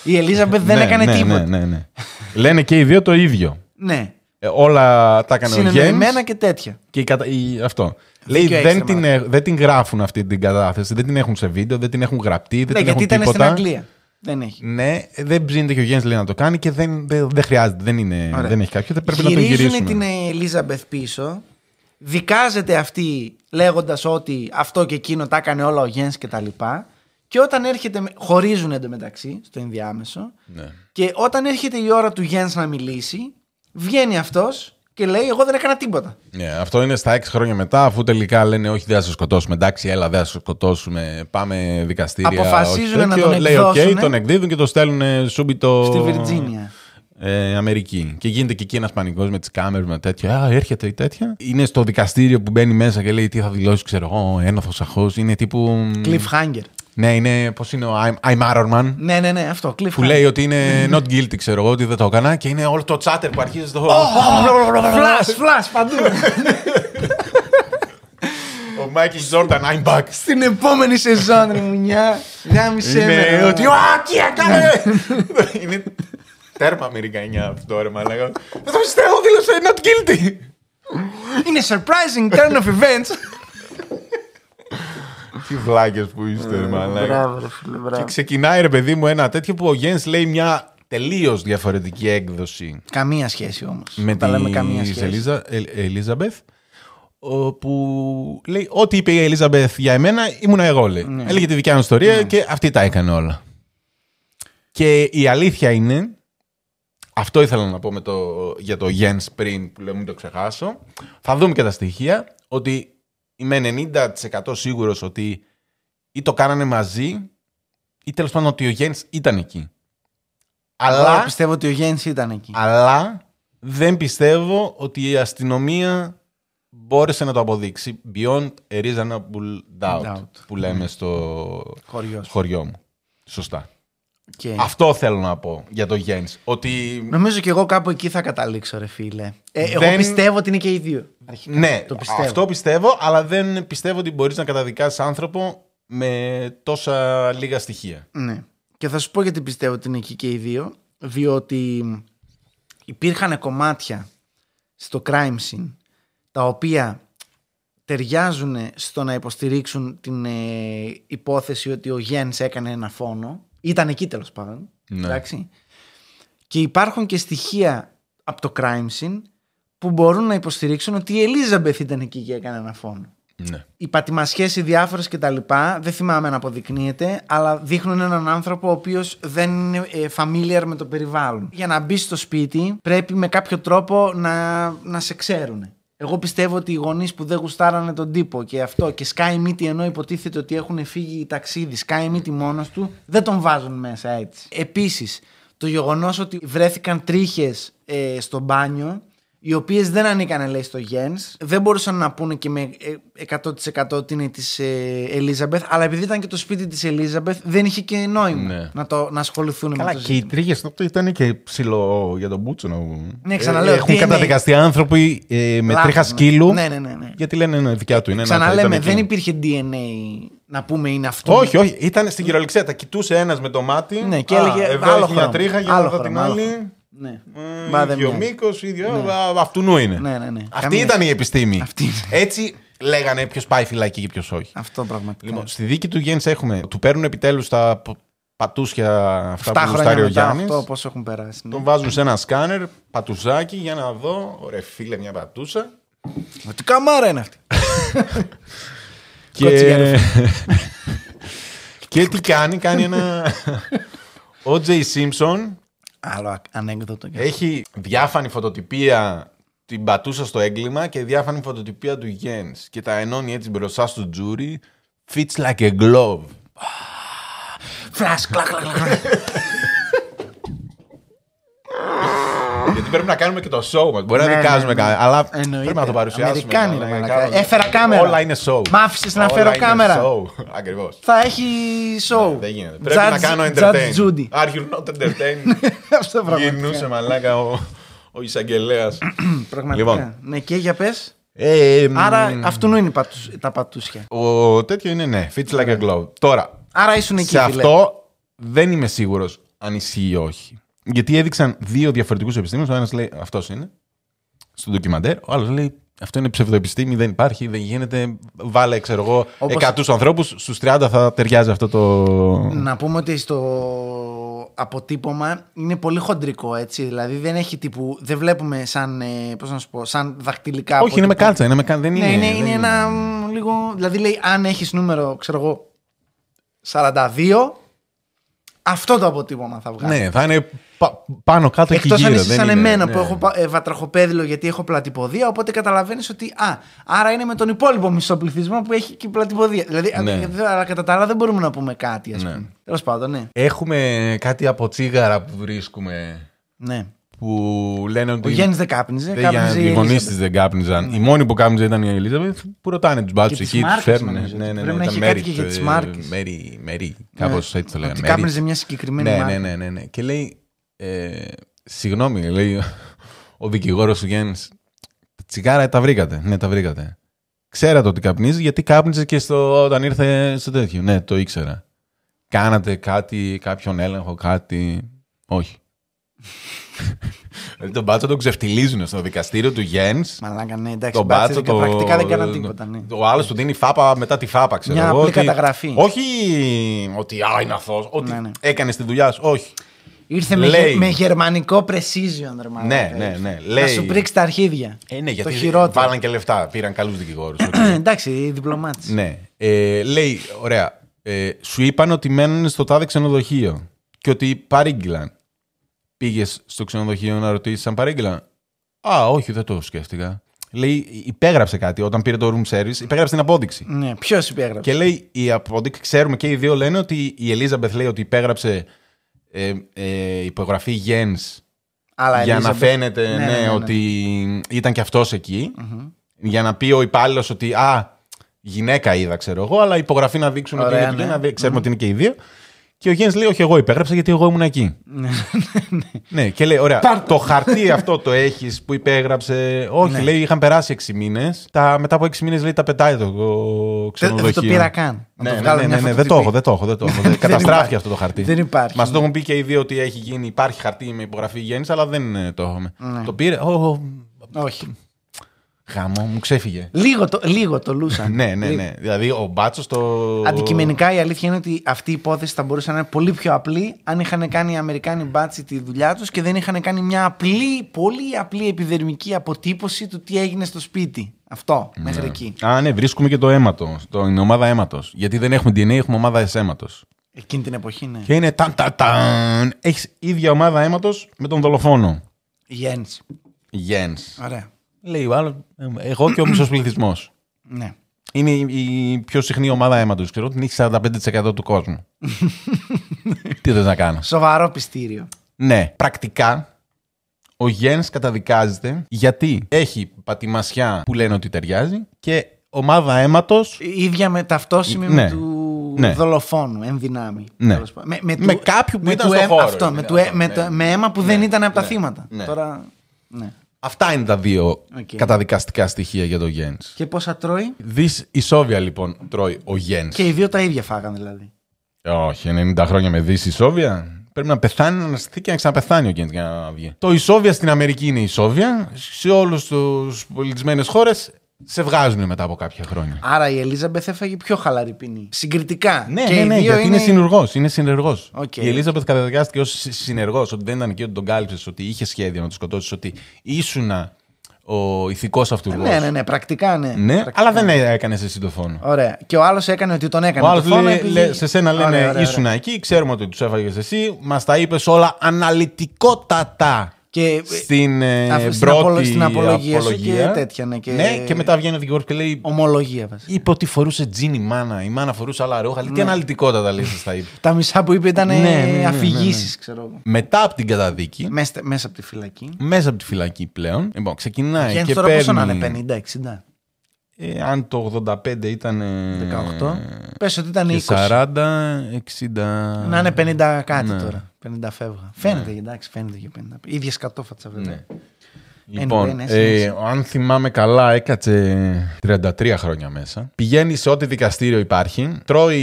Speaker 2: η Ελίζαμπεθ δεν
Speaker 1: Ναι,
Speaker 2: έκανε
Speaker 1: ναι,
Speaker 2: τίποτα.
Speaker 1: Ναι, ναι, ναι. Λένε και οι δύο το ίδιο.
Speaker 2: Ναι.
Speaker 1: Ε, όλα τα έκανε ο
Speaker 2: Συνεννοημένα
Speaker 1: Γιάννη.
Speaker 2: και τέτοια.
Speaker 1: Και η κατα... η... αυτό. Λέει
Speaker 2: έξτρα,
Speaker 1: δεν την,
Speaker 2: μάλλον.
Speaker 1: έχ- δεν την γράφουν αυτή την κατάθεση, δεν την έχουν σε βίντεο, δεν την έχουν γραπτεί, δεν
Speaker 2: Ναι,
Speaker 1: την
Speaker 2: γιατί
Speaker 1: έχουν
Speaker 2: ήταν
Speaker 1: τίποτα.
Speaker 2: στην Αγγλία. Δεν έχει.
Speaker 1: Ναι, δεν ψήνεται και ο Γιάννη λέει να το κάνει και δεν, δεν, δεν χρειάζεται, δεν, είναι,
Speaker 2: Ωραία.
Speaker 1: Ε, δεν έχει κάποιο, δεν πρέπει να το
Speaker 2: Γυρίζουνε
Speaker 1: γυρίσουμε.
Speaker 2: την Ελίζαμπεθ πίσω. Δικάζεται αυτή λέγοντας ότι αυτό και εκείνο τα έκανε όλα ο Γιέν και τα λοιπά. Και όταν έρχεται. Χωρίζουν εντωμεταξύ στο ενδιάμεσο.
Speaker 1: Ναι.
Speaker 2: Και όταν έρχεται η ώρα του Γιέν να μιλήσει, βγαίνει αυτός και λέει: Εγώ δεν έκανα τίποτα.
Speaker 1: Ναι, αυτό είναι στα 6 χρόνια μετά, αφού τελικά λένε Όχι, δεν θα σε σκοτώσουμε. Εντάξει, έλα, δεν θα σε σκοτώσουμε. Πάμε δικαστήρια.
Speaker 2: Αποφασίζουν
Speaker 1: όχι
Speaker 2: να
Speaker 1: τέτοιο.
Speaker 2: τον
Speaker 1: Λέει, «Οκ»,
Speaker 2: εκδώσουνε.
Speaker 1: τον εκδίδουν και το στέλνουν σούμπιτο.
Speaker 2: Στη Βιρτζίνια.
Speaker 1: Ε, Αμερική. Και γίνεται και εκεί ένας πανικός με τις κάμερες, με τέτοια. Α, έρχεται η τέτοια. Είναι στο δικαστήριο που μπαίνει μέσα και λέει τι θα δηλώσει, ξέρω εγώ, ένοχο αχώ. Είναι τύπου.
Speaker 2: Cliffhanger.
Speaker 1: Ναι, είναι. Πώς είναι ο I'm, I'm Iron Man.
Speaker 2: Ναι, ναι, ναι, αυτό. Cliffhanger.
Speaker 1: Που λέει ότι είναι not guilty, ξέρω εγώ, ότι δεν το έκανα. Και είναι όλο το chatter που αρχίζει στο.
Speaker 2: Φλάσ, φλάσ, παντού.
Speaker 1: Ο Michael Jordan, I'm back.
Speaker 2: Στην επόμενη σεζόν, ρε μουνιά. Γάμισε
Speaker 1: Είναι
Speaker 2: με.
Speaker 1: ότι. Α, τι έκανε! Είναι τέρμα Αμερικανιά αυτό, ρε μαλάκα. Δεν το πιστεύω, δήλωσε not guilty.
Speaker 2: Είναι surprising turn of events.
Speaker 1: Τι βλάκες που είστε, ρε μαλάκα.
Speaker 2: Μπράβο, ρε φίλε, μπράβο.
Speaker 1: Και ξεκινάει ρε παιδί μου ένα τέτοιο που ο Γιάννη λέει μια τελείως διαφορετική έκδοση
Speaker 2: Καμία σχέση όμως.
Speaker 1: με
Speaker 2: τα λέμε καμία
Speaker 1: την
Speaker 2: σχέση.
Speaker 1: Ελίζα, ε, Ελίζαμπεθ. Όπου λέει ό,τι είπε η Ελίζαμπεθ για εμένα ήμουνα εγώ λέει.
Speaker 2: Ναι.
Speaker 1: Έλεγε τη δικιά μου ιστορία και αυτή τα έκανε όλα. Και η αλήθεια είναι, αυτό ήθελα να πω με το, για το Jens πριν που λέω μην το ξεχάσω, θα δούμε και τα στοιχεία ότι είμαι 90% σίγουρος ότι ή το κάνανε μαζί ή τέλος πάντων ότι ο Jens ήταν εκεί.
Speaker 2: Αλλά
Speaker 1: Αλλά
Speaker 2: πιστεύω ότι ο Γιάννης ήταν εκεί.
Speaker 1: αλλά δεν πιστεύω ότι η αστυνομία μπόρεσε να το αποδείξει beyond a reasonable doubt,
Speaker 2: Doubt. Ναι.
Speaker 1: που λέμε στο
Speaker 2: Χωριός.
Speaker 1: χωριό μου. Σωστά.
Speaker 2: Και...
Speaker 1: Αυτό θέλω να πω για το Γιάννης. Ότι
Speaker 2: Νομίζω και εγώ κάπου εκεί θα καταλήξω, ρε φίλε. Ε, Εγώ
Speaker 1: Δεν-
Speaker 2: πιστεύω ότι είναι και οι δύο. Αρχικά.
Speaker 1: ναι,
Speaker 2: το πιστεύω.
Speaker 1: αυτό πιστεύω, αλλά δεν πιστεύω ότι μπορείς να καταδικάσεις άνθρωπο με τόσα λίγα στοιχεία.
Speaker 2: Ναι. Και θα σου πω γιατί πιστεύω ότι είναι εκεί και οι δύο. Διότι υπήρχαν κομμάτια στο crime scene τα οποία ταιριάζουν στο να υποστηρίξουν την ε, υπόθεση ότι ο Γιάννης έκανε ένα φόνο. Ήταν εκεί τέλος πάντων.
Speaker 1: Ναι.
Speaker 2: Εντάξει. Και υπάρχουν και στοιχεία από το crime scene που μπορούν να υποστηρίξουν ότι η Ελίζαμπεθ ήταν εκεί και έκανε ένα φόνο.
Speaker 1: Ναι.
Speaker 2: οι πατημασιές οι διάφορες και τα λοιπά, δεν θυμάμαι να αποδεικνύεται, αλλά δείχνουν έναν άνθρωπο ο οποίος δεν είναι ε, familiar με το περιβάλλον. Για να μπει στο σπίτι πρέπει με κάποιο τρόπο να, να σε ξέρουν. Εγώ πιστεύω ότι οι γονείς που δεν γουστάρανε τον τύπο και αυτό και σκάει μύτη ενώ υποτίθεται ότι έχουν φύγει ταξίδι, σκάει μύτη μόνος του, δεν τον βάζουν μέσα έτσι. Επίσης, το γεγονός ότι βρέθηκαν τρίχες ε, στο μπάνιο οι οποίες δεν ανήκαν, λέει, στο Γιέν. Δεν μπορούσαν να πούνε και με ε, 100% ότι είναι της Ελίζαμπεθ, αλλά επειδή ήταν και το σπίτι της Ελίζαμπεθ, δεν είχε και νόημα
Speaker 1: Ναι.
Speaker 2: να, το, να ασχοληθούν
Speaker 1: Καλά,
Speaker 2: με το
Speaker 1: και οι
Speaker 2: ζήτημα.
Speaker 1: τρίγες ήταν και ψηλό για τον Μπούτσο. να- Ε,
Speaker 2: Ναι, ξαναλέω,
Speaker 1: Έχουν
Speaker 2: DNA.
Speaker 1: καταδικαστεί άνθρωποι ε, με
Speaker 2: Λάθος,
Speaker 1: τρίχα
Speaker 2: ναι.
Speaker 1: σκύλου.
Speaker 2: Ναι, ναι, ναι, ναι.
Speaker 1: Γιατί λένε ναι, δικιά του είναι. να, ήταν
Speaker 2: Ξαναλέμε,
Speaker 1: εκεί.
Speaker 2: δεν υπήρχε DNA να πούμε είναι αυτό.
Speaker 1: Όχι, όχι. Ήταν στην κυρολεξία. Τα κοιτούσε ένας με το μάτι.
Speaker 2: Ναι, και
Speaker 1: Α,
Speaker 2: έλεγε
Speaker 1: εδώ
Speaker 2: άλλο
Speaker 1: έχει μια
Speaker 2: χρώμα.
Speaker 1: τρίχα για
Speaker 2: Άλλο
Speaker 1: να δω την
Speaker 2: χρώμα, άλλο
Speaker 1: άλλη.
Speaker 2: χρώμα. Ναι.
Speaker 1: Ε,
Speaker 2: Μα δεν
Speaker 1: ίδιο
Speaker 2: μοιάζει.
Speaker 1: μήκος, ίδιο. α, Αυτούνου είναι.
Speaker 2: Ναι, ναι, ναι.
Speaker 1: Αυτή
Speaker 2: Καμία.
Speaker 1: ήταν η επιστήμη.
Speaker 2: Αυτή είναι.
Speaker 1: Έτσι λέγανε ποιος πάει φυλακή και ποιος όχι.
Speaker 2: Αυτό πραγματικά.
Speaker 1: Λοιπόν, στη δίκη του Γιάννη έχουμε. Του παίρνουν επιτέλους τα π- πατούσια αυτά
Speaker 2: 7
Speaker 1: που γουστάρει
Speaker 2: χρόνια
Speaker 1: ο
Speaker 2: μετά
Speaker 1: Γιάννης.
Speaker 2: αυτό, πόσο έχουν περάσει. ναι.
Speaker 1: Τον βάζουν σε ένα σκάνερ, πατουσάκι για να δω. Ωραία, φίλε, μια πατούσα.
Speaker 2: Μα Τι καμάρα είναι αυτή.
Speaker 1: Και,
Speaker 2: Κοτσιέρο.
Speaker 1: και τι κάνει, κάνει ένα. Ο Τζέι Σίμψον
Speaker 2: Άλλο α- ανέκδοτο. και-
Speaker 1: έχει διάφανη φωτοτυπία την πατούσα στο έγκλημα και διάφανη φωτοτυπία του Γιένς και τα ενώνει έτσι μπροστά στο τζούρι fits like a glove
Speaker 2: Φλας, κλακ, κλακ, κλακ.
Speaker 1: γιατί πρέπει να κάνουμε και το show μας μπορεί
Speaker 2: Ναι,
Speaker 1: να
Speaker 2: ναι,
Speaker 1: δικάζουμε
Speaker 2: ναι.
Speaker 1: κανένα αλλά
Speaker 2: Εννοείται.
Speaker 1: πρέπει να το παρουσιάσουμε
Speaker 2: Αμερικάνοι,
Speaker 1: να
Speaker 2: ρε
Speaker 1: κάνουμε-
Speaker 2: μαλάκα. Έφερα κάμερα.
Speaker 1: όλα είναι show
Speaker 2: Μ' άφησες να
Speaker 1: Όλα
Speaker 2: φέρω
Speaker 1: είναι
Speaker 2: κάμερα.
Speaker 1: show. ακριβώς
Speaker 2: Θα έχει show.
Speaker 1: Ναι, δεν γίνεται πρέπει να κάνω entertain
Speaker 2: Judge Judy.
Speaker 1: are you not entertained
Speaker 2: Αυτό πραγματικά.
Speaker 1: γυρνούσε μαλάκα ο, ο εισαγγελέας
Speaker 2: Πραγματικά.
Speaker 1: Λοιπόν.
Speaker 2: Ναι, και για πες.
Speaker 1: Ε, εμ,
Speaker 2: Άρα αυτού είναι οι πατουσ- τα πατούσια.
Speaker 1: ο τέτοιο είναι ναι fits like a glove τώρα
Speaker 2: Άρα ήσουν εκεί.
Speaker 1: Σε
Speaker 2: φίλε.
Speaker 1: αυτό δεν είμαι σίγουρο αν ισχύει ή όχι. Γιατί έδειξαν δύο διαφορετικούς επιστήμονες. Ο ένας λέει αυτός είναι, στο ντοκιμαντέρ. Ο άλλος λέει αυτό είναι ψευδοεπιστήμη, δεν υπάρχει, δεν γίνεται. Βάλε, ξέρω εγώ,
Speaker 2: Όπως-
Speaker 1: 100 ανθρώπους, στους 30 θα ταιριάζει αυτό το.
Speaker 2: Να πούμε ότι στο αποτύπωμα είναι πολύ χοντρικό έτσι. Δηλαδή δεν έχει τύπου. Δεν βλέπουμε σαν, ε, πώς να σου πω, σαν δακτυλικά.
Speaker 1: όχι, είναι με
Speaker 2: αποτύπωμα.
Speaker 1: κάλτσα, είναι με κάλτσα. Δεν
Speaker 2: Ναι,
Speaker 1: είναι,
Speaker 2: είναι,
Speaker 1: δεν
Speaker 2: είναι ένα μ, λίγο. Δηλαδή λέει, αν έχεις νούμερο, ξέρω εγώ, 42, αυτό το αποτύπωμα θα βγάλεις.
Speaker 1: Ναι, θα είναι πα- πάνω κάτω
Speaker 2: Εκτό
Speaker 1: και
Speaker 2: αν
Speaker 1: γύρω.
Speaker 2: είσαι
Speaker 1: δεν
Speaker 2: σαν
Speaker 1: είναι-
Speaker 2: εμένα
Speaker 1: ναι.
Speaker 2: που έχω πα- ε, βατραχοπέδιλο γιατί έχω πλατυποδία, οπότε καταλαβαίνεις ότι. Α, άρα είναι με τον υπόλοιπο μισό πληθυσμό που έχει και πλατυποδία. Δηλαδή,
Speaker 1: Ναι.
Speaker 2: α, δε- αλλά κατά τα άλλα δεν μπορούμε να πούμε κάτι, ας πούμε. Τέλος πάντων, ναι.
Speaker 1: Έχουμε κάτι από τσίγαρα που βρίσκουμε
Speaker 2: ναι.
Speaker 1: που λένε ότι.
Speaker 2: Ο Γιάννης δεν κάπνιζε.
Speaker 1: Δεν Ε, για
Speaker 2: κάπνιζε η
Speaker 1: οι γονεί τη
Speaker 2: Ελίζαμπεθ.
Speaker 1: δεν κάπνιζαν. Η μόνη που κάπνιζε ήταν η Ελίζαβεθ που ρωτάνε τους μπάτσους
Speaker 2: Και τις
Speaker 1: εκεί, τους
Speaker 2: μάρκες,
Speaker 1: φέρνουν. Ναι,
Speaker 2: νομίζω,
Speaker 1: ναι, ναι,
Speaker 2: πρέπει να
Speaker 1: ήταν
Speaker 2: έχει κάτι
Speaker 1: Mary,
Speaker 2: και για τις
Speaker 1: ε,
Speaker 2: μάρκες. Ναι.
Speaker 1: Mary, Mary, κάπω έτσι το λένε.
Speaker 2: Ότι
Speaker 1: Mary.
Speaker 2: κάπνιζε μια συγκεκριμένη.
Speaker 1: Ναι,
Speaker 2: μάρκα.
Speaker 1: ναι, ναι, ναι, ναι. Και λέει, ε, συγγνώμη, λέει ο δικηγόρος του Γιάννη, τσιγάρα τα βρήκατε. Ναι, τα βρήκατε. Ξέρατε ότι καπνίζει, γιατί κάπνιζε και στο, όταν ήρθε στο τέτοιο. Ναι, το ήξερα. Κάνατε κάτι, κάποιον έλεγχο, κάτι. Όχι. δηλαδή τον μπάτσο τον ξεφτυλίζουν στο δικαστήριο του Γιάννης.
Speaker 2: Μαλάκα, ναι, εντάξει.
Speaker 1: Τον μπάτσο, το...
Speaker 2: Πρακτικά δεν κάναν τίποτα. Ναι.
Speaker 1: Ο άλλος του δίνει φάπα μετά τη φάπα, ξέρω
Speaker 2: Μια
Speaker 1: εγώ.
Speaker 2: απλή
Speaker 1: ότι-
Speaker 2: καταγραφή.
Speaker 1: Όχι ότι α, είναι αθώος. Ότι
Speaker 2: Ναι, ναι.
Speaker 1: έκανες τη δουλειά σου. Όχι.
Speaker 2: Ήρθε με,
Speaker 1: Λέει.
Speaker 2: γε- με γερμανικό precision, ρε μαλάκα,
Speaker 1: Ναι, ναι,
Speaker 2: ήρθε.
Speaker 1: ναι.
Speaker 2: Να
Speaker 1: Λέει.
Speaker 2: σου πρίξει τα αρχίδια.
Speaker 1: Ε, ναι, γιατί
Speaker 2: το χειρότερο.
Speaker 1: βάλαν και λεφτά. Πήραν καλούς δικηγόρους.
Speaker 2: Ε, Εντάξει, οι διπλωμάτες.
Speaker 1: ναι. Ε, λέει, ωραία. Ε, σου είπαν ότι μένουν στο τάδε ξενοδοχείο και ότι παρήγγυλαν. Πήγες στο ξενοδοχείο να ρωτήσεις αν παρήγγυλαν. Α, όχι, δεν το σκέφτηκα. Λέει, υπέγραψε κάτι όταν πήρε το room service, υπέγραψε την απόδειξη.
Speaker 2: Ναι, ποιος υπέγραψε.
Speaker 1: Και λέει, η απόδειξη, ξέρουμε και οι δύο λένε ότι η Ελίζαμπεθ λέει ότι υπέγραψε ε, ε, υπογραφή Gens
Speaker 2: Αλλά
Speaker 1: για να
Speaker 2: Elizabeth-
Speaker 1: φαίνεται ναι,
Speaker 2: ναι, ναι, ναι.
Speaker 1: ότι ήταν και αυτός εκεί. Για να πει ο υπάλληλος ότι α, γυναίκα είδα, ξέρω εγώ, αλλά υπογραφή να δείξουν ότι
Speaker 2: Ωραία,
Speaker 1: είναι του
Speaker 2: ναι.
Speaker 1: Gens, να δει- ξέρουμε ότι είναι και οι δύο. Και ο Gens λέει, όχι, εγώ υπέγραψα γιατί εγώ ήμουν εκεί.
Speaker 2: Ναι, ναι.
Speaker 1: Ναι, και λέει: Ωραία,
Speaker 2: Πάρ' το.
Speaker 1: το χαρτί αυτό το έχεις που υπέγραψε. Όχι,
Speaker 2: Ναι.
Speaker 1: λέει: Είχαν περάσει 6 μήνε. Μετά από 6 μήνες λέει: Τα πετάει το το
Speaker 2: Δεν-
Speaker 1: ξενοδοχείο.
Speaker 2: Δεν το πήρα καν. Να
Speaker 1: Ναι,
Speaker 2: το
Speaker 1: ναι,
Speaker 2: βγάλω
Speaker 1: ναι,
Speaker 2: μια
Speaker 1: ναι, ναι, δεν
Speaker 2: φωτοτυπή.
Speaker 1: το έχω, δεν το έχω. Δεν το έχω. Δεν- Καταστράφει
Speaker 2: υπάρχει.
Speaker 1: αυτό το χαρτί.
Speaker 2: Δεν υπάρχει.
Speaker 1: Μας το έχουν πει και οι δύο ότι έχει γίνει, υπάρχει χαρτί με υπογραφή γέννη, αλλά δεν ε, το έχουμε.
Speaker 2: Ναι.
Speaker 1: Το πήρε. Ο,
Speaker 2: Όχι.
Speaker 1: γαμό, μου ξέφυγε.
Speaker 2: Λίγο το, λίγο το λούσαν.
Speaker 1: ναι, ναι,
Speaker 2: Λίγο.
Speaker 1: ναι. Δηλαδή ο μπάτσος το.
Speaker 2: Ε, Αντικειμενικά η αλήθεια είναι ότι αυτή η υπόθεση θα μπορούσε να είναι πολύ πιο απλή αν είχαν κάνει οι Αμερικάνοι μπάτσι τη δουλειά τους και δεν είχαν κάνει μια απλή, πολύ απλή επιδερμική αποτύπωση του τι έγινε στο σπίτι. Αυτό, μέχρι εκεί.
Speaker 1: Α, ναι, βρίσκουμε και το αίματος. Το, την ομάδα αίματος. Γιατί δεν έχουμε DNA, έχουμε ομάδα αίματος.
Speaker 2: Εκείνη την εποχή, ναι.
Speaker 1: Και είναι ταν ταν ταν. Έχεις ίδια ομάδα αίματος με τον δολοφόνο.
Speaker 2: Γέννηση.
Speaker 1: Γεν.
Speaker 2: Ωραία.
Speaker 1: Λέει ο άλλος, εγώ και ο μισός πληθυσμός.
Speaker 2: Ναι.
Speaker 1: Είναι η, η πιο συχνή ομάδα αίματος. Ξέρω την έχει 45% του κόσμου. Τι θες να κάνω.
Speaker 2: Σοβαρό πιστήριο.
Speaker 1: Ναι, πρακτικά ο Γεν καταδικάζεται γιατί έχει πατημασιά που λένε ότι ταιριάζει και ομάδα αίματος.
Speaker 2: Η ίδια με ταυτόσημη με
Speaker 1: Ναι.
Speaker 2: του
Speaker 1: Ναι.
Speaker 2: δολοφόνου, εν δυνάμει.
Speaker 1: Ναι.
Speaker 2: τέλος πάντων. Με,
Speaker 1: Με κάποιου που ήταν
Speaker 2: του
Speaker 1: στο
Speaker 2: αίμα-
Speaker 1: χώρο,
Speaker 2: Αυτό, με,
Speaker 1: ήταν
Speaker 2: του, αίμα-
Speaker 1: αυτό,
Speaker 2: με,
Speaker 1: ναι.
Speaker 2: το- με αίμα που δεν ήταν από τα θύματα.
Speaker 1: ναι.
Speaker 2: Τώρα, ναι.
Speaker 1: Αυτά είναι τα δύο
Speaker 2: Οκ.
Speaker 1: καταδικαστικά στοιχεία για τον Γεν.
Speaker 2: Και πόσα τρώει.
Speaker 1: Δις ισόβια λοιπόν τρώει ο Γεν.
Speaker 2: Και οι δύο τα ίδια φάγαν δηλαδή.
Speaker 1: Όχι, 90 χρόνια με δεις Ισόβια. Πρέπει να πεθάνει, να αναστηθεί και να ξαναπεθάνει ο Γκέντ για να βγει. Το Ισόβια στην Αμερική είναι Ισόβια. Σε όλους τους πολιτισμένες χώρες σε βγάζουν μετά από κάποια χρόνια.
Speaker 2: Άρα η Ελίζαμπεθ έφαγε πιο χαλαρή ποινή. Συγκριτικά.
Speaker 1: Ναι,
Speaker 2: και
Speaker 1: ναι,
Speaker 2: οι
Speaker 1: ναι,
Speaker 2: δύο
Speaker 1: γιατί είναι συνεργός. Είναι συνεργός.
Speaker 2: Οκ.
Speaker 1: Η Ελίζαμπεθ καταδικάστηκε ως συνεργός, ότι δεν ήταν εκεί, ότι τον κάλυψες, ότι είχε σχέδιο να τον σκοτώσεις, ότι ήσουνα ο ηθικός αυτούργος.
Speaker 2: Ναι, ναι, ναι, πρακτικά ναι.
Speaker 1: Ναι,
Speaker 2: Πρακτικά.
Speaker 1: αλλά δεν έκανες εσύ το φόνο.
Speaker 2: Ωραία. Και ο άλλος έκανε ότι τον έκανε.
Speaker 1: Ο άλλο
Speaker 2: Το φόνο
Speaker 1: λέει,
Speaker 2: επειδή-
Speaker 1: λέει, σε σένα λένε
Speaker 2: Ωραία, ωραία,
Speaker 1: ήσουν
Speaker 2: ωραία.
Speaker 1: εκεί, ξέρουμε ότι τους έφαγες εσύ, μας τα είπες όλα αναλυτικότατα.
Speaker 2: Και
Speaker 1: Στην, ε,
Speaker 2: αφ- στην
Speaker 1: πρώτη
Speaker 2: απολο- στην απολογία σου και
Speaker 1: απολογία.
Speaker 2: τέτοια, ναι, και-
Speaker 1: ναι, και μετά βγαίνει ο δικηγόρος και λέει.
Speaker 2: ομολογία βασικά.
Speaker 1: Είπε ότι φορούσε τζιν η μάνα, η μάνα φορούσε άλλα ρούχα. Λέει, Τι
Speaker 2: Ναι.
Speaker 1: αναλυτικότατα λέει, σα τα είπε.
Speaker 2: Τα μισά που είπε ήταν
Speaker 1: Ναι, ναι, ναι, ναι, ναι.
Speaker 2: αφηγήσεις, ξέρω εγώ.
Speaker 1: μετά από την καταδίκη,
Speaker 2: Μέσα, μέσα από τη φυλακή.
Speaker 1: μέσα από τη φυλακή πλέον, λοιπόν, ξεκινάει
Speaker 2: Και
Speaker 1: και
Speaker 2: τώρα πόσο να
Speaker 1: παίρνει.
Speaker 2: είναι, 50-60.
Speaker 1: ε, αν το 85 ήταν. ε,
Speaker 2: 18. Πες ότι ήταν
Speaker 1: και
Speaker 2: 20.
Speaker 1: 40, 60.
Speaker 2: Να είναι 50 κάτι
Speaker 1: Ναι.
Speaker 2: τώρα. 50 φεύγα. Φαίνεται, εντάξει, φαίνεται και 50. Ίδιε κατόφατσα βέβαια.
Speaker 1: Ναι. Λοιπόν,
Speaker 2: ναι, ναι, ναι,
Speaker 1: ε, αν θυμάμαι καλά, έκατσε 33 χρόνια μέσα. Πηγαίνει σε ό,τι δικαστήριο υπάρχει. Τρώει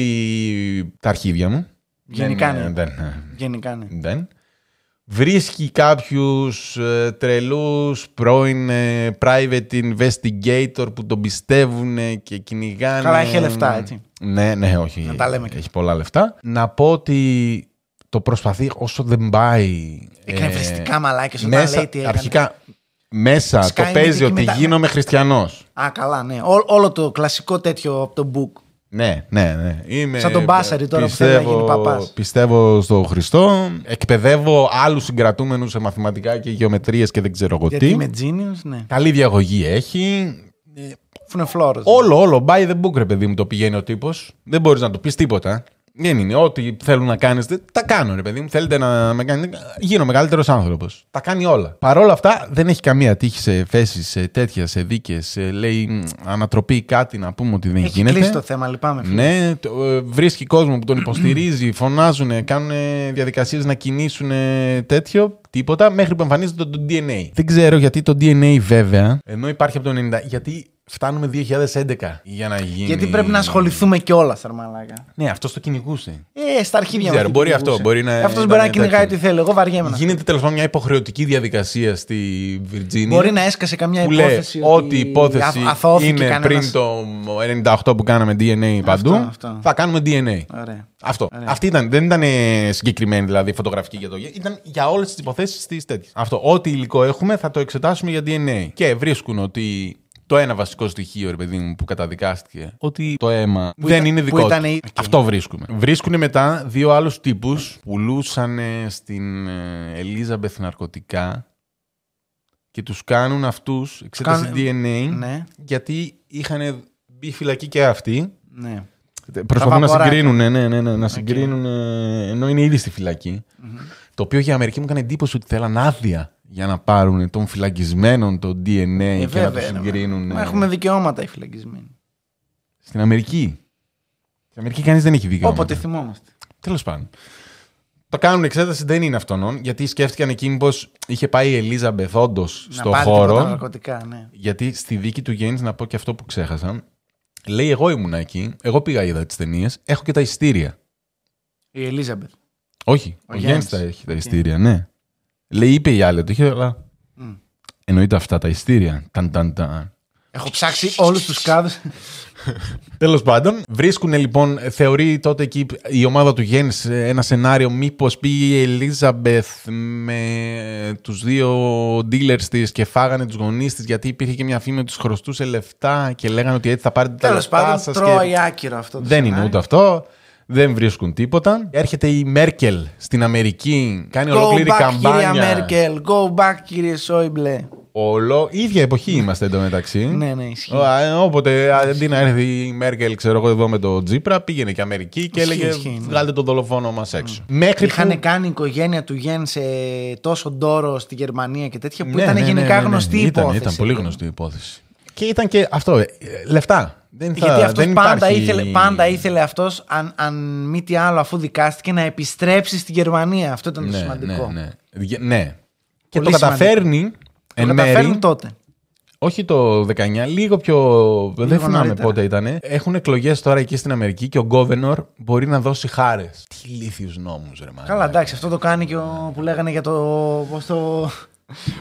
Speaker 1: τα αρχίδια μου.
Speaker 2: Γενικά,
Speaker 1: Δεν,
Speaker 2: ναι.
Speaker 1: δεν,
Speaker 2: Γενικά ναι.
Speaker 1: δεν. Βρίσκει κάποιους ε, τρελούς πρώην ε, private investigator που τον πιστεύουν και κυνηγάνε.
Speaker 2: Καλά, έχει λεφτά, έτσι.
Speaker 1: Ναι, ναι, όχι.
Speaker 2: Να τα λέμε και.
Speaker 1: Έχει πολλά λεφτά. Να πω ότι το προσπαθεί όσο δεν πάει. ε,
Speaker 2: Εκνευριστικά μαλάκες όταν
Speaker 1: μέσα,
Speaker 2: λέει τι έκανε.
Speaker 1: Αρχικά, μέσα
Speaker 2: Σκάει
Speaker 1: το παίζει
Speaker 2: νίκη
Speaker 1: ότι
Speaker 2: μετά, ναι.
Speaker 1: γίνομαι χριστιανός.
Speaker 2: Α, καλά, ναι. Ό- όλο το κλασικό τέτοιο από το book.
Speaker 1: Ναι, ναι, ναι. Είμαι,
Speaker 2: Σαν τον Μπάσαρη τώρα που θέλει να γίνει παπάς.
Speaker 1: Πιστεύω στο Χριστό. Εκπαιδεύω άλλους συγκρατούμενους σε μαθηματικά και γεωμετρίες και δεν ξέρω εγώ
Speaker 2: Γιατί
Speaker 1: τι.
Speaker 2: είμαι genius, ναι.
Speaker 1: Καλή διαγωγή έχει.
Speaker 2: Φουνεφλόρο.
Speaker 1: Όλο, όλο. By the book, ρε παιδί μου, το πηγαίνει ο τύπος. Δεν μπορείς να του πεις τίποτα. Δεν είναι. Ό,τι θέλουν να κάνετε, τα κάνω, ρε παιδί μου. Θέλετε να με κάνετε. Γίνομαι καλύτερο άνθρωπος. Τα κάνει όλα. Παρ' όλα αυτά, δεν έχει καμία τύχη σε θέσεις, σε τέτοια, σε δίκες. Λέει μ, ανατροπή κάτι να πούμε ότι δεν
Speaker 2: Έχει
Speaker 1: γίνεται.
Speaker 2: κλείσει το θέμα, λυπάμαι. φίλε.
Speaker 1: Ναι, το- ε, βρίσκει κόσμο που τον υποστηρίζει, φωνάζουν, κάνουν διαδικασίες να κινήσουν τέτοιο, τίποτα, μέχρι που εμφανίζεται το, το DNA. Δεν ξέρω γιατί το DNA βέβαια, ενώ υπάρχει από το 90, γιατί φτάνουμε 2011 για να γίνει.
Speaker 2: Γιατί πρέπει να ασχοληθούμε κιόλας, θερμαλάκα.
Speaker 1: Ναι, αυτό το κυνηγούσε.
Speaker 2: Ε, στα αρχίδια
Speaker 1: Δεν ξέρω,
Speaker 2: μας
Speaker 1: μπορεί
Speaker 2: την κυνηγούσε.
Speaker 1: αυτό, μπορεί να-
Speaker 2: Αυτός
Speaker 1: ήταν
Speaker 2: μπορεί να
Speaker 1: τέτοιο.
Speaker 2: κυνηγάει ό,τι θέλει. Εγώ βαριέμαι. να-
Speaker 1: Γίνεται τέλος πάντων μια υποχρεωτική διαδικασία στη Βιρτζίνια.
Speaker 2: Μπορεί να έσκασε καμιά
Speaker 1: που λέει
Speaker 2: υπόθεση.
Speaker 1: ότι η υπόθεση
Speaker 2: α- αθώθηκε
Speaker 1: είναι
Speaker 2: κανένας.
Speaker 1: πριν το 98 που κάναμε DNA παντού,
Speaker 2: αυτό.
Speaker 1: θα κάνουμε DNA.
Speaker 2: Ωραία.
Speaker 1: Αυτό.
Speaker 2: ναι.
Speaker 1: Αυτή ήταν. Δεν ήταν ε, συγκεκριμένη δηλαδή φωτογραφική για το γε- Ήταν για όλες τις υποθέσεις της τέτοιας. Αυτό. Ό,τι υλικό έχουμε θα το εξετάσουμε για DNA. Και βρίσκουν ότι το ένα βασικό στοιχείο, ρε παιδί μου, που καταδικάστηκε, ότι το αίμα δεν
Speaker 2: ήταν-
Speaker 1: είναι
Speaker 2: που
Speaker 1: δικό του.
Speaker 2: ήταν η- Οκ.
Speaker 1: Αυτό βρίσκουμε. Βρίσκουν μετά δύο άλλους τύπους που λούσανε στην ε, Ελίζαμπεθ ναρκωτικά και τους κάνουν αυτούς εξέταση
Speaker 2: κάνουν-
Speaker 1: DNA
Speaker 2: Ναι,
Speaker 1: γιατί είχαν μπει φυλακή και αυτοί
Speaker 2: ναι.
Speaker 1: Προσπαθούν να
Speaker 2: βαποράκια.
Speaker 1: συγκρίνουν, ναι, ναι, ναι, να συγκρίνουν, ε, ενώ είναι ήδη στη φυλακη Το οποίο για Αμερική μου έκανε εντύπωση ότι θέλαν άδεια για να πάρουν των φυλακισμένων το DNA
Speaker 2: Ε,
Speaker 1: και
Speaker 2: βέβαια,
Speaker 1: να το
Speaker 2: ρε, μα.
Speaker 1: συγκρίνουν.
Speaker 2: Μα
Speaker 1: ε,
Speaker 2: Έχουμε δικαιώματα οι φυλακισμένοι.
Speaker 1: Στην Αμερική. Στην Αμερική κανείς δεν έχει δικαίωμα.
Speaker 2: Όποτε θυμόμαστε.
Speaker 1: Τέλος πάντων. Το κάνουν εξέταση δεν είναι αυτονών, γιατί σκέφτηκαν εκείνοι πως είχε πάει η Ελίζαμπεθ όντω στο
Speaker 2: να πάρει
Speaker 1: χώρο.
Speaker 2: τίποτα ναρκωτικά, ναι.
Speaker 1: Γιατί στη δίκη του Γέννης, να πω και αυτό που ξέχασα, λέει: Εγώ ήμουν εκεί, εγώ πήγα, είδα τις ταινίες, έχω και τα ειστήρια.
Speaker 2: Η Ελίζαμπεθ.
Speaker 1: Όχι. Ο,
Speaker 2: Ο Γιάννης.
Speaker 1: Γιάννης τα έχει τα ειστήρια, ναι. Λέει, είπε η άλλη ότι είχε, αλλά.
Speaker 2: Μμ.
Speaker 1: Εννοείται αυτά τα ειστήρια. Ταν, ταν, ταν.
Speaker 2: Έχω ψάξει όλου του κάδους.
Speaker 1: Τέλος πάντων, βρίσκουν λοιπόν, θεωρεί τότε εκεί η ομάδα του Γέννης ένα σενάριο. Μήπως πήγε η Ελίζαμπεθ με τους δύο dealers της και φάγανε τους γονείς της, γιατί υπήρχε και μια φήμη ότι τους χρωστούσε λεφτά και λέγανε ότι έτσι θα πάρετε τα
Speaker 2: Τέλος
Speaker 1: λεφτά σα.
Speaker 2: πάντων, τρώει ε. άκυρο αυτό. το
Speaker 1: Δεν είναι
Speaker 2: σενάριο.
Speaker 1: ούτε αυτό. Δεν βρίσκουν τίποτα. Έρχεται η Μέρκελ στην Αμερική, κάνει
Speaker 2: Go
Speaker 1: ολόκληρη
Speaker 2: back, κυρία
Speaker 1: καμπάνια.
Speaker 2: Μέρκελ. Go back, κύριε Σόιμπλε.
Speaker 1: Όλο. ίδια εποχή είμαστε εντωμεταξύ.
Speaker 2: Ναι, ναι, ισχύει.
Speaker 1: Ω, α, Όποτε αντί να έρθει η Μέρκελ, ξέρω εγώ, εδώ με τον Τζίπρα, πήγαινε και Αμερική και
Speaker 2: Ισχύει,
Speaker 1: έλεγε
Speaker 2: ισχύει, ναι.
Speaker 1: Βγάλτε τον δολοφόνο μας έξω. Μέχρι
Speaker 2: Είχαν
Speaker 1: που.
Speaker 2: κάνει η οικογένεια του Γεν σε τόσο ντόρο στη Γερμανία και τέτοια που
Speaker 1: Ναι,
Speaker 2: ήταν
Speaker 1: ναι, ναι,
Speaker 2: γενικά
Speaker 1: ναι, ναι,
Speaker 2: γνωστή
Speaker 1: ήταν,
Speaker 2: υπόθεση.
Speaker 1: Ήταν πολύ γνωστή υπόθεση. Και ήταν και αυτό. ε, ε, Λεφτά. Δεν θα,
Speaker 2: Γιατί αυτός
Speaker 1: δεν
Speaker 2: πάντα,
Speaker 1: υπάρχει-
Speaker 2: ήθελε, πάντα ήθελε αυτός, αν, αν μη τι άλλο, αφού δικάστηκε, να επιστρέψει στη Γερμανία. Αυτό ήταν το
Speaker 1: Ναι,
Speaker 2: σημαντικό.
Speaker 1: Ναι, ναι. Γε- ναι. Και
Speaker 2: Πολύ
Speaker 1: το καταφέρνει.
Speaker 2: Το
Speaker 1: Εν
Speaker 2: καταφέρνουν
Speaker 1: μέρη,
Speaker 2: τότε.
Speaker 1: όχι το 19, λίγο πιο. δεν θυμάμαι
Speaker 2: νωρίτερα.
Speaker 1: πότε ήταν. Έχουν εκλογές τώρα εκεί στην Αμερική και ο γκόβενορ μπορεί να δώσει χάρες. Τι ηλίθιου νόμους, ρε μάνα.
Speaker 2: Καλά, εντάξει, αυτό το κάνει και ο, που λέγανε για το. Πώς το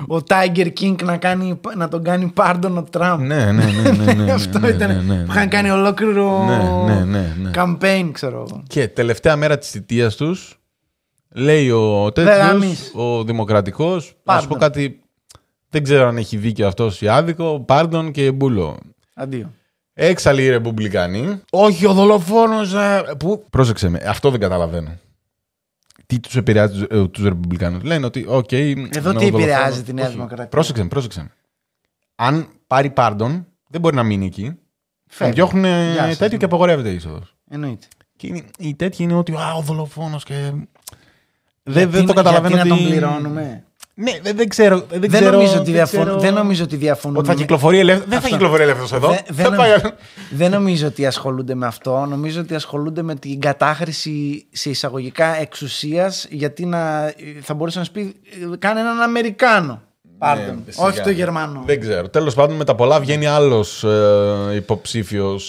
Speaker 2: ο Tiger King να, κάνει, να τον κάνει pardon ο Τραμπ.
Speaker 1: Ναι, ναι, ναι. ναι, ναι, ναι
Speaker 2: Αυτό
Speaker 1: ναι,
Speaker 2: ήταν.
Speaker 1: ναι, ναι,
Speaker 2: που
Speaker 1: ναι.
Speaker 2: είχαν κάνει ολόκληρο
Speaker 1: Ναι, ναι, ναι, ναι.
Speaker 2: campaign, ξέρω εγώ.
Speaker 1: Και τελευταία μέρα της θητείας τους, λέει ο
Speaker 2: Δεν
Speaker 1: τέτοιο,
Speaker 2: γαμείς.
Speaker 1: ο δημοκρατικός, να σου
Speaker 2: Pardon.
Speaker 1: πω κάτι. Δεν ξέρω αν έχει δίκιο αυτός ή άδικο. Πάρντον και μπούλο.
Speaker 2: Αντίο.
Speaker 1: Έξαλλοι οι Ρεπουμπλικανοί. Όχι, ο δολοφόνος. Που... Πρόσεξε με, αυτό δεν καταλαβαίνω. Τι τους επηρεάζει τους Ρεπουμπλικανού. Λένε ότι, οκ.
Speaker 2: Εδώ
Speaker 1: ναι,
Speaker 2: τι
Speaker 1: ο δολοφόνος-
Speaker 2: επηρεάζει τη Νέα
Speaker 1: Όχι.
Speaker 2: Δημοκρατία?
Speaker 1: Πρόσεξε με, πρόσεξε με. Αν πάρει πάρντον, δεν μπορεί να μείνει εκεί. Τον διώχνουν ε,
Speaker 2: Γεια σας,
Speaker 1: τέτοιο
Speaker 2: ναι.
Speaker 1: και απαγορεύεται η είσοδο.
Speaker 2: Εννοείται.
Speaker 1: Και είναι, η τέτοια είναι ότι α, ο δολοφόνος και. Δεν,
Speaker 2: Γιατί
Speaker 1: δεν το
Speaker 2: να-
Speaker 1: καταλαβαίνω.
Speaker 2: Γιατί να τον
Speaker 1: ότι-
Speaker 2: πληρώνουμε.
Speaker 1: Ναι, δεν, δεν ξέρω. Δεν,
Speaker 2: Δεν,
Speaker 1: ξέρω,
Speaker 2: νομίζω ότι
Speaker 1: δεν,
Speaker 2: διαφων-
Speaker 1: ξέρω
Speaker 2: δεν νομίζω ότι διαφωνούμε.
Speaker 1: Ότι θα
Speaker 2: με-
Speaker 1: κυκλοφορεί ελεύθερος. Δεν θα
Speaker 2: Αυτό.
Speaker 1: κυκλοφορεί ελεύθερος εδώ.
Speaker 2: Δεν- δεν
Speaker 1: θα πάει...
Speaker 2: νομίζω- Δεν νομίζω ότι ασχολούνται με αυτό. Νομίζω ότι ασχολούνται με την κατάχρηση σε εισαγωγικά εξουσίας. Γιατί να, θα μπορούσε να σου πει: «Ε, Κάνε έναν Αμερικάνο. Πάρτε
Speaker 1: Ναι,
Speaker 2: μου,
Speaker 1: σιγά.
Speaker 2: Όχι το Γερμανό.
Speaker 1: Δεν ξέρω. Τέλος πάντων, με τα πολλά βγαίνει άλλος ε, υποψήφιος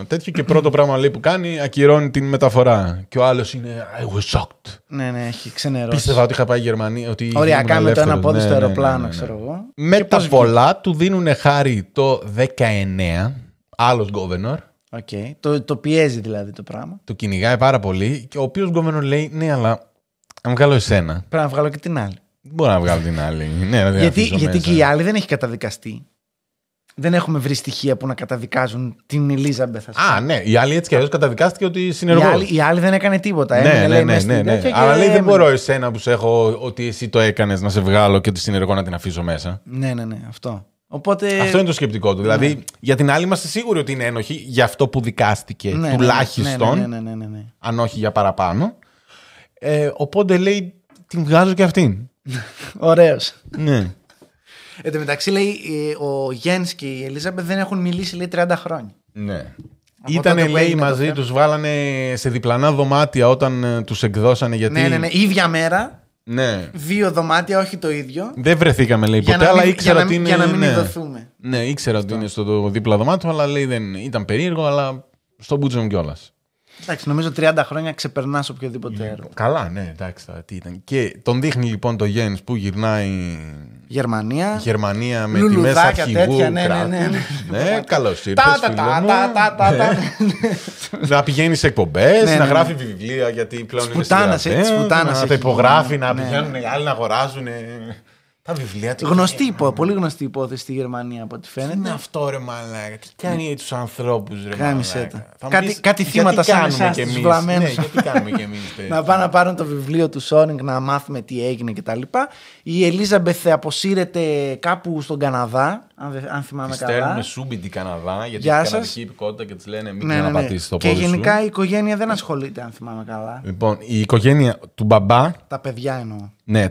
Speaker 1: ε, τέτοιο και πρώτο πράγμα λέει που κάνει, ακυρώνει την μεταφορά. Και ο άλλος είναι I was shocked.
Speaker 2: Ναι, ναι, έχει ξενερώσει.
Speaker 1: Πίστευα ότι είχα πάει Γερμανία. Ότι
Speaker 2: Οριακά
Speaker 1: ήμουν
Speaker 2: με το ένα
Speaker 1: ελεύθερος.
Speaker 2: πόδι
Speaker 1: Ναι,
Speaker 2: στο
Speaker 1: ναι, ναι,
Speaker 2: αεροπλάνο,
Speaker 1: ναι, ναι.
Speaker 2: ξέρω εγώ.
Speaker 1: Με
Speaker 2: Και
Speaker 1: τα
Speaker 2: πώς βγήκε.
Speaker 1: πολλά του δίνουν χάρη το 19, άλλος governor.
Speaker 2: Οκ. Το, το πιέζει δηλαδή το πράγμα.
Speaker 1: Του κυνηγάει πάρα πολύ και ο οποίος governor λέει: Ναι, αλλά αν βγάλω εσένα,
Speaker 2: Πρέπει να βγάλω και την άλλη.
Speaker 1: δεν μπορώ να βγάλω την άλλη. Ναι, να την
Speaker 2: Γιατί,
Speaker 1: αφήσω
Speaker 2: γιατί
Speaker 1: μέσα.
Speaker 2: και η άλλη δεν έχει καταδικαστεί. Δεν έχουμε βρει στοιχεία που να καταδικάζουν την Ελίζαμπεθ, ας πούμε.
Speaker 1: Α, ναι, η άλλη έτσι κι αλλιώς καταδικάστηκε ότι
Speaker 2: Η
Speaker 1: συνεργό.
Speaker 2: άλλη, η άλλη δεν έκανε τίποτα.
Speaker 1: Ναι,
Speaker 2: έμεινε,
Speaker 1: ναι,
Speaker 2: λέει,
Speaker 1: ναι,
Speaker 2: μες στην
Speaker 1: ναι, ναι.
Speaker 2: τέτοια και
Speaker 1: Αλλά λέει δεν
Speaker 2: έμεινε.
Speaker 1: μπορώ εσένα που σε έχω ότι εσύ το έκανες να σε βγάλω και τη συνεργό να την αφήσω μέσα.
Speaker 2: Ναι, ναι, ναι, αυτό. Οπότε.
Speaker 1: Αυτό είναι το σκεπτικό
Speaker 2: ναι.
Speaker 1: του. Δηλαδή για την άλλη είμαστε σίγουροι ότι είναι ένοχη για αυτό που δικάστηκε
Speaker 2: ναι, ναι, ναι,
Speaker 1: τουλάχιστον.
Speaker 2: Ναι, ναι, ναι, ναι, ναι.
Speaker 1: αν όχι για παραπάνω. Ε, οπότε λέει, την βγάζω και αυτήν.
Speaker 2: Ωραίος.
Speaker 1: ναι.
Speaker 2: Εν τω μεταξύ, λέει ε, ο Γιάννη και η Ελίζαμπεθ δεν έχουν μιλήσει λέει 30 χρόνια.
Speaker 1: ναι.
Speaker 2: Από τότε
Speaker 1: Ήτανε
Speaker 2: που
Speaker 1: λέει
Speaker 2: έγινε το
Speaker 1: μαζί,
Speaker 2: θέμα.
Speaker 1: τους βάλανε σε διπλανά δωμάτια όταν ε, τους εκδώσανε γιατί...
Speaker 2: Ναι, ναι, ναι. ίδια μέρα,
Speaker 1: Ναι.
Speaker 2: δύο δωμάτια, όχι το ίδιο.
Speaker 1: Δεν βρεθήκαμε λέει
Speaker 2: Για
Speaker 1: Ναι, ποτέ,
Speaker 2: να
Speaker 1: αλλά
Speaker 2: μην-
Speaker 1: ήξερα
Speaker 2: για να
Speaker 1: ότι
Speaker 2: μην-
Speaker 1: είναι...
Speaker 2: για να μην
Speaker 1: ναι.
Speaker 2: ειδωθούμε.
Speaker 1: Ναι, ήξερα ότι είναι στο το δίπλα δωμάτιο, αλλά λέει δεν ήταν περίεργο, αλλά στο μπούτζο μου κιόλας.
Speaker 2: Εντάξει, νομίζω 30 χρόνια ξεπερνάς οποιοδήποτε έργο.
Speaker 1: Καλά, ναι, εντάξει, τώρα, τι ήταν. Και τον δείχνει λοιπόν το Γιάννη που γυρνάει
Speaker 2: Γερμανία.
Speaker 1: Γερμανία με τη
Speaker 2: Λουλουδάκια
Speaker 1: μέσα αρχηγού
Speaker 2: τέτοια, ναι, ναι, ναι, ναι.
Speaker 1: κράτους. Ναι, καλώς
Speaker 2: Τα
Speaker 1: ήρθες
Speaker 2: τα τα
Speaker 1: φίλε μου. Ναι.
Speaker 2: τα τα τα τα.
Speaker 1: Να πηγαίνεις σε εκπομπές,
Speaker 2: Ναι, ναι,
Speaker 1: να
Speaker 2: ναι.
Speaker 1: γράφει βιβλία γιατί πλέον
Speaker 2: Της
Speaker 1: είναι
Speaker 2: πουτάνας,
Speaker 1: συγγραφέας,
Speaker 2: ε, της πουτάνας
Speaker 1: Να τα
Speaker 2: έχει.
Speaker 1: υπογράφει, να
Speaker 2: Ναι.
Speaker 1: πηγαίνουν οι άλλοι να αγοράζουν τα βιβλία του.
Speaker 2: Γνωστή,
Speaker 1: Τι
Speaker 2: υπό- πολύ γνωστή υπόθεση στη Γερμανία από ό,τι
Speaker 1: είναι
Speaker 2: φαίνεται.
Speaker 1: αυτό ρε μαλάκα, τι κάνει τους ανθρώπους ρε
Speaker 2: Κάμισε
Speaker 1: μαλάκα.
Speaker 2: τα.
Speaker 1: Θα μου
Speaker 2: Κάτι-
Speaker 1: πεις,
Speaker 2: κάτι
Speaker 1: γιατί
Speaker 2: θύματα σαν
Speaker 1: κάνουμε
Speaker 2: εσάς,
Speaker 1: κι
Speaker 2: τους
Speaker 1: εμείς.
Speaker 2: βλαμμένους.
Speaker 1: Ναι, γιατί κάνουμε κι εμείς.
Speaker 2: να πάνε να πάρουν το βιβλίο του Σόρινγκ να μάθουμε τι έγινε κτλ. Η Ελίζαμπεθ αποσύρεται κάπου στον Καναδά, αν, δεν- αν θυμάμαι
Speaker 1: Της
Speaker 2: καλά.
Speaker 1: στέλνουμε σούμπιτι Καναδά γιατί
Speaker 2: Γεια
Speaker 1: έχει
Speaker 2: σας. Ναι,
Speaker 1: καναδική υπηκότητα και της λένε μην ξαναπατήσεις το
Speaker 2: Και
Speaker 1: πόδι σου.
Speaker 2: γενικά η οικογένεια δεν ασχολείται, αν θυμάμαι καλά.
Speaker 1: Λοιπόν, η οικογένεια του μπαμπά
Speaker 2: Τα παιδιά εννοώ.
Speaker 1: Ναι.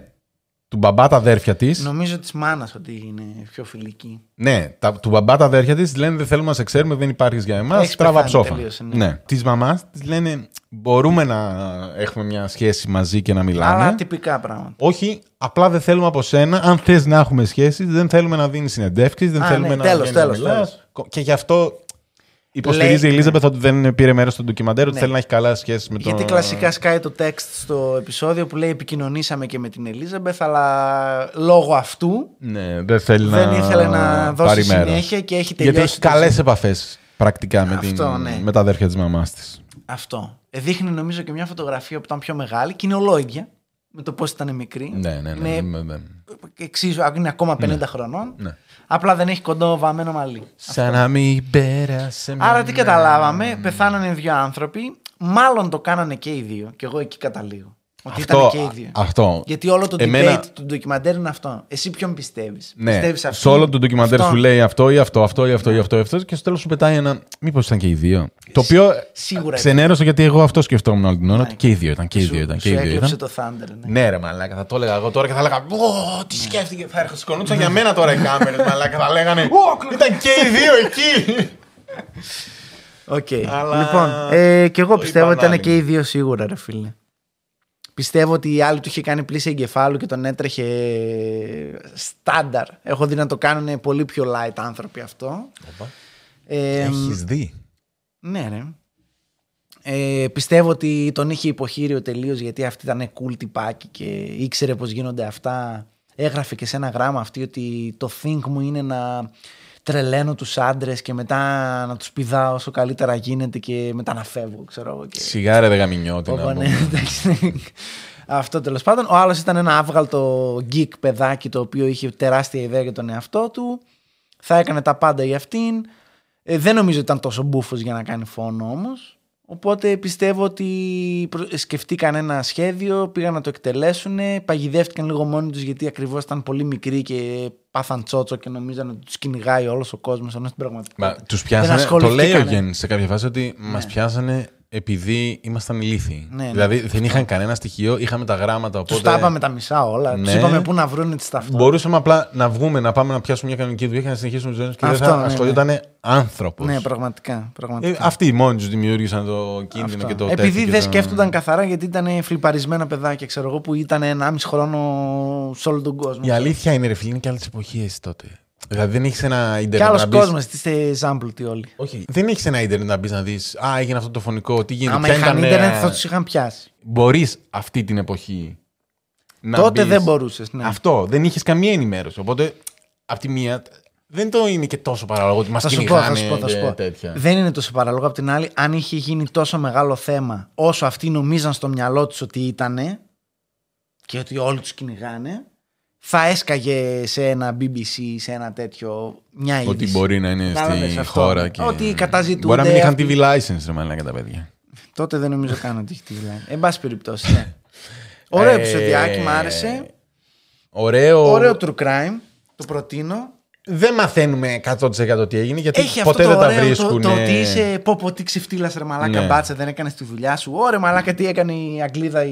Speaker 1: Του μπαμπά τα αδέρφια της.
Speaker 2: Νομίζω της μάνας ότι είναι πιο φιλική.
Speaker 1: Ναι, τα, του μπαμπά τα αδέρφια της λένε δεν θέλουμε να σε ξέρουμε, δεν υπάρχεις για εμάς.
Speaker 2: Έχεις
Speaker 1: Τράβα
Speaker 2: πεθάνει
Speaker 1: ψόφα.
Speaker 2: τελείως, ναι.
Speaker 1: Ναι. Της μαμάς της λένε μπορούμε να έχουμε μια σχέση μαζί και να μιλάμε.
Speaker 2: Αλλά τυπικά πράγματα.
Speaker 1: Όχι, απλά δεν θέλουμε από σένα. Αν θες να έχουμε σχέση, δεν θέλουμε να δίνεις συνεντεύξεις, δεν
Speaker 2: Α,
Speaker 1: θέλουμε
Speaker 2: ναι,
Speaker 1: να
Speaker 2: τέλος,
Speaker 1: βγαίνεις να
Speaker 2: τέλος,
Speaker 1: μιλάς.
Speaker 2: τέλος.
Speaker 1: Και γι' αυτό Υποστηρίζει
Speaker 2: Λέει-
Speaker 1: η Ελίζαμπεθ ότι δεν πήρε μέρος στο ντοκιμαντέρ, ότι
Speaker 2: Ναι.
Speaker 1: θέλει να έχει καλά σχέσεις με τον.
Speaker 2: Γιατί κλασικά σκάει το text στο επεισόδιο που λέει επικοινωνήσαμε και με την Ελίζαμπεθ, αλλά λόγω αυτού
Speaker 1: Ναι, δεν θέλει να.
Speaker 2: δεν ήθελε να δώσει
Speaker 1: πάρει μέρος.
Speaker 2: συνέχεια και έχει τελειώσει.
Speaker 1: Γιατί έχει
Speaker 2: το-
Speaker 1: καλέ επαφές πρακτικά με,
Speaker 2: Αυτό,
Speaker 1: την...
Speaker 2: ναι.
Speaker 1: με τα αδέρφια της μαμάς της.
Speaker 2: Αυτό. Ε, Δείχνει νομίζω και μια φωτογραφία που ήταν πιο μεγάλη και είναι ολόιδια με το πώς ήταν μικρή.
Speaker 1: Ναι, ναι, ναι.
Speaker 2: Είναι,
Speaker 1: ναι, ναι.
Speaker 2: εξίσου, είναι ακόμα 50 χρονών.
Speaker 1: Ναι.
Speaker 2: Απλά δεν έχει κοντό βαμμένο μαλλί.
Speaker 1: Σαν να μην πέρασε. μια
Speaker 2: Άρα τι
Speaker 1: μέρα. ναι.
Speaker 2: καταλάβαμε, πεθάνανε δύο άνθρωποι. Μάλλον το κάνανε και οι δύο. Και εγώ εκεί καταλήγω. Ότι ήταν
Speaker 1: Αυτό.
Speaker 2: και οι δύο.
Speaker 1: αυτό.
Speaker 2: Γιατί όλο το
Speaker 1: Εμένα-
Speaker 2: debate του ντοκιμαντέρ είναι αυτό. Εσύ ποιον πιστεύεις.
Speaker 1: Ναι,
Speaker 2: Πιστεύεις αυτό.
Speaker 1: σε όλο το ντοκιμαντέρ σου λέει αυτό ή αυτό, αυτό ή αυτό ή αυτό, ή αυτός και στο τέλος σου πετάει ένα. Μήπως ήταν και οι δύο. Το οποίο
Speaker 2: σίγουρα
Speaker 1: ξενέρωσε γιατί εγώ αυτό σκεφτόμουν όλη την ώρα.
Speaker 2: Ναι.
Speaker 1: Ότι και οι δύο ήταν, και οι δύο ήταν. Και οι
Speaker 2: Σου
Speaker 1: δύο
Speaker 2: έκλεψε
Speaker 1: ήταν.
Speaker 2: το Thunder. Ναι.
Speaker 1: Ναι, ρε Μαλάκα, θα το έλεγα εγώ τώρα και θα έλεγα. Ω, τι σκέφτηκε. Θα έρχονταν σκονούτσαν
Speaker 2: Ναι.
Speaker 1: για μένα τώρα οι κάμερες. Μαλάκα, θα λέγανε. «Ω, Ήταν και οι δύο εκεί.
Speaker 2: Οκ.
Speaker 1: Αλλά-
Speaker 2: Λοιπόν, ε, και εγώ
Speaker 1: Το
Speaker 2: πιστεύω ότι
Speaker 1: είπαν
Speaker 2: ήταν
Speaker 1: άλλοι.
Speaker 2: και οι δύο σίγουρα, ρε φίλε. Πιστεύω ότι η άλλη του είχε κάνει πλήση εγκεφάλου και τον έτρεχε στάνταρ. Έχω δει να το κάνουν πολύ πιο light άνθρωποι αυτό. Ε,
Speaker 1: Έχεις δει.
Speaker 2: Ναι, ρε. Ε, πιστεύω ότι τον είχε υποχείριο τελείως γιατί αυτή ήταν cool τυπάκι και ήξερε πώ γίνονται αυτά. Έγραφε και σε ένα γράμμα αυτή ότι το think μου είναι να τρελαίνω τους άντρες και μετά να τους πηδάω όσο καλύτερα γίνεται και μετά να φεύγω, ξέρω εγώ. Και...
Speaker 1: Σιγά ρε δεγαμινιώτη
Speaker 2: Όπα,
Speaker 1: να
Speaker 2: ναι,
Speaker 1: πούμε.
Speaker 2: εντάξει, ναι. Αυτό τέλος πάντων. Ο άλλος ήταν ένα άβγαλτο geek παιδάκι το οποίο είχε τεράστια ιδέα για τον εαυτό του. Θα έκανε τα πάντα για αυτήν. Ε, δεν νομίζω ότι ήταν τόσο μπούφος για να κάνει φόνο όμως. Οπότε πιστεύω ότι προ- σκεφτήκαν ένα σχέδιο, πήγαν να το εκτελέσουν, παγιδεύτηκαν λίγο μόνοι τους γιατί ακριβώς ήταν πολύ μικροί και πάθαν τσότσο και νομίζαν ότι τους κυνηγάει όλος ο κόσμος. Ενώ στην
Speaker 1: Μα
Speaker 2: πραγματικότητα.
Speaker 1: τους πιάσανε. Το λέει ο
Speaker 2: ασχοληθήκανε.
Speaker 1: Γέννη σε κάποια φάση ότι μας μας πιάσανε επειδή ήμασταν ηλίθιοι.
Speaker 2: Ναι, ναι.
Speaker 1: Δηλαδή δεν είχαν κανένα στοιχείο, είχαμε τα γράμματα.
Speaker 2: Τους
Speaker 1: Οπότε
Speaker 2: τα είπαμε τα μισά όλα.
Speaker 1: Ναι.
Speaker 2: Τους είπαμε πού να βρουν τις ταυτότητες.
Speaker 1: Μπορούσαμε απλά να βγούμε, να πάμε να πιάσουμε μια κανονική δουλειά και να συνεχίσουμε τη ζωή μας και δεν
Speaker 2: Αυτό,
Speaker 1: θα
Speaker 2: ναι, ναι.
Speaker 1: ασχολιόταν άνθρωπος.
Speaker 2: Ναι, πραγματικά. πραγματικά.
Speaker 1: Ε, αυτοί μόνοι τους δημιούργησαν το κίνδυνο
Speaker 2: Αυτό.
Speaker 1: και το τέτοιο
Speaker 2: Επειδή
Speaker 1: και
Speaker 2: δεν
Speaker 1: το-
Speaker 2: σκέφτονταν καθαρά γιατί ήταν φλιπαρισμένα παιδάκια, ξέρω εγώ, που ήταν 1,5 χρόνο σε όλο τον κόσμο.
Speaker 1: Η αλήθεια είναι, ρε φίλε, είναι και άλλες εποχές τότε. Δηλαδή δεν έχεις ένα
Speaker 2: και
Speaker 1: Ιντερνετ. να
Speaker 2: άλλο
Speaker 1: μπεις-
Speaker 2: κόσμος, είστε ζάμπλουτοι όλοι.
Speaker 1: Όχι, δεν έχεις ένα Ιντερνετ να μπεις να δεις. Α, έγινε αυτό το φωνικό, τι γίνεται.
Speaker 2: Άμα
Speaker 1: ποια
Speaker 2: είχαν
Speaker 1: ήταν,
Speaker 2: Ιντερνετ
Speaker 1: ε,
Speaker 2: θα τους είχαν πιάσει.
Speaker 1: μπορείς αυτή την εποχή. να
Speaker 2: Τότε
Speaker 1: μπεις.
Speaker 2: δεν μπορούσες. Ναι.
Speaker 1: Αυτό. Δεν είχες καμία ενημέρωση. Οπότε, από τη μία, δεν το είναι και τόσο παράλογο ότι μας
Speaker 2: Θα σου πω, θα
Speaker 1: κυνηγάνε
Speaker 2: σου πω, θα σου
Speaker 1: και
Speaker 2: πω.
Speaker 1: τέτοια.
Speaker 2: Δεν είναι τόσο παράλογο. Απ' την άλλη, αν είχε γίνει τόσο μεγάλο θέμα όσο αυτοί νομίζαν στο μυαλό τους ότι ήτανε και ότι όλοι τους κυνηγάνε, θα έσκαγε σε ένα BBC ή σε ένα τέτοιο μια είδηση.
Speaker 1: Ότι μπορεί να είναι
Speaker 2: Κατάλαβες
Speaker 1: στη
Speaker 2: αυτό.
Speaker 1: χώρα και...
Speaker 2: Ότι καταζητούνται
Speaker 1: Μπορεί να μην είχαν
Speaker 2: αυτοί.
Speaker 1: TV license, ρε μαλάκα τα παιδιά.
Speaker 2: Τότε δεν νομίζω καν ότι έχει τη δουλειά. Εν πάση περιπτώσει, ναι. Ωραίο
Speaker 1: Ε,
Speaker 2: επεισοδιάκι, μ' άρεσε.
Speaker 1: Ωραίο.
Speaker 2: Ωραίο true crime. Το προτείνω.
Speaker 1: Δεν μαθαίνουμε 100% τι έγινε, γιατί
Speaker 2: Έχει
Speaker 1: ποτέ δεν
Speaker 2: αυτό το
Speaker 1: τα
Speaker 2: ωραίο το,
Speaker 1: βρίσκουν.
Speaker 2: το ότι είσαι πω πω τι ξεφτύλας ρε μαλάκα
Speaker 1: Ναι.
Speaker 2: μπάτσα δεν έκανες τη δουλειά σου. Ωραία μαλάκα τι έκανε η Αγγλίδα η,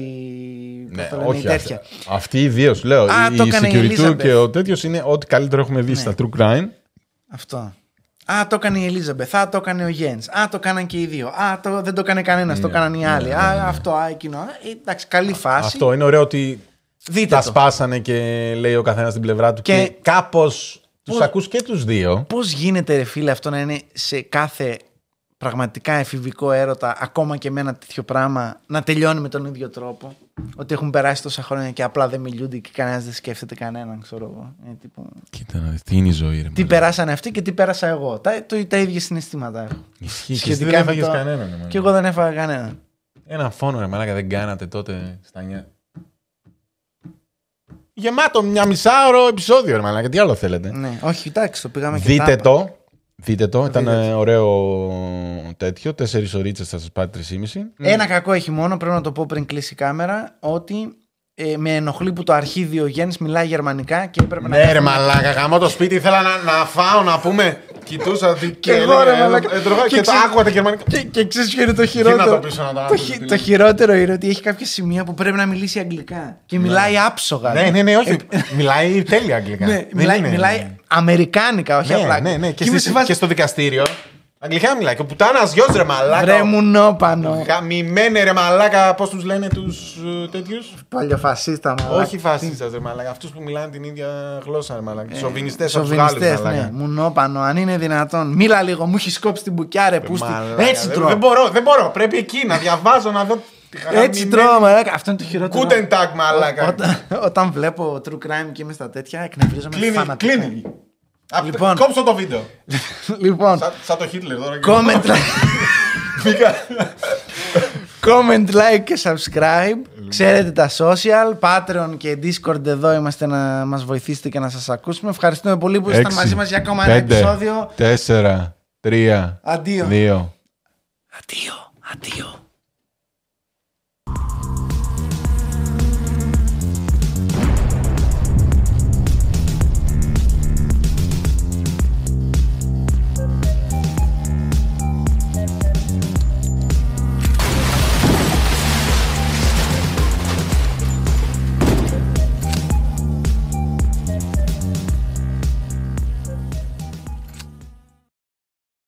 Speaker 2: πώς
Speaker 1: Ναι,
Speaker 2: το λένε, η
Speaker 1: όχι,
Speaker 2: τέτοια.
Speaker 1: αυτή- Αυτοί οι δύο, σου λέω.
Speaker 2: Α,
Speaker 1: η
Speaker 2: το έκανε η
Speaker 1: security
Speaker 2: Elizabeth. Ναι.
Speaker 1: και ο τέτοιος είναι ό,τι καλύτερο έχουμε δει στα true crime.
Speaker 2: Αυτό. Α, το έκανε η Ελίζαμπεθ. Α, το έκανε ο Γιέν. Α, το κάναν και οι δύο. Α, το, δεν το έκανε κανένας.
Speaker 1: Ναι,
Speaker 2: Το έκαναν οι άλλοι. Α, αυτό, α, εκείνο. Α, ε, εντάξει, καλή φάση.
Speaker 1: Αυτό είναι ωραίο ότι
Speaker 2: Δείτε
Speaker 1: τα
Speaker 2: το.
Speaker 1: σπάσανε και λέει ο καθένας την πλευρά του. Και,
Speaker 2: Και-
Speaker 1: κάπως τους ακούς και τους δύο.
Speaker 2: Πώς γίνεται, ρε φίλε, αυτό να είναι σε κάθε πραγματικά εφηβικό έρωτα, ακόμα και με ένα τέτοιο πράγμα, να τελειώνει με τον ίδιο τρόπο. Ότι έχουν περάσει τόσα χρόνια και απλά δεν μιλούνται και κανένας δεν σκέφτεται κανέναν, ξέρω εγώ. Ε, τύπου,
Speaker 1: Κοίτα να δεις, τι είναι η ζωή, ρε.
Speaker 2: τι
Speaker 1: μαλάκα.
Speaker 2: περάσανε αυτοί και τι πέρασα εγώ. Τα, το, τα ίδια συναισθήματα έχω.
Speaker 1: Ισχύει και εσύ
Speaker 2: Σχετικά
Speaker 1: δεν
Speaker 2: με
Speaker 1: έφαγες
Speaker 2: το-
Speaker 1: κανέναν. ρε, μαλάκα.
Speaker 2: Και εγώ δεν έφαγα κανέναν.
Speaker 1: Ένα φόνο, ρε μαλάκα, δεν κάνατε τότε στα 9. Γεμάτο μια μισάωρο επεισόδιο, ρε μαλάκα. Τι άλλο θέλετε.
Speaker 2: Ναι, όχι, εντάξει, το πήγαμε και
Speaker 1: Δείτε
Speaker 2: τάπα.
Speaker 1: το. Δείτε το. Ήταν
Speaker 2: Δείτε
Speaker 1: ε, ωραίο τέτοιο. Τέσσερις ωρίτσε θα σας πάρει 3,5.
Speaker 2: Ένα κακό έχει μόνο, πρέπει να το πω πριν κλείσει η κάμερα, ότι ε, με ενοχλεί που το αρχίδιο ο Γιάννης μιλάει γερμανικά και έπρεπε να.
Speaker 1: Ναι, ρε
Speaker 2: κάθομαι-
Speaker 1: μαλάκα, γαμώ το σπίτι. Ήθελα να, να φάω, να πούμε. Κοιτούσα τι και
Speaker 2: εγώ, ρε
Speaker 1: έλεγα,
Speaker 2: μαλάκα.
Speaker 1: ε, τρώγα
Speaker 2: Και
Speaker 1: Και το
Speaker 2: ξε-
Speaker 1: άκουγα τα γερμανικά.
Speaker 2: Και, και ξέρεις ποιο είναι το
Speaker 1: Τι να
Speaker 2: χειρότερο.
Speaker 1: το πεις, να το άκουγες,
Speaker 2: χει-
Speaker 1: τι
Speaker 2: το
Speaker 1: λέει.
Speaker 2: χειρότερο είναι ότι έχει κάποια σημεία που πρέπει να μιλήσει αγγλικά. Και μιλάει άψογα.
Speaker 1: Ναι, ναι, ναι, όχι. μιλάει τέλεια αγγλικά.
Speaker 2: Ε, Ναι,
Speaker 1: Δεν
Speaker 2: μιλάει,
Speaker 1: είναι-
Speaker 2: μιλάει αμερικάνικα, όχι
Speaker 1: Ναι,
Speaker 2: απλά.
Speaker 1: ναι, ναι. Και,
Speaker 2: είμαι
Speaker 1: στη-
Speaker 2: σε φάση-
Speaker 1: και στο δικαστήριο. Αγγλικά μιλάει. Και ο πουτάνας γιος ρε μαλάκα.
Speaker 2: Βρε μου πάνω.
Speaker 1: Γαμημένε ρε μαλάκα, πώς τους λένε τους τέτοιους.
Speaker 2: Παλιοφασίστα μου.
Speaker 1: Όχι φασίστας ρε μαλάκα. Αυτούς που μιλάνε την ίδια γλώσσα ρε μαλάκα. Ε, Σοβινιστές από του Γάλλου
Speaker 2: Σοβινιστέ,
Speaker 1: μαλάκα.
Speaker 2: ναι. Μουνόπανο, αν είναι δυνατόν. Μίλα λίγο, μου έχεις κόψει την μπουκιά, ρε. Πούστη.
Speaker 1: Ε, Μαλάκα,
Speaker 2: Έτσι
Speaker 1: δεν-
Speaker 2: τρώω.
Speaker 1: Δεν μπορώ, δεν μπορώ. Πρέπει εκεί να διαβάζω, να δω. τη
Speaker 2: Έτσι
Speaker 1: γαμημένη-
Speaker 2: τρώω, μαλάκα. Αυτό είναι το χειρότερο.
Speaker 1: Guten Tag, μαλάκα.
Speaker 2: Όταν, όταν βλέπω true crime και είμαι στα τέτοια, εκνευρίζομαι
Speaker 1: Κλείνει,
Speaker 2: φανατικά.
Speaker 1: κλείνει. Απ' το-
Speaker 2: Λοιπόν.
Speaker 1: Κόψω το βίντεο.
Speaker 2: Λοιπόν,
Speaker 1: Σαν- Σαν το Χίτλερ τώρα. και-
Speaker 2: comment, like- comment, like και subscribe. Ξέρετε τα social, Patreon και Discord εδώ είμαστε να μας βοηθήσετε και να σας ακούσουμε. Ευχαριστούμε πολύ που ήσασταν μαζί μας για ακόμα ένα επεισόδιο.
Speaker 1: 4, 3, Ναι.
Speaker 2: Αντίο.
Speaker 1: 2.
Speaker 2: Αντίο, αντίο.